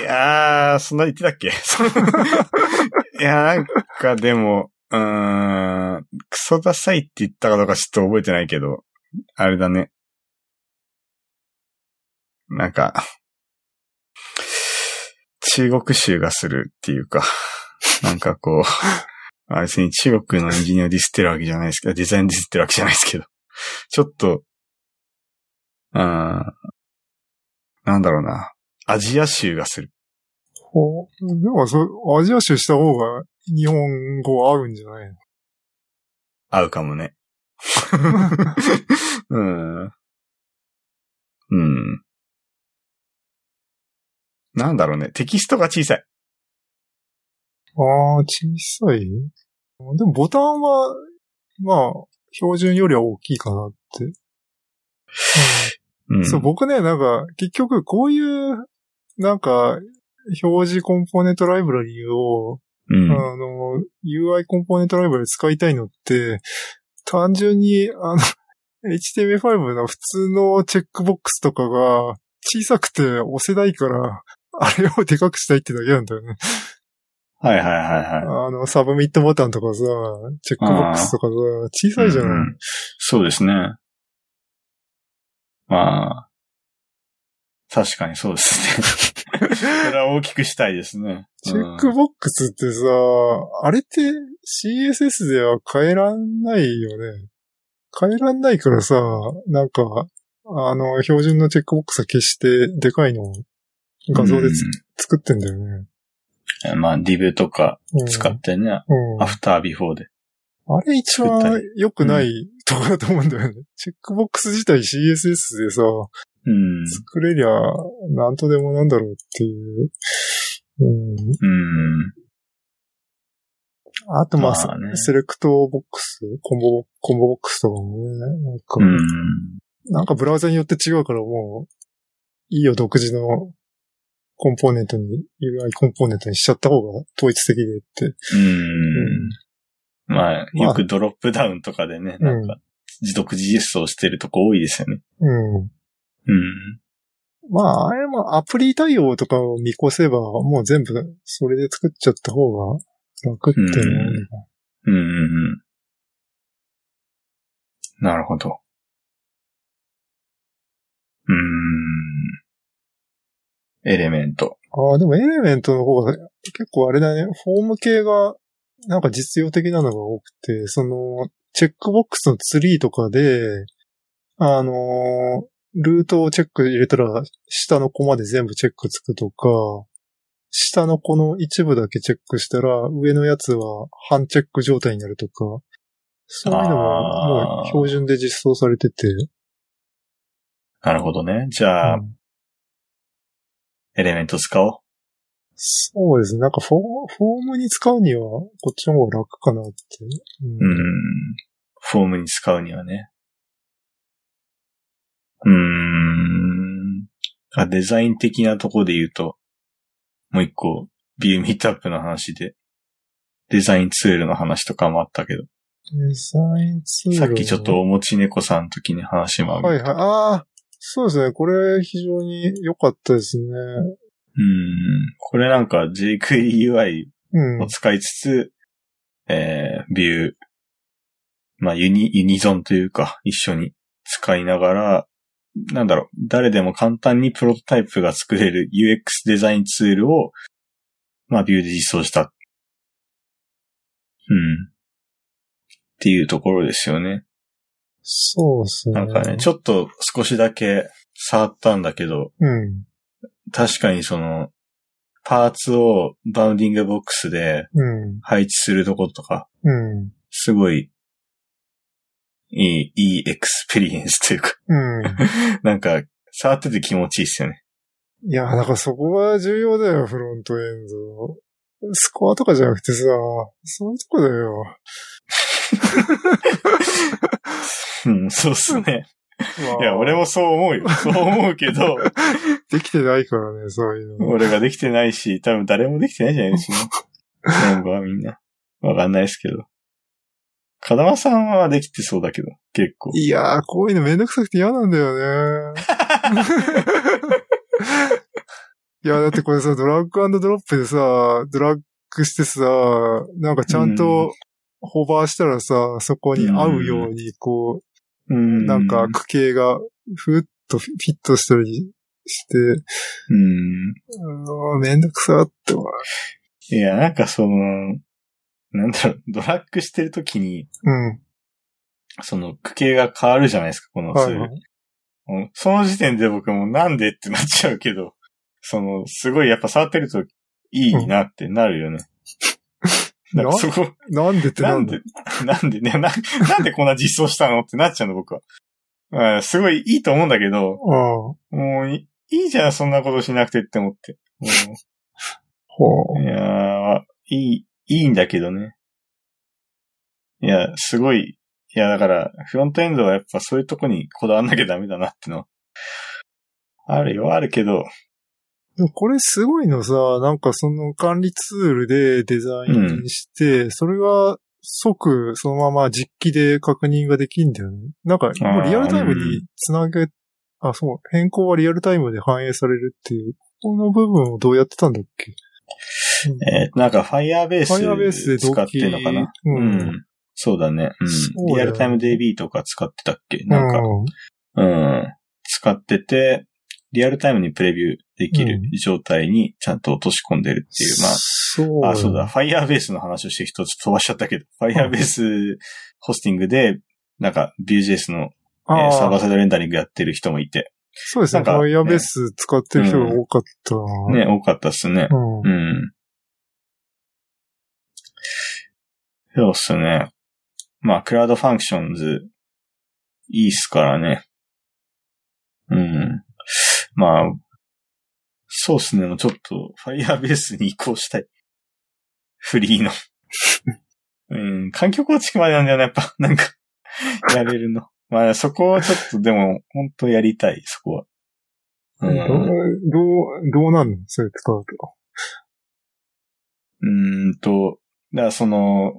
B: いやー、そんな言ってたっけ いやー、なんかでも、うーん、クソダサいって言ったかどうかちょっと覚えてないけど、あれだね。なんか、中国州がするっていうか、なんかこう、あ別に中国のエンジニアをディスってるわけじゃないですけど、デザインディスってるわけじゃないですけど、ちょっと、うーん、なんだろうな。アジア州がする。
A: ほうでもそう、アジア州した方が日本語合うんじゃないの
B: 合うか もね。うん。うん。なんだろうね。テキストが小さい。
A: あー、小さいでもボタンは、まあ、標準よりは大きいかなって。
B: う
A: うん
B: ん。
A: そう、僕ね、なんか、結局こういう、なんか、表示コンポーネントライブラリーを、
B: うん。
A: あの、UI コンポーネントライブラリ使いたいのって、単純に、あの、HTML5 の普通のチェックボックスとかが小さくて押せないから、あれをでかくしたいってだけなんだよね。
B: はいはいはいはい。
A: あの、サブミットボタンとかさ、チェックボックスとかさ、小さいじゃ
B: うんう
A: ない。
B: んそうですね。まあ、確かにそうですね。 それは大きくしたいですね。
A: チェッ
B: う
A: ク
B: ん
A: ボックスってさ、あれって CSS では変えらんないよね。変えらんないからさ、なんか、あの、標準のチェックボックスは消して、でかいのを画像でつ、作ってんだよね。
B: うんまあ、ディブとか
A: うん
B: 使ってね、
A: うん
B: アフタービフォーで。
A: あれ一
B: 作っ
A: 番
B: たり
A: 良くないとこだと思うんだよね。チェックボックス自体 CSS でさ、
B: うん。
A: 作れりゃ、なんとでもなんだろうっていう。うん。
B: うん。
A: あと、まあ、
B: まあね
A: セレクトボックス、コンボ、コンボボックスとかもね、なんか、
B: うん。
A: なんかブラウザによって違うからもう、いいよ、独自のコンポーネントに、UI コンポーネントにしちゃった方が統一的でって。
B: うん。まあ、
A: まあ
B: よくドロップダウンとかでね、なんか、自独自実装してるとこ多いですよね。
A: うん。
B: うん。
A: まあ、あれもアプリ対応とかを見越せば、もう全部それで作っちゃった方が楽っていうのはあるのか
B: うんうんうん。なるほど。うーん。エレメント。
A: ああ、でもエレメントの方が結構あれだね、フォーム系がなんか実用的なのが多くて、その、チェックボックスのツリーとかで、あのールートをチェック入れたら、下の子まで全部チェックつくとか、下の子の一部だけチェックしたら、上のやつは半チェック状態になるとか、そういうのもも
B: あ
A: う
B: ー
A: 標準で実装されてて、
B: なるほどね。じゃあ、
A: うん
B: エレメント使おう。
A: そうですね。なんかフォーフォームに使うには、こっちの方が楽かなって。う
B: うんん。フォームに使うにはね。うーん。あ、デザイン的なとこで言うと、もう一個、ビューミートアップの話で、デザインツールの話とかもあったけど、
A: デザインツール。
B: さっきちょっと。おもち猫さんの時に話もあげた
A: はいはい。ああ、そうですね。これ非常に良かったですね。
B: うん。これなんか JQueryUI
A: うん
B: を。使いつつ、えー、ビュー、まあユニ、ユニゾンというか、一緒に使いながら、なんだろう、誰でも簡単にプロトタイプが作れる UX デザインツールを、まあビューで実装した。うん。っていうところですよね。
A: そうですね。
B: なんかね、ちょっと少しだけ触ったんだけど、
A: うん。
B: 確かにその、パーツをバウンディングボックスで
A: うん。
B: 配置するとことか、
A: うん。
B: すごい、いい、いいエクスペリエンスというか、
A: うん。
B: なんか、触ってて気持ちいいっすよね。
A: いや、だからそこが重要だよ、フロントエンド。スコアとかじゃなくてさ、そういうとこだよ。
B: うん、そうっすね。いや、俺
A: も。
B: もそう 思うよ。そう思うけど、
A: できてないからね、そういうの。
B: 俺ができてないし、多分誰もできてないんじゃないですか。メンバーみんな。わかんないですけど。風間さんはできてそうだけど、結構。
A: いやー、こういうのめんどくさくて嫌なんだ よね。いや、だってこれさ、ドラッグドロップでさ、ドラッグしてさ、なんかちゃん
B: う
A: とホバーしたらさ、そこに合うように、こ
B: うん
A: う、なんか、区形がふっとフィットしたりして、
B: うん。
A: うーんめんどくさって思う。
B: いや、なんかその、なんだろう、ドラッグしてるときに、
A: うん。
B: その、区形が変わるじゃないですか、このツー
A: はい
B: ル
A: はい。
B: もうその時点で僕もなんでってなっちゃうけど、その、すごいやっぱ触ってるといいなってなるよね。
A: うん
B: なんかそこ、
A: なんでって
B: な
A: なんんだ
B: で、なんでね、な、 なんでこんな実装したのってなっちゃうの、僕は。まあすごいいいと思うんだけど、
A: ああ。
B: もういいいじゃん、そんなことしなくてって思って。も
A: ほ
B: ういやー、いい、いいんだけどね。いや、すごい、いや、だから、フロントエンドはやっぱそういうとこにこだわんなきゃダメだなってのは。あるよ、あるけど、
A: う。これすごいのさ、なんかその管理ツールでデザインして、それが即、そのまま実機で確認ができるんだよね。なんか、もうリアルタイムにつなげ、あ,、そう、変更はリアルタイムで反映されるっていう、この部分をどうやってたんだっけ
B: えーなんか Firebase
A: ファイアベースで同
B: 使っ
A: 期
B: てんのかな、
A: う
B: うんん、そうだね、うん
A: そうだよね
B: リアルタイム DB とか使ってたっけなんか、うん。使ってて、リアルタイムにプレビューできる
A: う
B: 状態にちゃんと落とし込んでるっていう、まあ、
A: そう。
B: あ、そうだ。。Firebase の話をして一つ飛ばしちゃったけど、Firebase ホスティングで、なんか Vue.js の、えー
A: あ
B: サーバー
A: あ、
B: サイドレンダリングやってる人もいて、
A: そうですね。
B: なん
A: フ
B: かね
A: ァイアベース使ってる人が多かったな。
B: ね、多かったっすね。
A: うん。
B: うん。そうっすね。まあ、クラウドファンクションズ、いいっすからね。うん。まあ、そうっすね。もうちょっと、Firebase に移行したい。フリ ーの。うん。環境構築までなんだよね、やっぱ。なんか、やれるの。まあ、そこはちょっと、でも、本当やりたい、そこは。う
A: ど
B: ん。
A: う、どう、どうなんのそれ使うと。
B: うーんと、だからその、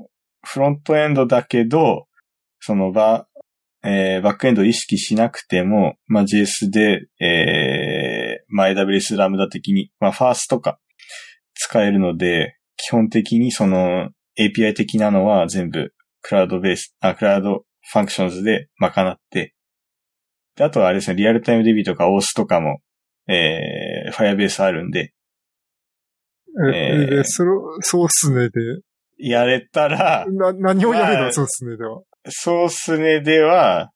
B: フロントエンドだけど、そのバ、えーバックエンドを意識しなくても、まあ、JS で、えー、まあ、AWS ラムダ的に、まあ、ファースとか使えるので、基本的にその API 的なのは全部クラウドベース、あ、クラウドファンクションズで賄って、であとはあれですね、リアルタイム DB とか OS とかも、えー、Firebase あるんで、
A: え、
B: えー
A: でそれ、そうっすねで、
B: やれたら、
A: な、何をやる
B: ま
A: の
B: あ
A: そうっすねでは。
B: そうっすねでは、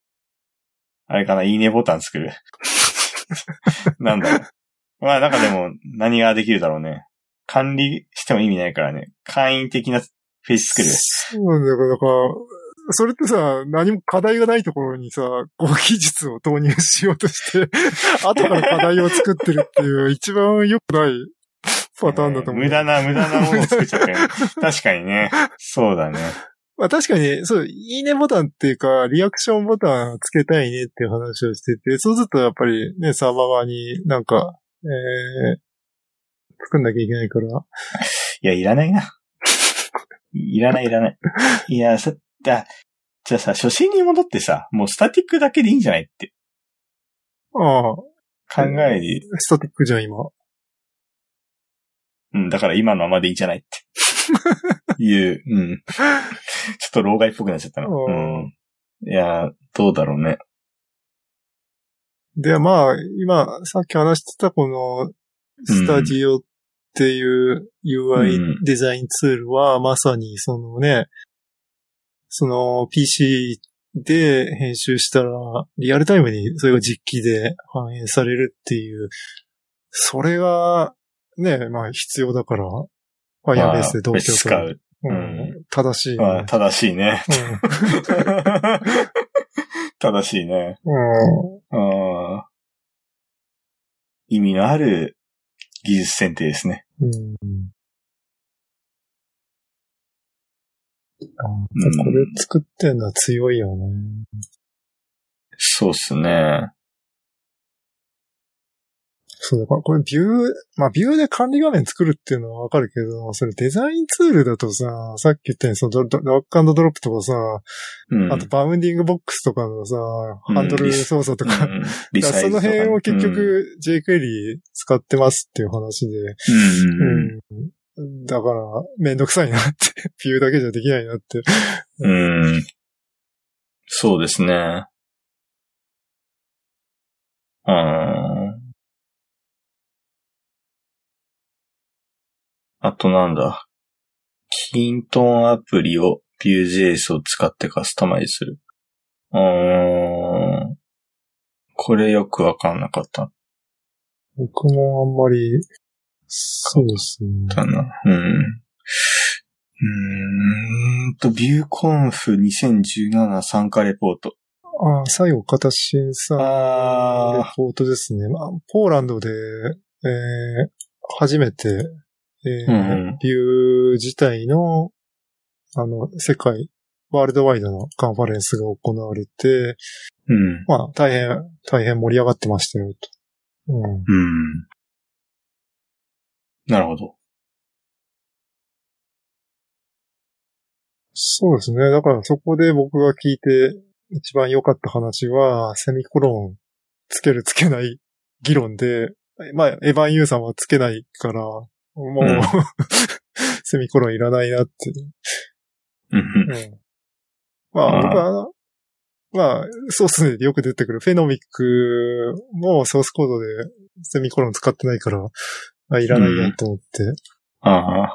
B: あれかな、いいねボタン 作る。なんだろう。まあなんかでも何ができるだろうね。管理しても意味ないからね。会員的なフェイス作る。
A: そうなんだよ。だから、それってさ、何も課題がないところにさ、こう技術を投入しようとして、 後から課題を作ってるっていう、一番良くないパターンだと思う。
B: 無駄な、無駄なものを作っち ゃったよね。確かにね。そうだね。
A: まあ確かに、そう、いいねボタンっていうか、リアクションボタンつけたいねっていう話をしてて、そうするとやっぱりね、サーバー側になんか、えー、作んなきゃいけないから。
B: いや、いらないな。いらない、いらない。いや、さ、だ、じゃあさ、初心に戻ってさ、もうスタティックだけでいいんじゃないって
A: ああ、
B: 考えに
A: スタティックじゃん、今。
B: うん、だから今のままでいいんじゃないって。いう、うん。ちょっと老害っぽくなっちゃったな。
A: お
B: う
A: ー
B: ん。いやー、どうだろうね。
A: で、まあ、今、さっき話してたこの、スタジオっていう
B: う
A: UI
B: ん
A: デザインツールは、まさにそのね、その PC で編集したら、リアルタイムにそれが実機で反映されるっていう、それが、ね、まあ必要だから、ファイアベースでどうしよう
B: まあ使う。
A: と、うん、正しいね、
B: まあ、正しいね。 正しいね。
A: うん。うん。
B: うん。意味のある技術選定ですね。
A: うん。あ
B: うん
A: これ作ってんのは強いよね。
B: そうっすね。
A: そうだから、これビュー、まあビューで管理画面作るっていうのはわかるけど、それデザインツールだとさ、さっき言ったようにそのドドドラッグドロップとかさ、
B: うん。
A: あとバウンディングボックスとかのさ、
B: うん
A: ハンドル操作とか、
B: うん、リ
A: だから
B: サイ
A: その
B: ズとかね
A: 辺を結、局 JQuery 使ってますっていう話で、
B: うんうんうん
A: うんだから、めんどくさいなって、ビューだけじゃできないなって
B: うん。そうですね。うん。あとなんだ。キントンアプリを Vue.js を使ってカスタマイズする。うーん。これよくわかんなかった。
A: 僕もあんまり、そうですね。
B: だな。うん。うーんと、ビューコンフ2017参加レポート。
A: ああ、最後、片新さんのレ
B: あ
A: ポートですね。まあ、ポーランドで、えー初めて、えー
B: うんうん
A: ビュー自体の、あの、世界、ワールドワイドのカンファレンスが行われて、
B: うん。
A: まあ、大変、大変盛り上がってましたよ、と。うん。
B: うん。なるほど。
A: そうですね。だからそこで僕が聞いて一番良かった話は、セミコロンつけるつけない議論で、まあ、エヴァン・ユーさんはつけないから、もう、
B: ん
A: セミコロンいらないなって。
B: うんうん
A: うん。まあ、
B: あー
A: 僕はあの、まあ、ソースでよく出てくるフェノミックもソースコードでセミコロン使ってないから、あ、いらないなと思って。
B: あ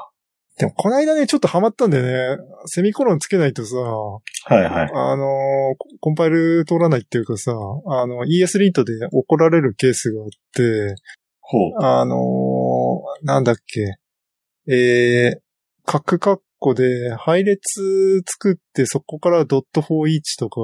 A: でも、この間ね、ちょっとハマったんでね、セミコロンつけないとさ、
B: あ、はいはい。
A: あのーココンパイル通らないっていうかさ、あの、ES リートで怒られるケースがあって、
B: ほう。
A: あのーなんだっけ、えー、カッカッコで配列作ってそこからドット41とか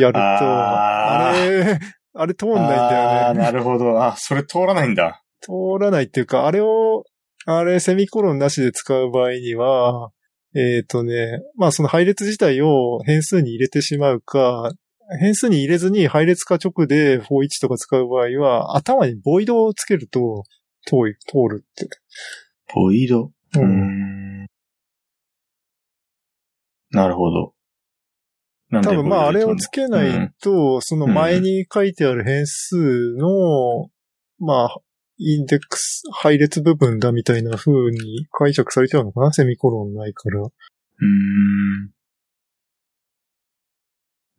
A: やると、あ
B: あ
A: れ、あれ通んないんだ
B: あ
A: よ
B: ー
A: ね。
B: なるほど。あ、それ通らないんだ。
A: 通らないっていうか、あれを、あれ、セミコロンなしで使う場合には、えっ、とね、まあその配列自体を変数に入れてしまうか、変数に入れずに配列化直で41とか使う場合は、頭にボイドをつけると通い通るって。
B: ボイド。
A: う
B: うー
A: ん。
B: ん。なるほど。なんで
A: 多分まああ
B: ボイ
A: れ
B: ド
A: を
B: で
A: つ
B: 通
A: けないと、その前に書いてある変数の、まあ、インデックス、配列部分だみたいな風に解釈されちゃうのかなセミコロンないから。
B: るのう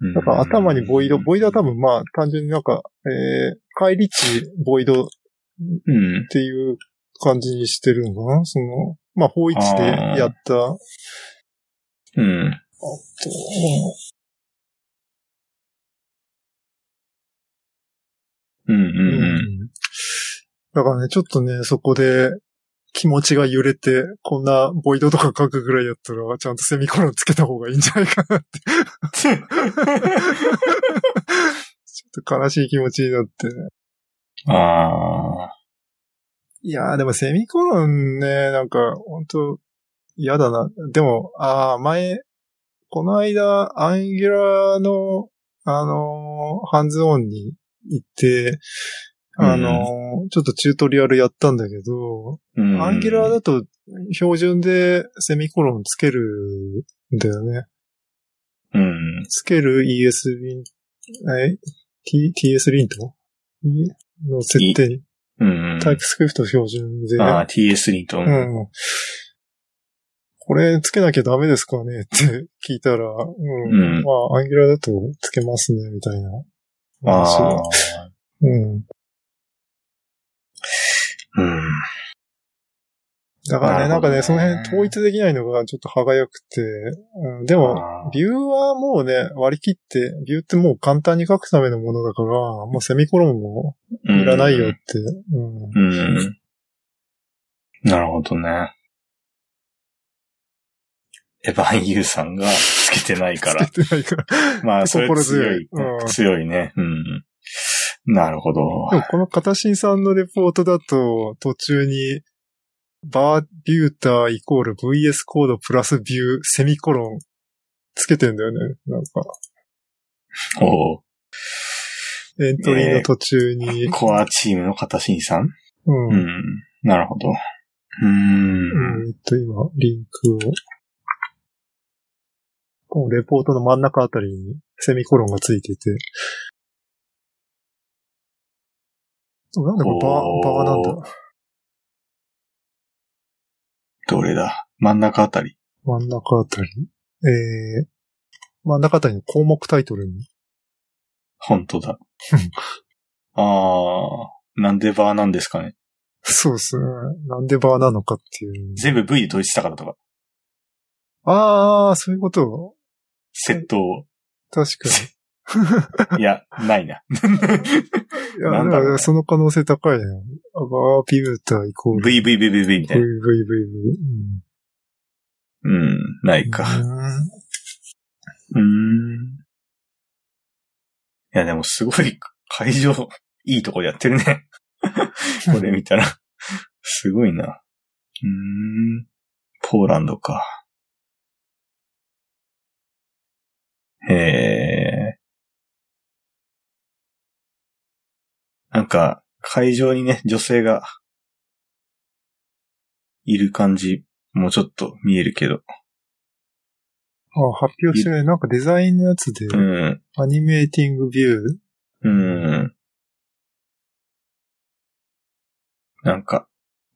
B: ーん。
A: だから頭にボイド、ボイドは多
B: 分。
A: 分まあ単純になんか、えー、返り値ボイドっ
B: うん。
A: ていう感じにしてるのかなその、まあ方一でやった、あと、
B: うん。うん
A: う
B: うんうん。
A: ん。だからね、ちょっとね、そこで気持ちが揺れて、こんなボイドとか書くぐらいやったら、ちゃんとセミコロンつけた方がいいんじゃないかなって。ちょっと悲しい気持ちになって。
B: ああ。
A: いやー、でもセミコロンね、なんか、ほんと、嫌だな。でも、あー、前、この間、アンギュラーの、あのーハンズオンに行って、あのーちょっとチュートリアルやったんだけど、
B: うん
A: アンギュラーだと標準でセミコロンつけるんだよね。
B: うん。
A: つける ES リン、え T、TS リントいの設定に、
B: うんうん。
A: タイプスクリプト標準で。
B: ああ、TS リントン。
A: うん。これつけなきゃダメですかねって聞いたら、うん。
B: うん
A: まあ、アンギュラーだとつけますね、みたいな。
B: ああ
A: 話。うん。
B: うん。
A: だからね、な
B: なる
A: ん
B: ほ
A: か
B: どね
A: ね、その辺統一できないのがちょっと歯がゆくて、うん、でも、
B: あ
A: ビューはもうね、割り切って、ビューってもう簡単に書くためのものだから、もうセミコロンも
B: ー
A: いらないよっ。て。うん。
B: うん。なるほどね。エヴァン・ユーさんがつけてないから
A: つ。けてないから。
B: まあ、それ
A: 心強
B: 強
A: い
B: い。
A: うん
B: 強いね。うん。なるほど。
A: でもこの片新さんのレポートだと、途中に、バービューターイコール VS コードプラスビューセミコロンつけてんだよね。なんか、
B: おう
A: エントリーの途中に。
B: コアチームの片新さん
A: うん。
B: う
A: うん
B: ん。なるほど。うーん。
A: えっと、今、リンクを。このレポートの真ん中あたりにセミコロンがついてて。なんでこれバ
B: おー
A: ー、バーなんだ。
B: どれだ真ん中あたり。
A: 真ん中あたり。えー、真ん中あたりの項目タイトルに。
B: 本当 だ。あー、なんでバーなんですかね。
A: そうですね。なんでバーなのかっていう。
B: 全部 V で統一したからとか。
A: ああ、そういうこと。
B: セットを。
A: 確か
B: いや、ないな。
A: に。いや、
B: なん
A: だ
B: だろうね
A: からその可能性高いね。バーピューターイコール。
B: VVVVV みたいな。
A: VVVV。
B: うん、ないか。
A: うん。
B: うーん。いや、でもすごい会場、いいとこでやってるね。これ見たら。すごいな。うーん。ポーランドか。へえ。なんか、会場にね、女性が、いる感じ、もうちょっと見えるけど。
A: あ、発表してない。なんかデザインのやつで、
B: うん。
A: アニメーティングビュー。
B: うん。なんか、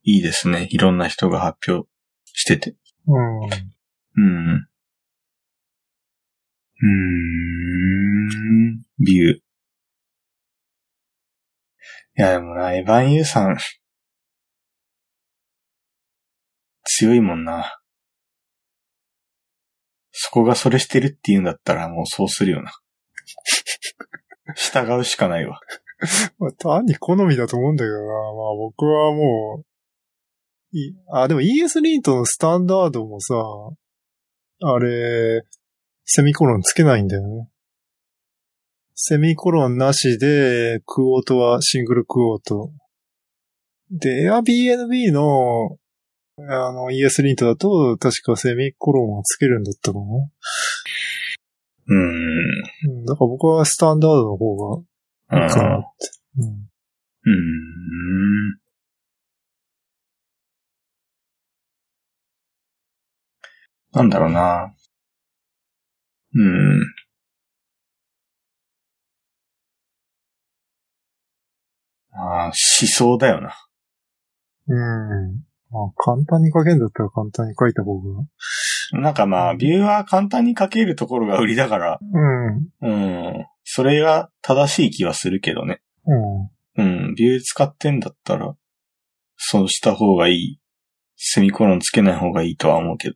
B: いいですね。いろんな人が発表してて。
A: うん。
B: うん。うーん。ビュー。いや、でもな、エヴァン・ユーさん、強いもんな。そこがそれしてるって言うんだったらもうそうするよな。 従うしかないわ。
A: まあ、単に好みだと思うんだけどな。まあ僕はもう、いあ、でも ES リントのスタンダードもさ、あれ、セミコロンつけないんだよね。セミコロンなしで、クオートはシングルクオート。で、Airbnb の、あの、ES リントだと、確かセミコロンはつけるんだったかな。
B: うーん。
A: うん、だから僕はスタンダードの方が
B: う
A: いいかなっ
B: ん
A: て。うん
B: うーん。なんだろうな。うん。ああ、思想だよな。
A: うん。まあ、簡単に書けんだったら簡単に書いた方が。
B: なんかまあ、ビューは簡単に書けるところが売りだから、
A: うん。
B: うん。それが正しい気はするけどね。
A: うん。
B: うん、ビュー使ってんだったら、そうした方がいい。セミコロンつけない方がいいとは思うけど。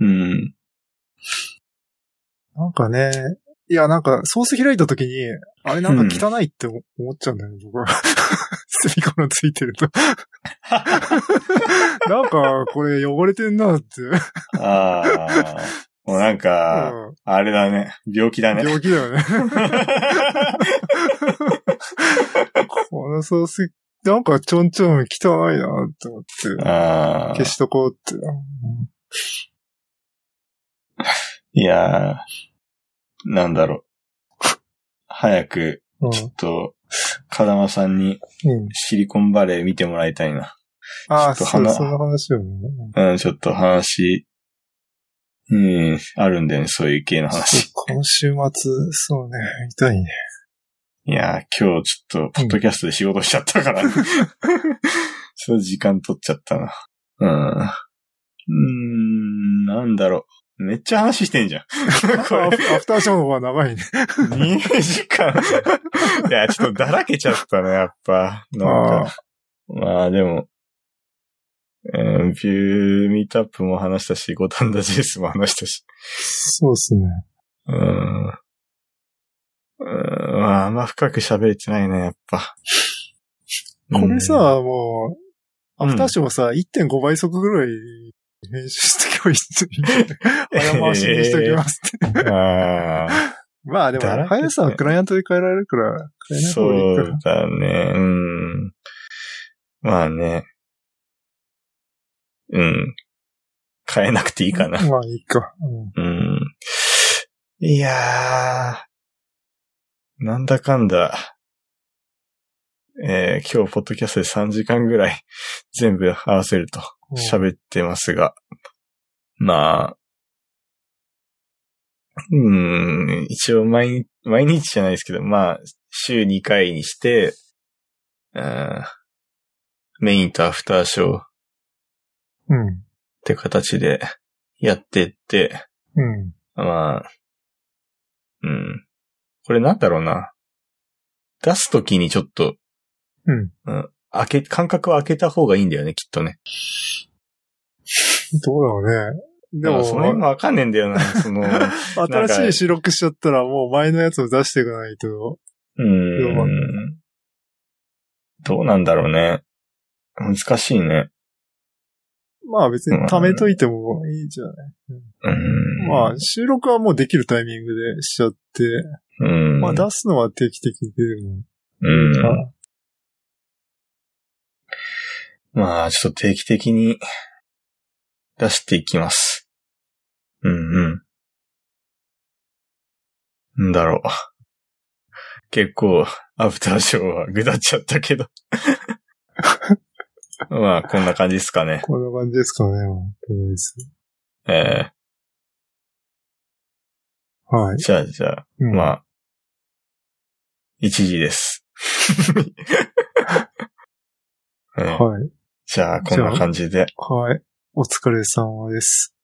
A: うん。
B: うん。
A: なんかね、いや、なんか、ソース開いた時に、あれなんか汚いって思思っちゃうんだよね、僕は。 セミコロンついてると。 なんか、これ汚れてんなって。
B: ああ。もうなんか、
A: うん
B: あれだね。病気だね。
A: 病気だよ ね。このソース、なんかちょんちょん汚いなって思って。
B: ああ
A: 消。しとこうって。
B: いやーなんだろう。早く、
A: うん。
B: ちょっと、風間さんに
A: うん。
B: シリコンバレー見てもらいたいな。
A: ああ、
B: ちょ
A: そ
B: っと鼻
A: う、そんな話よね。うん
B: うん、ちょっと話、うん、あるんだよね。そういう系の話。
A: 今週末、そうね、見たいね。
B: いやー、今日ちょっと、ポッドキャストで仕事 しちゃったから、ね、その時間取っちゃったな。うん。うーん、なんだろう。めっちゃ話してん じゃん。こ
A: ア
B: れ、
A: フアフターショーは長いね。
B: 2時間。いや、ちょっとだらけちゃったね、やっぱ。なんか。まあ、でも、うん、ビューミートアップも話したし、五反田ジェイスも話したし。
A: そうですね。
B: うん。うん、まあ、あんま深く喋れてないね、やっぱ。
A: これさ、もう、
B: うん
A: アフターショーはさ、1.5倍速ぐらい編集しておいて、早回しにしておきます って。
B: うん、ああ、
A: まあでも、
B: だらけて
A: 速さはクライアントで変えられるから、変えない方がい
B: そ
A: いか
B: うだね、うん。まあね。うん。変えなくていいかな
A: ら。。まあいいか。うん
B: うん。いやー。なんだかんだ。えー、今日、ポッドキャストで3時間ぐらい全部合わせると。喋ってますが、まあ、うーん、一応毎日、毎日じゃないですけど、まあ、週2回にして、うんメインとアフターショーっ
A: うん。
B: て形でやってって、
A: うん。
B: まあ、うん。これなんだろうな。出すときにちょっと、
A: うん。
B: 開け、間隔を開けた方がいいんだよね、きっとね。
A: どうだろうね。で
B: でも、その辺
A: も、
B: もわかんねえんだよな、その、
A: 新しい収録しちゃったら、もう前のやつを出していかないと。
B: うーん。どうなんだろうね。難しいね。
A: まあ別に貯めといてもいいじゃん。
B: うーん。
A: まあ、収録はもうできるタイミングでしちゃって、
B: うん。
A: まあ出すのは定期的に出ても。
B: うん。まあ、ちょっと定期的に出していきます。うんうん。なんだろう。結構、アフターショーはぐだっちゃっ たけど。まあ、こんな感じですかね。
A: こんな感じですかね、とりあえず。
B: え
A: はい。
B: じゃあ、じゃあ、
A: うん
B: まあ、1時です。うん
A: はい。
B: じゃあ、こんな感じで。
A: はい。お疲れ様です。